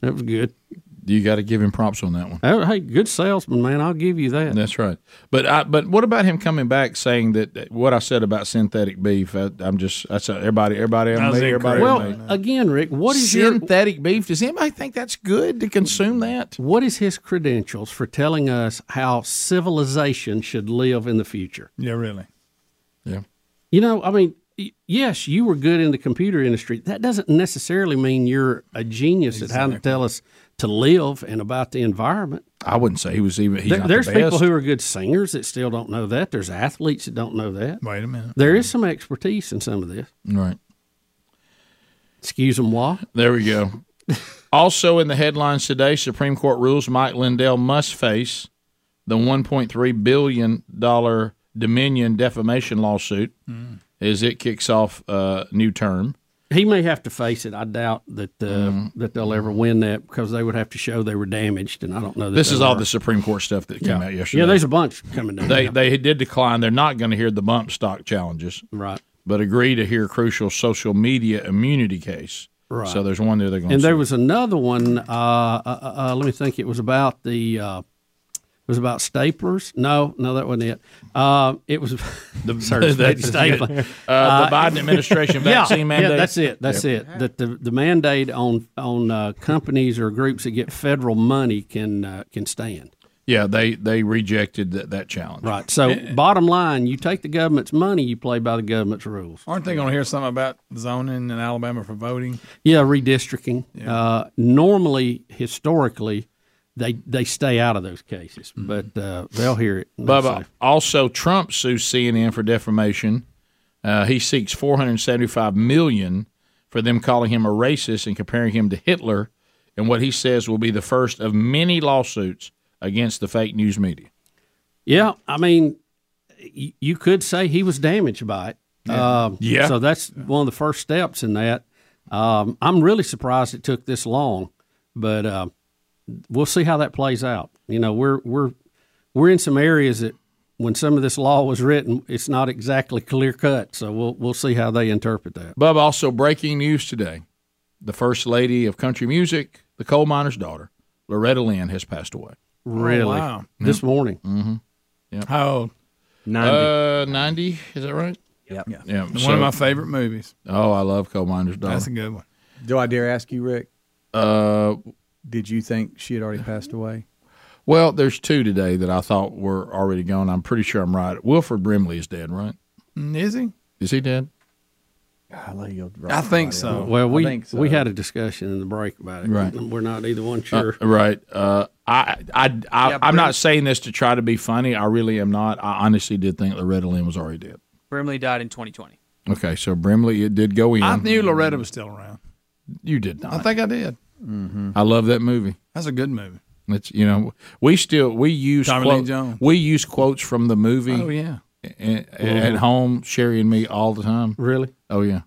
[SPEAKER 2] That was good. Oh,
[SPEAKER 1] You got to give him props on that one.
[SPEAKER 2] Hey, good salesman, man. I'll give you that.
[SPEAKER 1] That's right. But I, but what about him coming back saying that that what I said about synthetic beef? I, I'm just that's a, everybody everybody on me everybody. on me.
[SPEAKER 2] Well, again, Rick, what is your
[SPEAKER 1] synthetic beef? Does anybody think that's good to consume that?
[SPEAKER 2] What is his credentials for telling us how civilization should live in the future?
[SPEAKER 4] Yeah, really.
[SPEAKER 2] You know, I mean, y- yes, you were good in the computer industry. That doesn't necessarily mean you're a genius at how to tell us to live and about the environment.
[SPEAKER 1] I wouldn't say he was even. He's
[SPEAKER 2] There-
[SPEAKER 1] not the
[SPEAKER 2] there's people
[SPEAKER 1] best.
[SPEAKER 2] who are good singers that still don't know that. There's athletes that don't know that.
[SPEAKER 4] Wait a minute.
[SPEAKER 2] There is some expertise in some of this.
[SPEAKER 1] Right.
[SPEAKER 2] Excuse them, why?
[SPEAKER 1] There we go. Also in the headlines today, Supreme Court rules Mike Lindell must face the 1.3 billion dollar Dominion defamation lawsuit
[SPEAKER 2] Mm.
[SPEAKER 1] as it kicks off a new term.
[SPEAKER 2] He may have to face it. I doubt that uh,
[SPEAKER 1] Mm.
[SPEAKER 2] that they'll ever win that because they would have to show they were damaged, and I don't know. That
[SPEAKER 1] This
[SPEAKER 2] they
[SPEAKER 1] is all
[SPEAKER 2] were.
[SPEAKER 1] the Supreme Court stuff that came
[SPEAKER 2] Yeah.
[SPEAKER 1] out yesterday.
[SPEAKER 2] Yeah, there's a bunch coming down.
[SPEAKER 1] They
[SPEAKER 2] Yeah.
[SPEAKER 1] they did decline. They're not going to hear the bump stock challenges,
[SPEAKER 2] right?
[SPEAKER 1] But agree to hear crucial social media immunity case.
[SPEAKER 2] Right.
[SPEAKER 1] So there's one there they're going.
[SPEAKER 2] and
[SPEAKER 1] to
[SPEAKER 2] there was another one. Uh, uh, uh, let me think. It was about the. Uh, it was about staplers. No, no, that wasn't it. Uh, it was the
[SPEAKER 1] that's
[SPEAKER 2] stapling.
[SPEAKER 1] good. Uh, the Biden administration
[SPEAKER 2] yeah,
[SPEAKER 1] vaccine
[SPEAKER 2] Yeah,
[SPEAKER 1] mandate.
[SPEAKER 2] that's it. That's
[SPEAKER 1] Yep.
[SPEAKER 2] it. That the, the mandate on on uh, companies or groups that get federal money can uh, can stand.
[SPEAKER 1] Yeah, they they rejected that, that challenge.
[SPEAKER 2] Right. So, bottom line, you take the government's money, you play by the government's rules.
[SPEAKER 8] Aren't they going to hear something about zoning in Alabama for voting?
[SPEAKER 2] Yeah, redistricting. Uh, normally, historically, they they stay out of those cases,
[SPEAKER 1] Mm-hmm.
[SPEAKER 2] but uh, they'll hear it. They'll
[SPEAKER 1] Bubba,
[SPEAKER 2] say,
[SPEAKER 1] also Trump sues CNN for defamation. Uh, he seeks 475 million for them calling him a racist and comparing him to Hitler, and what he says will be the first of many lawsuits against the fake news media.
[SPEAKER 2] yeah, I mean, y- you could say he was damaged by it.
[SPEAKER 1] Yeah.
[SPEAKER 2] Um,
[SPEAKER 1] Yeah.
[SPEAKER 2] So that's one of the first steps in that. Um, I'm really surprised it took this long, but uh, we'll see how that plays out. You know, we're we're we're in some areas that when some of this law was written, it's not exactly clear cut. So we'll we'll see how they interpret that.
[SPEAKER 1] Bubba, also breaking news today: the first lady of country music, the coal miner's daughter, Loretta Lynn, has passed away.
[SPEAKER 2] Really?
[SPEAKER 8] wow.
[SPEAKER 2] This morning.
[SPEAKER 1] Mm-hmm. Yeah.
[SPEAKER 8] How old?
[SPEAKER 1] 90. Uh, 90, is that right?
[SPEAKER 8] Yep. Yeah.
[SPEAKER 1] Yeah,
[SPEAKER 8] One
[SPEAKER 1] so-
[SPEAKER 8] of my favorite movies.
[SPEAKER 1] Oh, I love coal miner's daughter.
[SPEAKER 8] That's a good one.
[SPEAKER 5] Do I dare ask you, Rick?
[SPEAKER 1] Uh,
[SPEAKER 5] did you think she had already passed away?
[SPEAKER 1] Well, there's two today that I thought were already gone. I'm pretty sure I'm right. Wilford Brimley is dead, right?
[SPEAKER 8] Mm, Is he?
[SPEAKER 1] Is he dead?
[SPEAKER 8] I think so.
[SPEAKER 2] Well,
[SPEAKER 8] I
[SPEAKER 2] we
[SPEAKER 8] think so.
[SPEAKER 2] we had a discussion in the break about it.
[SPEAKER 1] Right.
[SPEAKER 2] We're not either one sure.
[SPEAKER 1] Uh, right. Uh, I, I, I,
[SPEAKER 2] Yeah,
[SPEAKER 1] I'm
[SPEAKER 2] Brim-
[SPEAKER 1] not saying this to try to be funny. I really am not. I honestly did think Loretta Lynn was already dead.
[SPEAKER 9] Brimley died in 2020.
[SPEAKER 1] Okay, so Brimley, it did go in.
[SPEAKER 8] I knew Loretta was still around.
[SPEAKER 1] you did not.
[SPEAKER 8] I think I did.
[SPEAKER 1] Mhm. I love that movie.
[SPEAKER 8] That's a good movie.
[SPEAKER 1] It's you know we still we use
[SPEAKER 8] Tommy Lee Jones.
[SPEAKER 1] we use quotes from the movie.
[SPEAKER 8] Oh, yeah.
[SPEAKER 1] a- a-
[SPEAKER 8] Mhm.
[SPEAKER 1] at home, Sherry and me all the time.
[SPEAKER 2] Really?
[SPEAKER 1] Oh yeah,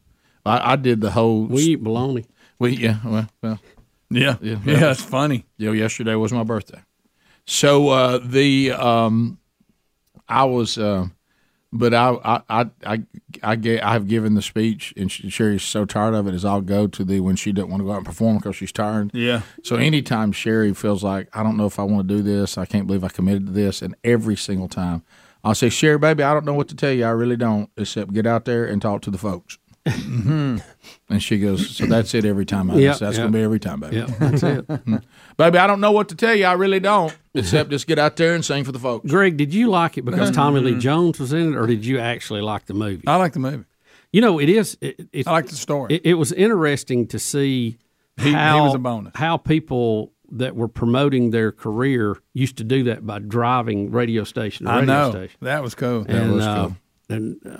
[SPEAKER 1] I, I did the whole.
[SPEAKER 2] We eat bologna.
[SPEAKER 1] We yeah well, well
[SPEAKER 8] yeah
[SPEAKER 1] yeah,
[SPEAKER 8] Yeah, it's
[SPEAKER 1] funny. Yeah, yesterday was my birthday, so uh, the um, I was. Uh, but I I I I I ga- I've given the speech, and she, Sherry's so tired of it. Is I'll go to the when she doesn't want to go out and perform because she's tired.
[SPEAKER 8] Yeah.
[SPEAKER 1] So anytime Sherry feels like I don't know if I want to do this, I can't believe I committed to this, and every single time I'll say, Sherry, baby, I don't know what to tell you. I really don't, except get out there and talk to the folks. And she goes, so that's it every time. I
[SPEAKER 8] Yeah,
[SPEAKER 1] so that's
[SPEAKER 8] yeah.
[SPEAKER 1] gonna be every time, baby.
[SPEAKER 8] Yeah, that's it.
[SPEAKER 1] Mm. baby, I don't know what to tell you. I really don't, except just get out there and sing for the folks.
[SPEAKER 2] Greg, did you like it because Tommy Lee Jones was in it, or did you actually like the movie?
[SPEAKER 8] I like the movie.
[SPEAKER 2] You know, it is. It, it,
[SPEAKER 8] I like the story.
[SPEAKER 2] It, it was interesting to see
[SPEAKER 8] He- he
[SPEAKER 2] how
[SPEAKER 8] was a bonus.
[SPEAKER 2] how people that were promoting their career used to do that by driving radio station to
[SPEAKER 8] I
[SPEAKER 2] radio
[SPEAKER 8] know.
[SPEAKER 2] station.
[SPEAKER 8] That was cool. That
[SPEAKER 2] And,
[SPEAKER 8] was
[SPEAKER 2] uh,
[SPEAKER 8] cool.
[SPEAKER 2] and uh,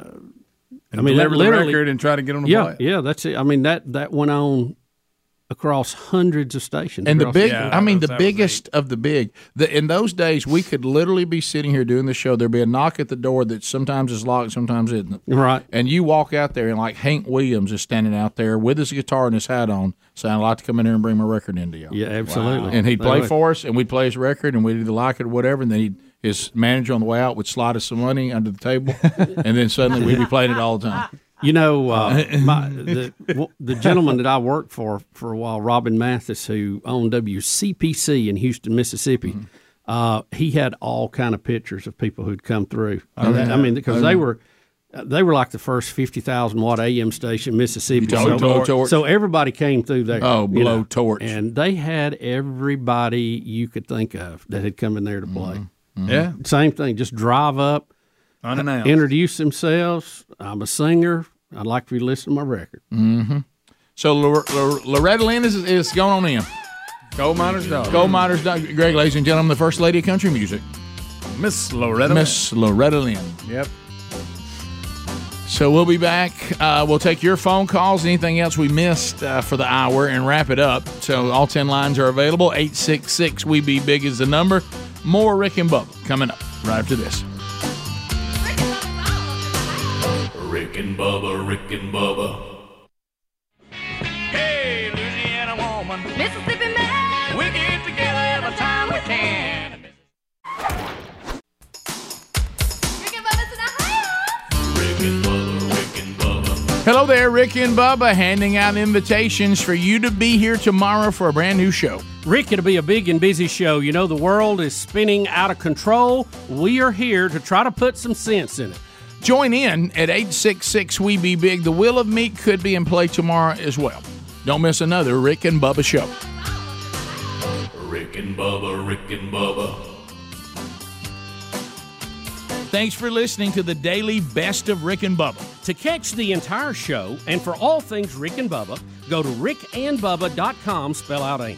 [SPEAKER 8] And
[SPEAKER 2] I mean,
[SPEAKER 8] deliver
[SPEAKER 2] that
[SPEAKER 8] the
[SPEAKER 2] literally-
[SPEAKER 8] record and try to get on the
[SPEAKER 2] yeah,
[SPEAKER 8] play.
[SPEAKER 2] Yeah, that's it. I mean that that went on across hundreds of stations.
[SPEAKER 1] And the
[SPEAKER 2] across
[SPEAKER 1] big,
[SPEAKER 2] country.
[SPEAKER 1] I mean, the biggest of the big. The, in those days, we could literally be sitting here doing the show. There'd be a knock at the door that sometimes is locked, sometimes isn't.
[SPEAKER 2] Right.
[SPEAKER 1] And you walk out there, and like Hank Williams is standing out there with his guitar and his hat on, saying, "I'd like to come in here and bring my record into y'all."
[SPEAKER 2] Yeah, absolutely.
[SPEAKER 1] And he'd
[SPEAKER 2] They
[SPEAKER 1] play
[SPEAKER 2] would.
[SPEAKER 1] for us, and we'd play his record, and we'd either like it or whatever. And then he'd, his manager on the way out would slide us some money under the table, and then suddenly we'd be playing it all the time.
[SPEAKER 2] You know, uh, my, the, w- the gentleman that I worked for for a while, Robin Mathis, who owned WCPC in Houston, Mississippi,
[SPEAKER 1] Mm-hmm.
[SPEAKER 2] uh, he had all kind of pictures of people who'd come through.
[SPEAKER 1] Oh, yeah.
[SPEAKER 2] I mean, because
[SPEAKER 1] Oh,
[SPEAKER 2] they
[SPEAKER 1] yeah.
[SPEAKER 2] were uh, they were like the first fifty thousand watt AM station in Mississippi.
[SPEAKER 1] You talking blowtorch?
[SPEAKER 2] so everybody came through there.
[SPEAKER 1] Oh,
[SPEAKER 2] you know,
[SPEAKER 1] blowtorch.
[SPEAKER 2] And they had everybody you could think of that had come in there to play.
[SPEAKER 1] Mm-hmm.
[SPEAKER 8] Mhm. Yeah.
[SPEAKER 2] same thing. Just drive up
[SPEAKER 8] Unannounced.
[SPEAKER 2] introduce themselves. I'm a singer. I'd like for you to listen to my record.
[SPEAKER 1] Mm-hmm. So Lor- Lor- Loretta Lynn is, is going on in.
[SPEAKER 8] Coal miner's daughter.
[SPEAKER 1] Gold Miners. Doc- Greg, ladies and gentlemen, the first lady of country music,
[SPEAKER 8] Miss Loretta.
[SPEAKER 1] Miss Loretta Lynn.
[SPEAKER 8] Yep.
[SPEAKER 1] So we'll be back. Uh, we'll take your phone calls, anything else we missed uh, for the hour, and wrap it up. So all 10 lines are available. 866 We Be Big is the number. More Rick and Bubba coming up right after this.
[SPEAKER 6] Rick and Bubba, Rick and Bubba. Hey, Louisiana woman. Mississippi man. We get together every time we can.
[SPEAKER 1] Hello there, Rick and Bubba, handing out invitations for you to be here tomorrow for a brand new show.
[SPEAKER 2] Rick, it'll be a big and busy show. You know, the world is spinning out of control. We are here to try to put some sense in it.
[SPEAKER 1] Join in at 866 We Be Big. The Will of Meat could be in play tomorrow as well. Don't miss another Rick and Bubba show.
[SPEAKER 6] Rick and Bubba, Rick and Bubba.
[SPEAKER 1] Thanks for listening to the daily best of Rick and Bubba.
[SPEAKER 2] To catch the entire show and for all things Rick and Bubba, go to rickandbubba.com, spell out AIM.